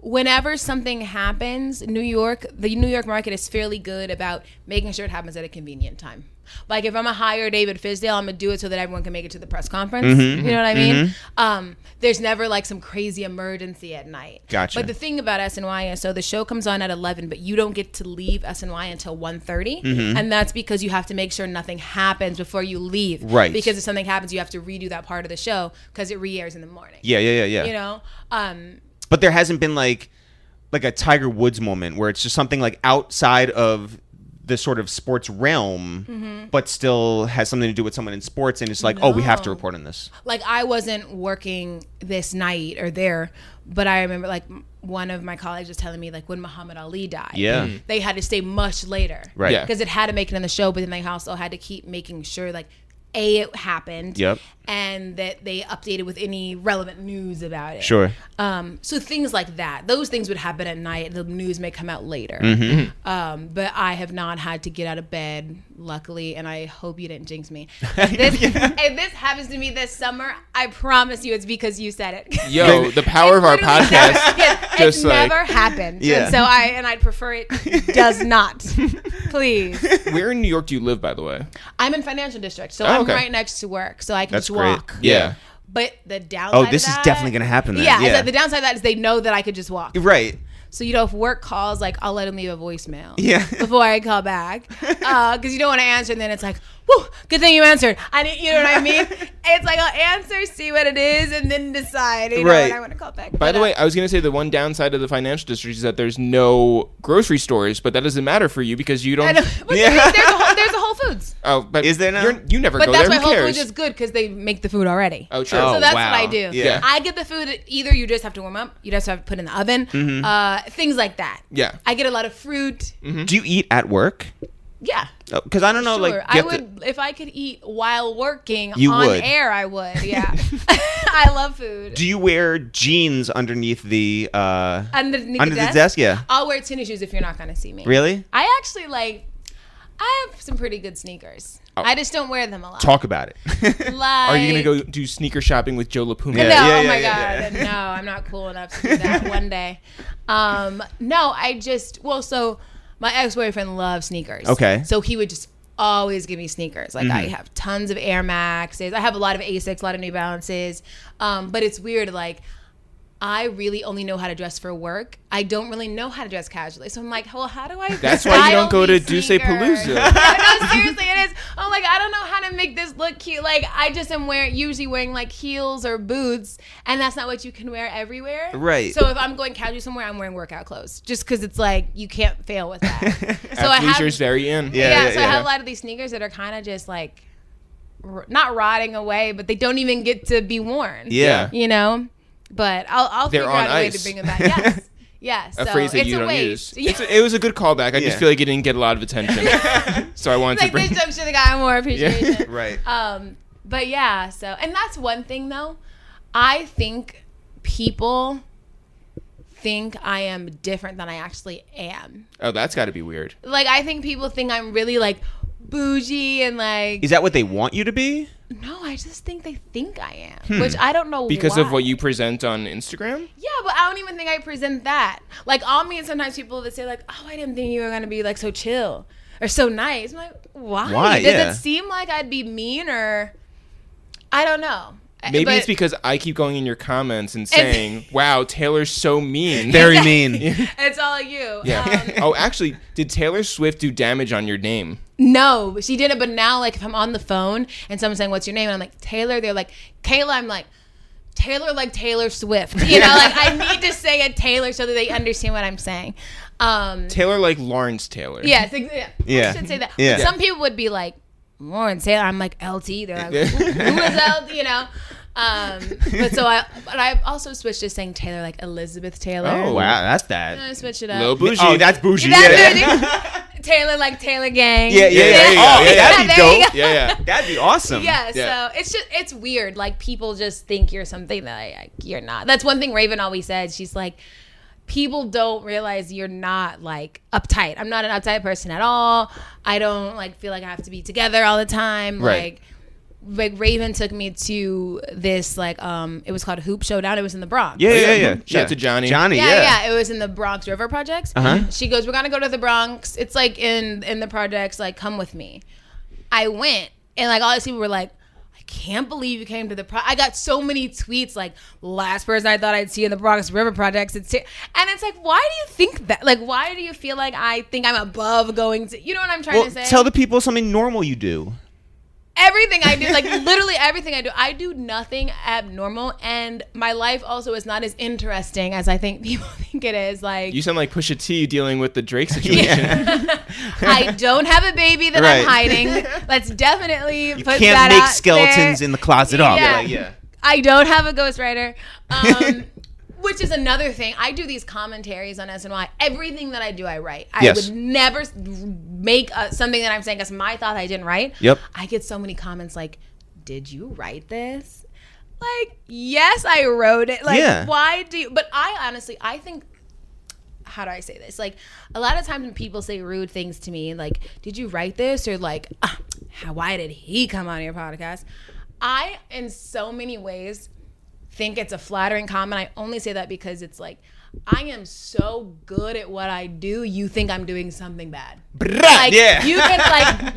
Speaker 3: whenever something happens, New York, the New York market is fairly good about making sure it happens at a convenient time. Like if I'm a hire David Fisdale, I'm gonna do it so that everyone can make it to the press conference.
Speaker 1: Mm-hmm,
Speaker 3: You know what I mean? Um, there's never like some crazy emergency at night.
Speaker 1: Gotcha.
Speaker 3: But the thing about SNY is so the show comes on at 11, but you don't get to leave SNY until 1.30.
Speaker 1: Mm-hmm.
Speaker 3: And that's because you have to make sure nothing happens before you leave.
Speaker 1: Right.
Speaker 3: Because if something happens, you have to redo that part of the show because it re-airs in the morning.
Speaker 1: Yeah, yeah, yeah, yeah.
Speaker 3: You know, um,
Speaker 1: But there hasn't been like like a Tiger Woods moment where it's just something like outside of the sort of sports realm,
Speaker 3: Mm-hmm.
Speaker 1: but still has something to do with someone in sports, and it's like, oh, we have to
Speaker 3: No.
Speaker 1: report on this.
Speaker 3: like I wasn't working this night or there, but I remember like m- one of my colleagues was telling me like when Muhammad Ali died,
Speaker 1: Yeah,
Speaker 3: they had to stay much later,
Speaker 1: right.
Speaker 2: Yeah.
Speaker 3: Because it had to make it in the show, but then they also had to keep making sure like A, it happened.
Speaker 1: Yep.
Speaker 3: And that they updated with any relevant news about it.
Speaker 1: Sure.
Speaker 3: Um, so things like that, those things would happen at night. The news may come out later.
Speaker 2: Mm-hmm.
Speaker 1: Mm-hmm.
Speaker 3: Um, but I have not had to get out of bed, luckily, and I hope you didn't jinx
Speaker 1: (laughs)
Speaker 3: me. If this, (laughs) if this happens to me this summer, I promise you it's because you said it. (laughs)
Speaker 2: Yo, the power of our
Speaker 3: Literally
Speaker 2: podcast.
Speaker 1: (laughs)
Speaker 3: never-
Speaker 2: (laughs)
Speaker 3: yes,
Speaker 2: Just
Speaker 3: it's
Speaker 2: like-
Speaker 3: never happened.
Speaker 1: Yeah.
Speaker 3: And so I and I'd
Speaker 2: (laughs)
Speaker 3: prefer it does not. Please.
Speaker 2: Where in New York do you live, by the way?
Speaker 3: I'm in financial district, so
Speaker 2: Oh,
Speaker 3: I'm
Speaker 2: okay.
Speaker 3: right next to work, so I can
Speaker 1: That's
Speaker 3: just
Speaker 1: great.
Speaker 3: walk.
Speaker 2: Yeah.
Speaker 3: But the downside.
Speaker 1: Oh,
Speaker 3: of
Speaker 1: this is
Speaker 3: that-
Speaker 1: definitely going to happen. Then.
Speaker 3: Yeah,
Speaker 1: Yeah.
Speaker 3: so the downside of that is they know that I could just walk.
Speaker 1: right.
Speaker 3: So you know, if work calls, like I'll let them leave a voicemail.
Speaker 1: Yeah.
Speaker 3: Before I call
Speaker 1: (laughs)
Speaker 3: back, because you don't want to answer, and then it's like, "Whoa, good thing you answered." I didn't, you know what
Speaker 1: (laughs)
Speaker 3: I mean? it's like I'll answer, see what it is, and then decide. You know,
Speaker 1: Right.
Speaker 3: when I want to call back.
Speaker 2: By
Speaker 3: But,
Speaker 2: the
Speaker 3: uh,
Speaker 2: way, I was going to say the one downside of the financial district is that there's no grocery stores, but that doesn't matter for you because you
Speaker 3: uh, I
Speaker 2: don't.
Speaker 3: know, (laughs) but
Speaker 1: Yeah.
Speaker 3: there's, there's, a whole, there's a Whole Foods,
Speaker 2: (laughs) Oh, but
Speaker 1: Is there now?
Speaker 2: you're- You never
Speaker 3: but
Speaker 2: go
Speaker 3: that's
Speaker 2: there.
Speaker 3: why
Speaker 2: Who
Speaker 3: Whole
Speaker 2: cares?
Speaker 3: Foods is good because they make the food already.
Speaker 2: oh, sure.
Speaker 1: Oh.
Speaker 3: so that's
Speaker 1: wow.
Speaker 3: what I do.
Speaker 1: Yeah.
Speaker 3: I get the food either you just have to warm up, you just have to put in the oven,
Speaker 1: Mm-hmm.
Speaker 3: uh, things like that.
Speaker 2: Yeah.
Speaker 3: I get a lot of fruit.
Speaker 1: Do you eat at work?
Speaker 3: Yeah.
Speaker 1: Because I don't know.
Speaker 3: Sure.
Speaker 1: Like, you
Speaker 3: I
Speaker 1: have to-
Speaker 3: would if I could eat while working
Speaker 1: You
Speaker 3: on
Speaker 1: would.
Speaker 3: air, I
Speaker 1: (laughs)
Speaker 3: would. Yeah. (laughs) I love food.
Speaker 1: do you wear jeans underneath the uh,
Speaker 3: Underneath
Speaker 1: under
Speaker 3: the desk.
Speaker 1: Yeah.
Speaker 3: I'll wear tennis shoes if you're not gonna see me.
Speaker 1: Really?
Speaker 3: I actually like I have some pretty good sneakers. I just don't wear them a lot.
Speaker 1: Oh. Talk about
Speaker 3: (laughs)
Speaker 1: it.
Speaker 3: like,
Speaker 2: Are you going to go do sneaker shopping with Joe LaPuma?
Speaker 1: Yeah.
Speaker 3: no, oh
Speaker 1: yeah,
Speaker 3: my
Speaker 1: yeah,
Speaker 3: god,
Speaker 1: yeah.
Speaker 3: no, I'm not cool enough to
Speaker 2: (laughs)
Speaker 3: do that one day. Um, no, I just well, so my ex boyfriend loves sneakers.
Speaker 1: Okay.
Speaker 3: so he would just always give me sneakers. Like
Speaker 2: Mm-hmm.
Speaker 3: I have tons of Air Maxes. I have a lot of Asics, a lot of New Balances. Um, but it's weird, like. I really only know how to dress for work. I don't really know how to dress casually. So I'm like, well, how do I?
Speaker 2: That's why you
Speaker 3: style
Speaker 2: don't go to
Speaker 3: these
Speaker 2: Duce
Speaker 3: sneakers?
Speaker 2: Palooza.
Speaker 3: (laughs) no, no, seriously, it is. I'm like, I don't know how to make this look cute. Like, I just am wearing usually wearing like heels or boots, and that's not what you can wear everywhere.
Speaker 1: Right.
Speaker 3: So if I'm going casual somewhere, I'm wearing workout clothes, just because it's like you can't fail with (laughs) that. so I have,
Speaker 2: Athleisure's very in.
Speaker 1: Yeah.
Speaker 3: yeah, So I have a lot of these sneakers that are kind of just like, r- not rotting away, but they don't even get to be worn.
Speaker 1: yeah.
Speaker 3: You know, but I'll I'll
Speaker 2: They're
Speaker 3: figure
Speaker 2: on
Speaker 3: out a way to
Speaker 2: ice.
Speaker 3: bring them back.
Speaker 2: (laughs)
Speaker 3: Yes. Yes.
Speaker 2: A
Speaker 3: so
Speaker 2: phrase that
Speaker 3: it's
Speaker 2: you
Speaker 3: a
Speaker 2: don't
Speaker 3: (laughs) waste.
Speaker 2: use. It's a- it was a good callback. I
Speaker 1: Yeah.
Speaker 2: just feel like it didn't get a lot of attention.
Speaker 3: (laughs)
Speaker 2: (laughs) so I wanted to
Speaker 3: like
Speaker 2: bring
Speaker 3: this jump should have gotten more appreciation.
Speaker 1: Right.
Speaker 3: Um, but yeah, so and that's one thing though. I think people think I am different than I actually am.
Speaker 2: Oh, that's got to be weird.
Speaker 3: Like I think people think I'm really like bougie and like
Speaker 1: Is that what they want you to be?
Speaker 3: no, I just think they think I am, which I don't know
Speaker 2: Hmm. Because of
Speaker 3: why.
Speaker 2: what you present on Instagram?
Speaker 3: Yeah, but I don't even think I present that. Like I'll meet sometimes people that say like, "Oh, I didn't think you were gonna be like so chill or so nice." I'm like, why?
Speaker 1: Why?
Speaker 3: Does
Speaker 1: Yeah.
Speaker 3: it seem like I'd be mean or I don't know. I-
Speaker 2: Maybe
Speaker 3: Uh, but-
Speaker 2: it's because I keep going in your comments and
Speaker 3: (laughs)
Speaker 2: saying, "Wow, Taylor's so
Speaker 1: (laughs)
Speaker 2: mean."
Speaker 1: Very mean.
Speaker 3: it's all you.
Speaker 2: (laughs) yeah.
Speaker 3: Um,
Speaker 2: oh, actually, did Taylor Swift do damage on your name?
Speaker 3: no, she did it. But now, like, if I'm on the phone and someone's saying, "What's your name?" and I'm like Taylor, they're like Kayla. I'm like Taylor, like Taylor Swift. You know, like I need to say a Taylor so that they understand what I'm saying. Um,
Speaker 2: Taylor like Lawrence Taylor.
Speaker 3: yes, ex- yeah,
Speaker 1: Yeah.
Speaker 3: I should say that.
Speaker 1: Yeah.
Speaker 3: But Some people would be like Lauren Taylor. I'm like LT. They're like, who, who is LT? You know. Um, but so I, but I've also switched to saying Taylor, like Elizabeth Taylor.
Speaker 2: Oh, wow.
Speaker 1: that's
Speaker 3: I
Speaker 1: that.
Speaker 3: switch it up.
Speaker 2: Lil bougie.
Speaker 1: Oh, that's bougie.
Speaker 3: That's
Speaker 1: yeah.
Speaker 3: bougie. (laughs) Taylor, like Taylor Gang.
Speaker 1: Yeah, yeah, yeah. there you go.
Speaker 2: Oh,
Speaker 1: yeah,
Speaker 2: yeah,
Speaker 1: that'd be
Speaker 3: there you
Speaker 1: dope.
Speaker 2: (laughs)
Speaker 3: go.
Speaker 2: yeah,
Speaker 3: (laughs)
Speaker 2: yeah.
Speaker 1: That'd be awesome.
Speaker 3: Yeah,
Speaker 2: Yeah.
Speaker 3: so it's just it's weird. Like people just think you're something that like, you're not. That's one thing Raven always said. She's like, people don't realize you're not like uptight. I'm not an uptight person at all. I don't like feel like I have to be together all the time.
Speaker 1: Right.
Speaker 3: Like like Raven took me to this like um it was called Hoop Showdown. It was in the Bronx.
Speaker 1: Yeah, yeah, yeah.
Speaker 2: Shout
Speaker 1: yeah.
Speaker 2: out to Johnny.
Speaker 1: Johnny, yeah. Uh-huh.
Speaker 3: Yeah, yeah, It was in the Bronx River Projects. She goes, "We're gonna go to the Bronx. It's like in in the projects. Like, come with me." I went, and like all these people were like, "I can't believe you came to the pro." I got so many tweets like, "Last person I thought I'd see in the Bronx River Projects." It's here." and it's like, why do you think that? Like, why do you feel like I think I'm above going to? You know what I'm trying
Speaker 1: Well,
Speaker 3: to say?
Speaker 1: tell the people something normal you do.
Speaker 3: everything I do, like
Speaker 1: (laughs)
Speaker 3: literally everything I do, I do nothing abnormal, and my life also is not as interesting as I think people (laughs) think it is. Like,
Speaker 2: You sound like Pusha T dealing with the Drake situation.
Speaker 1: (laughs)
Speaker 3: I don't have a baby that
Speaker 1: Right.
Speaker 3: I'm
Speaker 1: (laughs)
Speaker 3: hiding. Let's definitely put that
Speaker 1: Can't make
Speaker 3: out
Speaker 1: skeletons
Speaker 3: there.
Speaker 1: in the closet up.
Speaker 3: Yeah.
Speaker 1: Like, yeah. (laughs)
Speaker 3: I don't have a ghostwriter. Um, Which is another thing. I do these commentaries on SNY. Everything that I do, I write. I
Speaker 1: Yes.
Speaker 3: would never s- make uh something that I'm saying as my thought I didn't write.
Speaker 1: Yep.
Speaker 3: I get so many comments like, "Did you write this?" Like, yes, I wrote it. Like,
Speaker 1: Yeah.
Speaker 3: why do? you But I honestly, I think how do I say this? Like a lot of times when people say rude things to me, like, "Did you write this?" or like, ah, how, "Why did he come on your podcast?" I, in so many ways, think it's a flattering comment. I only say that because it's like, I am so good at what I do. You think I'm doing something bad? Like
Speaker 1: yeah.
Speaker 3: you can like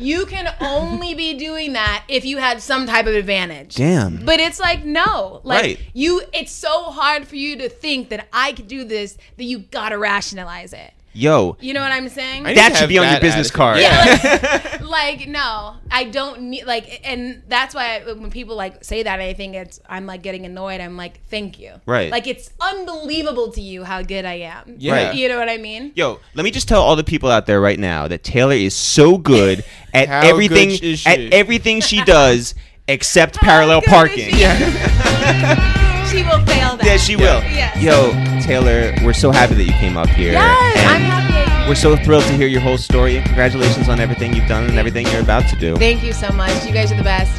Speaker 1: (laughs)
Speaker 3: you can only be doing that if you had some type of advantage.
Speaker 1: Damn.
Speaker 3: But it's like no, like
Speaker 1: Right.
Speaker 3: you. It's so hard for you to think that I could do this that you gotta rationalize it.
Speaker 1: Yo,
Speaker 3: You know what I'm
Speaker 2: (laughs)
Speaker 3: saying?
Speaker 2: I need
Speaker 1: (laughs) that
Speaker 2: to
Speaker 1: should
Speaker 2: have
Speaker 1: be on your
Speaker 2: that
Speaker 1: business
Speaker 2: attitude.
Speaker 1: card.
Speaker 2: (laughs)
Speaker 3: Yeah, (laughs)
Speaker 1: (laughs)
Speaker 3: like no, I don't need like, and that's why I, when people like say that, I think it's I'm like getting annoyed. I'm like, thank you,
Speaker 1: Right.
Speaker 3: Like it's unbelievable to you how good I am.
Speaker 2: Yeah.
Speaker 1: Right.
Speaker 3: you know what I mean?
Speaker 1: Yo, let me just tell all the people out there right now that Taylor is so
Speaker 2: (laughs)
Speaker 1: good at
Speaker 2: How
Speaker 1: everything
Speaker 2: good is she?
Speaker 1: at everything she does except parallel
Speaker 3: How good is
Speaker 1: parking. (laughs)
Speaker 3: She, she will fail that.
Speaker 1: Yeah, she will.
Speaker 3: Yes.
Speaker 1: Yo, Taylor, we're so happy that you came up here.
Speaker 3: Yes,
Speaker 1: and
Speaker 3: I'm happy.
Speaker 1: We're so thrilled to hear your whole story and congratulations on everything you've done and everything you're about to do.
Speaker 3: Thank you so much. You guys are the best.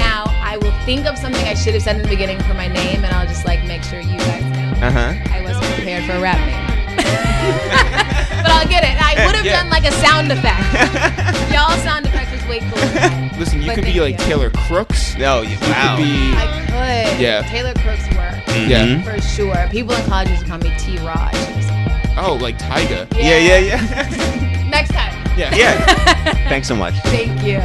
Speaker 3: Now I will think of something I should have said in the beginning for my name, and I'll just like make sure you guys
Speaker 2: (laughs)
Speaker 3: know
Speaker 1: Uh-huh.
Speaker 3: I wasn't prepared for a rap name. (laughs) but I'll get it. I would have
Speaker 1: Yeah.
Speaker 3: done like a sound effect. Y'all sound effect was way cooler.
Speaker 2: Listen, you
Speaker 3: But
Speaker 2: could be like
Speaker 3: thank you.
Speaker 2: Taylor Crooks.
Speaker 1: No, you
Speaker 2: You could be.
Speaker 3: I could.
Speaker 2: Yeah.
Speaker 3: Taylor Crooks work
Speaker 2: yeah.
Speaker 1: Mhm.
Speaker 3: for sure. People in college used to call me T. Raj.
Speaker 2: Oh, like Tyga.
Speaker 1: Yeah, yeah, yeah. (laughs)
Speaker 3: Next time. (laughs)
Speaker 2: Yeah.
Speaker 1: yeah. Thanks so much.
Speaker 3: Thank you.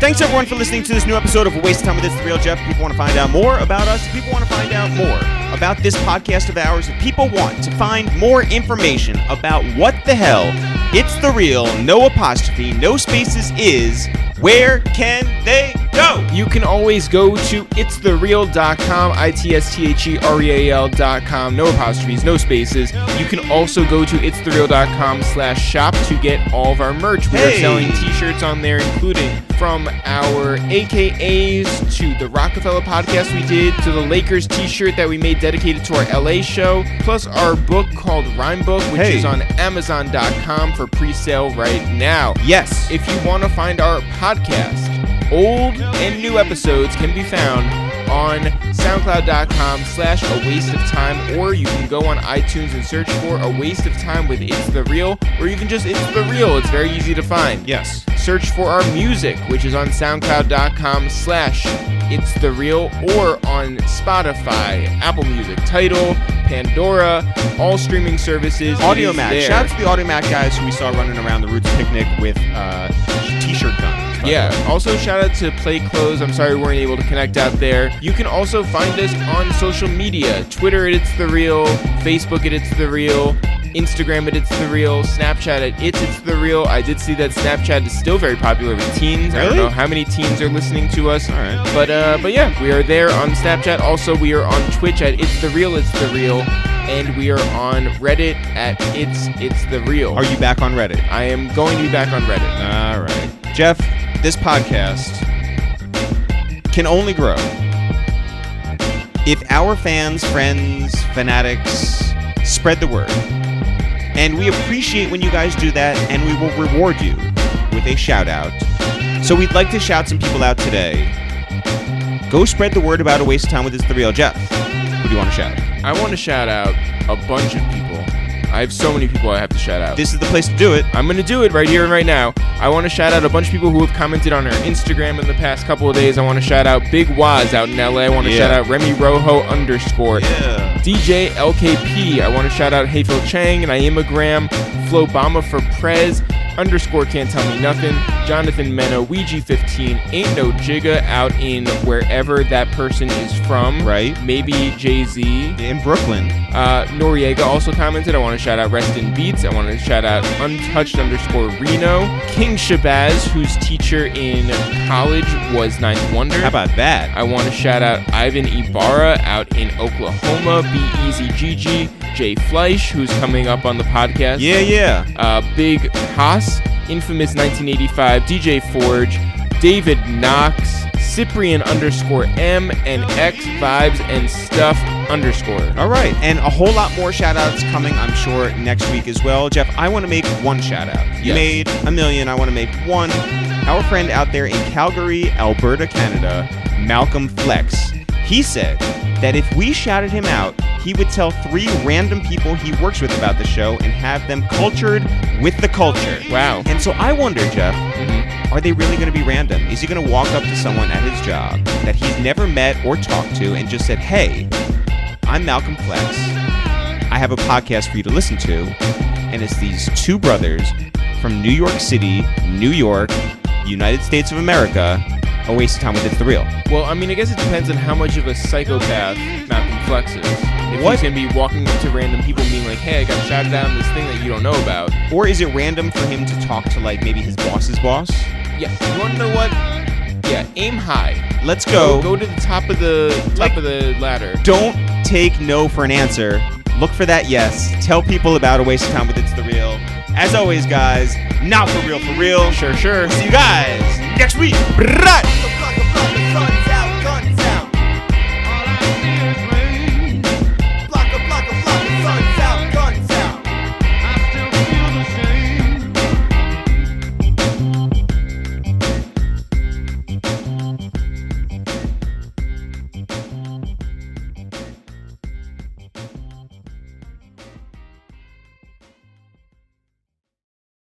Speaker 1: Thanks everyone for listening to this new episode of A Waste of Time with It's the Real Jeff. If people want to find out more about us, if people want to find out more about this podcast of ours, if people want to find more information about what the hell It's the Real, no apostrophe, no spaces is, where can they go?
Speaker 2: You can always go to itsthereal.com, I T S T H E R E A L.com, no apostrophes, no spaces. You can also go to itsthereal.com slash shop to get all of our merch. We
Speaker 1: Hey.
Speaker 2: are selling t shirts on there, including from our AKAs to the Rockefeller podcast we did, to the Lakers t shirt that we made dedicated to our LA show, plus our book called Rhyme Book, which
Speaker 1: Hey.
Speaker 2: is on Amazon.com for pre sale right now.
Speaker 1: Yes.
Speaker 2: If you want to find our podcast, old and new episodes can be found on soundcloud.com slash a waste of time or you can go on itunes and search for a waste of time with it's the real or even just it's the real it's very easy to find
Speaker 1: yes.
Speaker 2: search for our music which is on soundcloud.com slash it's the real or on spotify apple music title pandora all streaming services it
Speaker 1: Audio
Speaker 2: is
Speaker 1: Mac.
Speaker 2: there.
Speaker 1: Shout out to the Audio Mac guys who we saw running around the Roots picnic with uh, t-shirt guns. by the way.
Speaker 2: Yeah. Also, shout out to Play Clothes. I'm sorry we weren't able to connect out there. You can also find us on social media: Twitter at It's the Real, Facebook at It's the Real, Instagram at It's the Real, Snapchat at It's It's the Real. I did see that Snapchat is still very popular with teens. I don't
Speaker 1: Really?
Speaker 2: know how many teens are listening to us.
Speaker 1: All right.
Speaker 2: But uh, but yeah, we are there on Snapchat. Also, we are on Twitch at It's the Real. It's the Real. And we are on Reddit at It's It's the Real.
Speaker 1: Are you back on Reddit?
Speaker 2: I am going to be back on Reddit.
Speaker 1: All right. Jeff, this podcast can only grow if our fans, friends, fanatics spread the word. And we appreciate when you guys do that, and we will reward you with a shout out. So we'd like to shout some people out today. Go spread the word about a waste of time with It's the Real Jeff. Who do you want to shout?
Speaker 2: I want to shout out a bunch of people. I have so many people I have to shout out.
Speaker 1: This is the place to do it.
Speaker 2: I'm going to do it right here and right now. I want to shout out a bunch of people who have commented on our Instagram in the past couple of days. I want to shout out Big Waz out in LA. I want to
Speaker 1: Yeah.
Speaker 2: shout out Remy Rojo underscore.
Speaker 1: Yeah.
Speaker 2: DJ LKP. I want to shout out Hayfield Chang and Iema Graham, Flobama for Prez, underscore can't tell me nothing, Jonathan Meno, Ouija 15, Ain't No Jigga out in wherever that person is from.
Speaker 1: Right.
Speaker 2: Maybe Jay Z.
Speaker 1: In Brooklyn.
Speaker 2: Uh, Noriega also commented. I want to shout out Rest in Beats. I want to shout out Untouched underscore Reno. King Shabazz, whose teacher in college was Ninth Wonder.
Speaker 1: How about that?
Speaker 2: I want to shout out Ivan Ibarra out in Oklahoma. E Be Easy Gigi. Jay Fleisch, who's coming up on the podcast.
Speaker 1: Yeah, yeah.
Speaker 2: Uh, Big Haas, Infamous 1985, DJ Forge, David Knox, Cyprian underscore M, and X Vibes and Stuff. underscore.
Speaker 1: All right. And a whole lot more shout outs coming, I'm sure, next week as well. Jeff, I want to make one shout out. You
Speaker 2: Yes.
Speaker 1: made a million. I want to make one. Our friend out there in Calgary, Alberta, Canada, Malcolm Flex, he said that if we shouted him out, he would tell three random people he works with about the show and have them cultured with the culture.
Speaker 2: Wow.
Speaker 1: And so I wonder, Jeff, are they really going to be random? Is he going to walk up to someone at his job that he's never met or talked to and just said, hey, I'm Malcolm Flex. I have a podcast for you to listen to, and it's these two brothers from New York City, New York, United States of America. A waste of time with It's the Real.
Speaker 2: Well, I mean, I guess it depends on how much of a psychopath Malcolm Flex is. If
Speaker 1: What?
Speaker 2: he's gonna be walking up to random people and being like, "Hey, I got shouted out on this thing that you don't know about."
Speaker 1: Or is it random for him to talk to, like, maybe his boss's boss?
Speaker 2: Yeah, you want to know what? Oh. Yeah, aim high.
Speaker 1: Let's go.
Speaker 2: go to the top of the top
Speaker 1: Like-
Speaker 2: of the ladder.
Speaker 1: Don't take no for an answer. Look for that yes. Tell people about A Waste of Time with It's the Real. As always, guys, not for real, for real.
Speaker 2: Sure, sure.
Speaker 1: See you guys next week. Brrrah.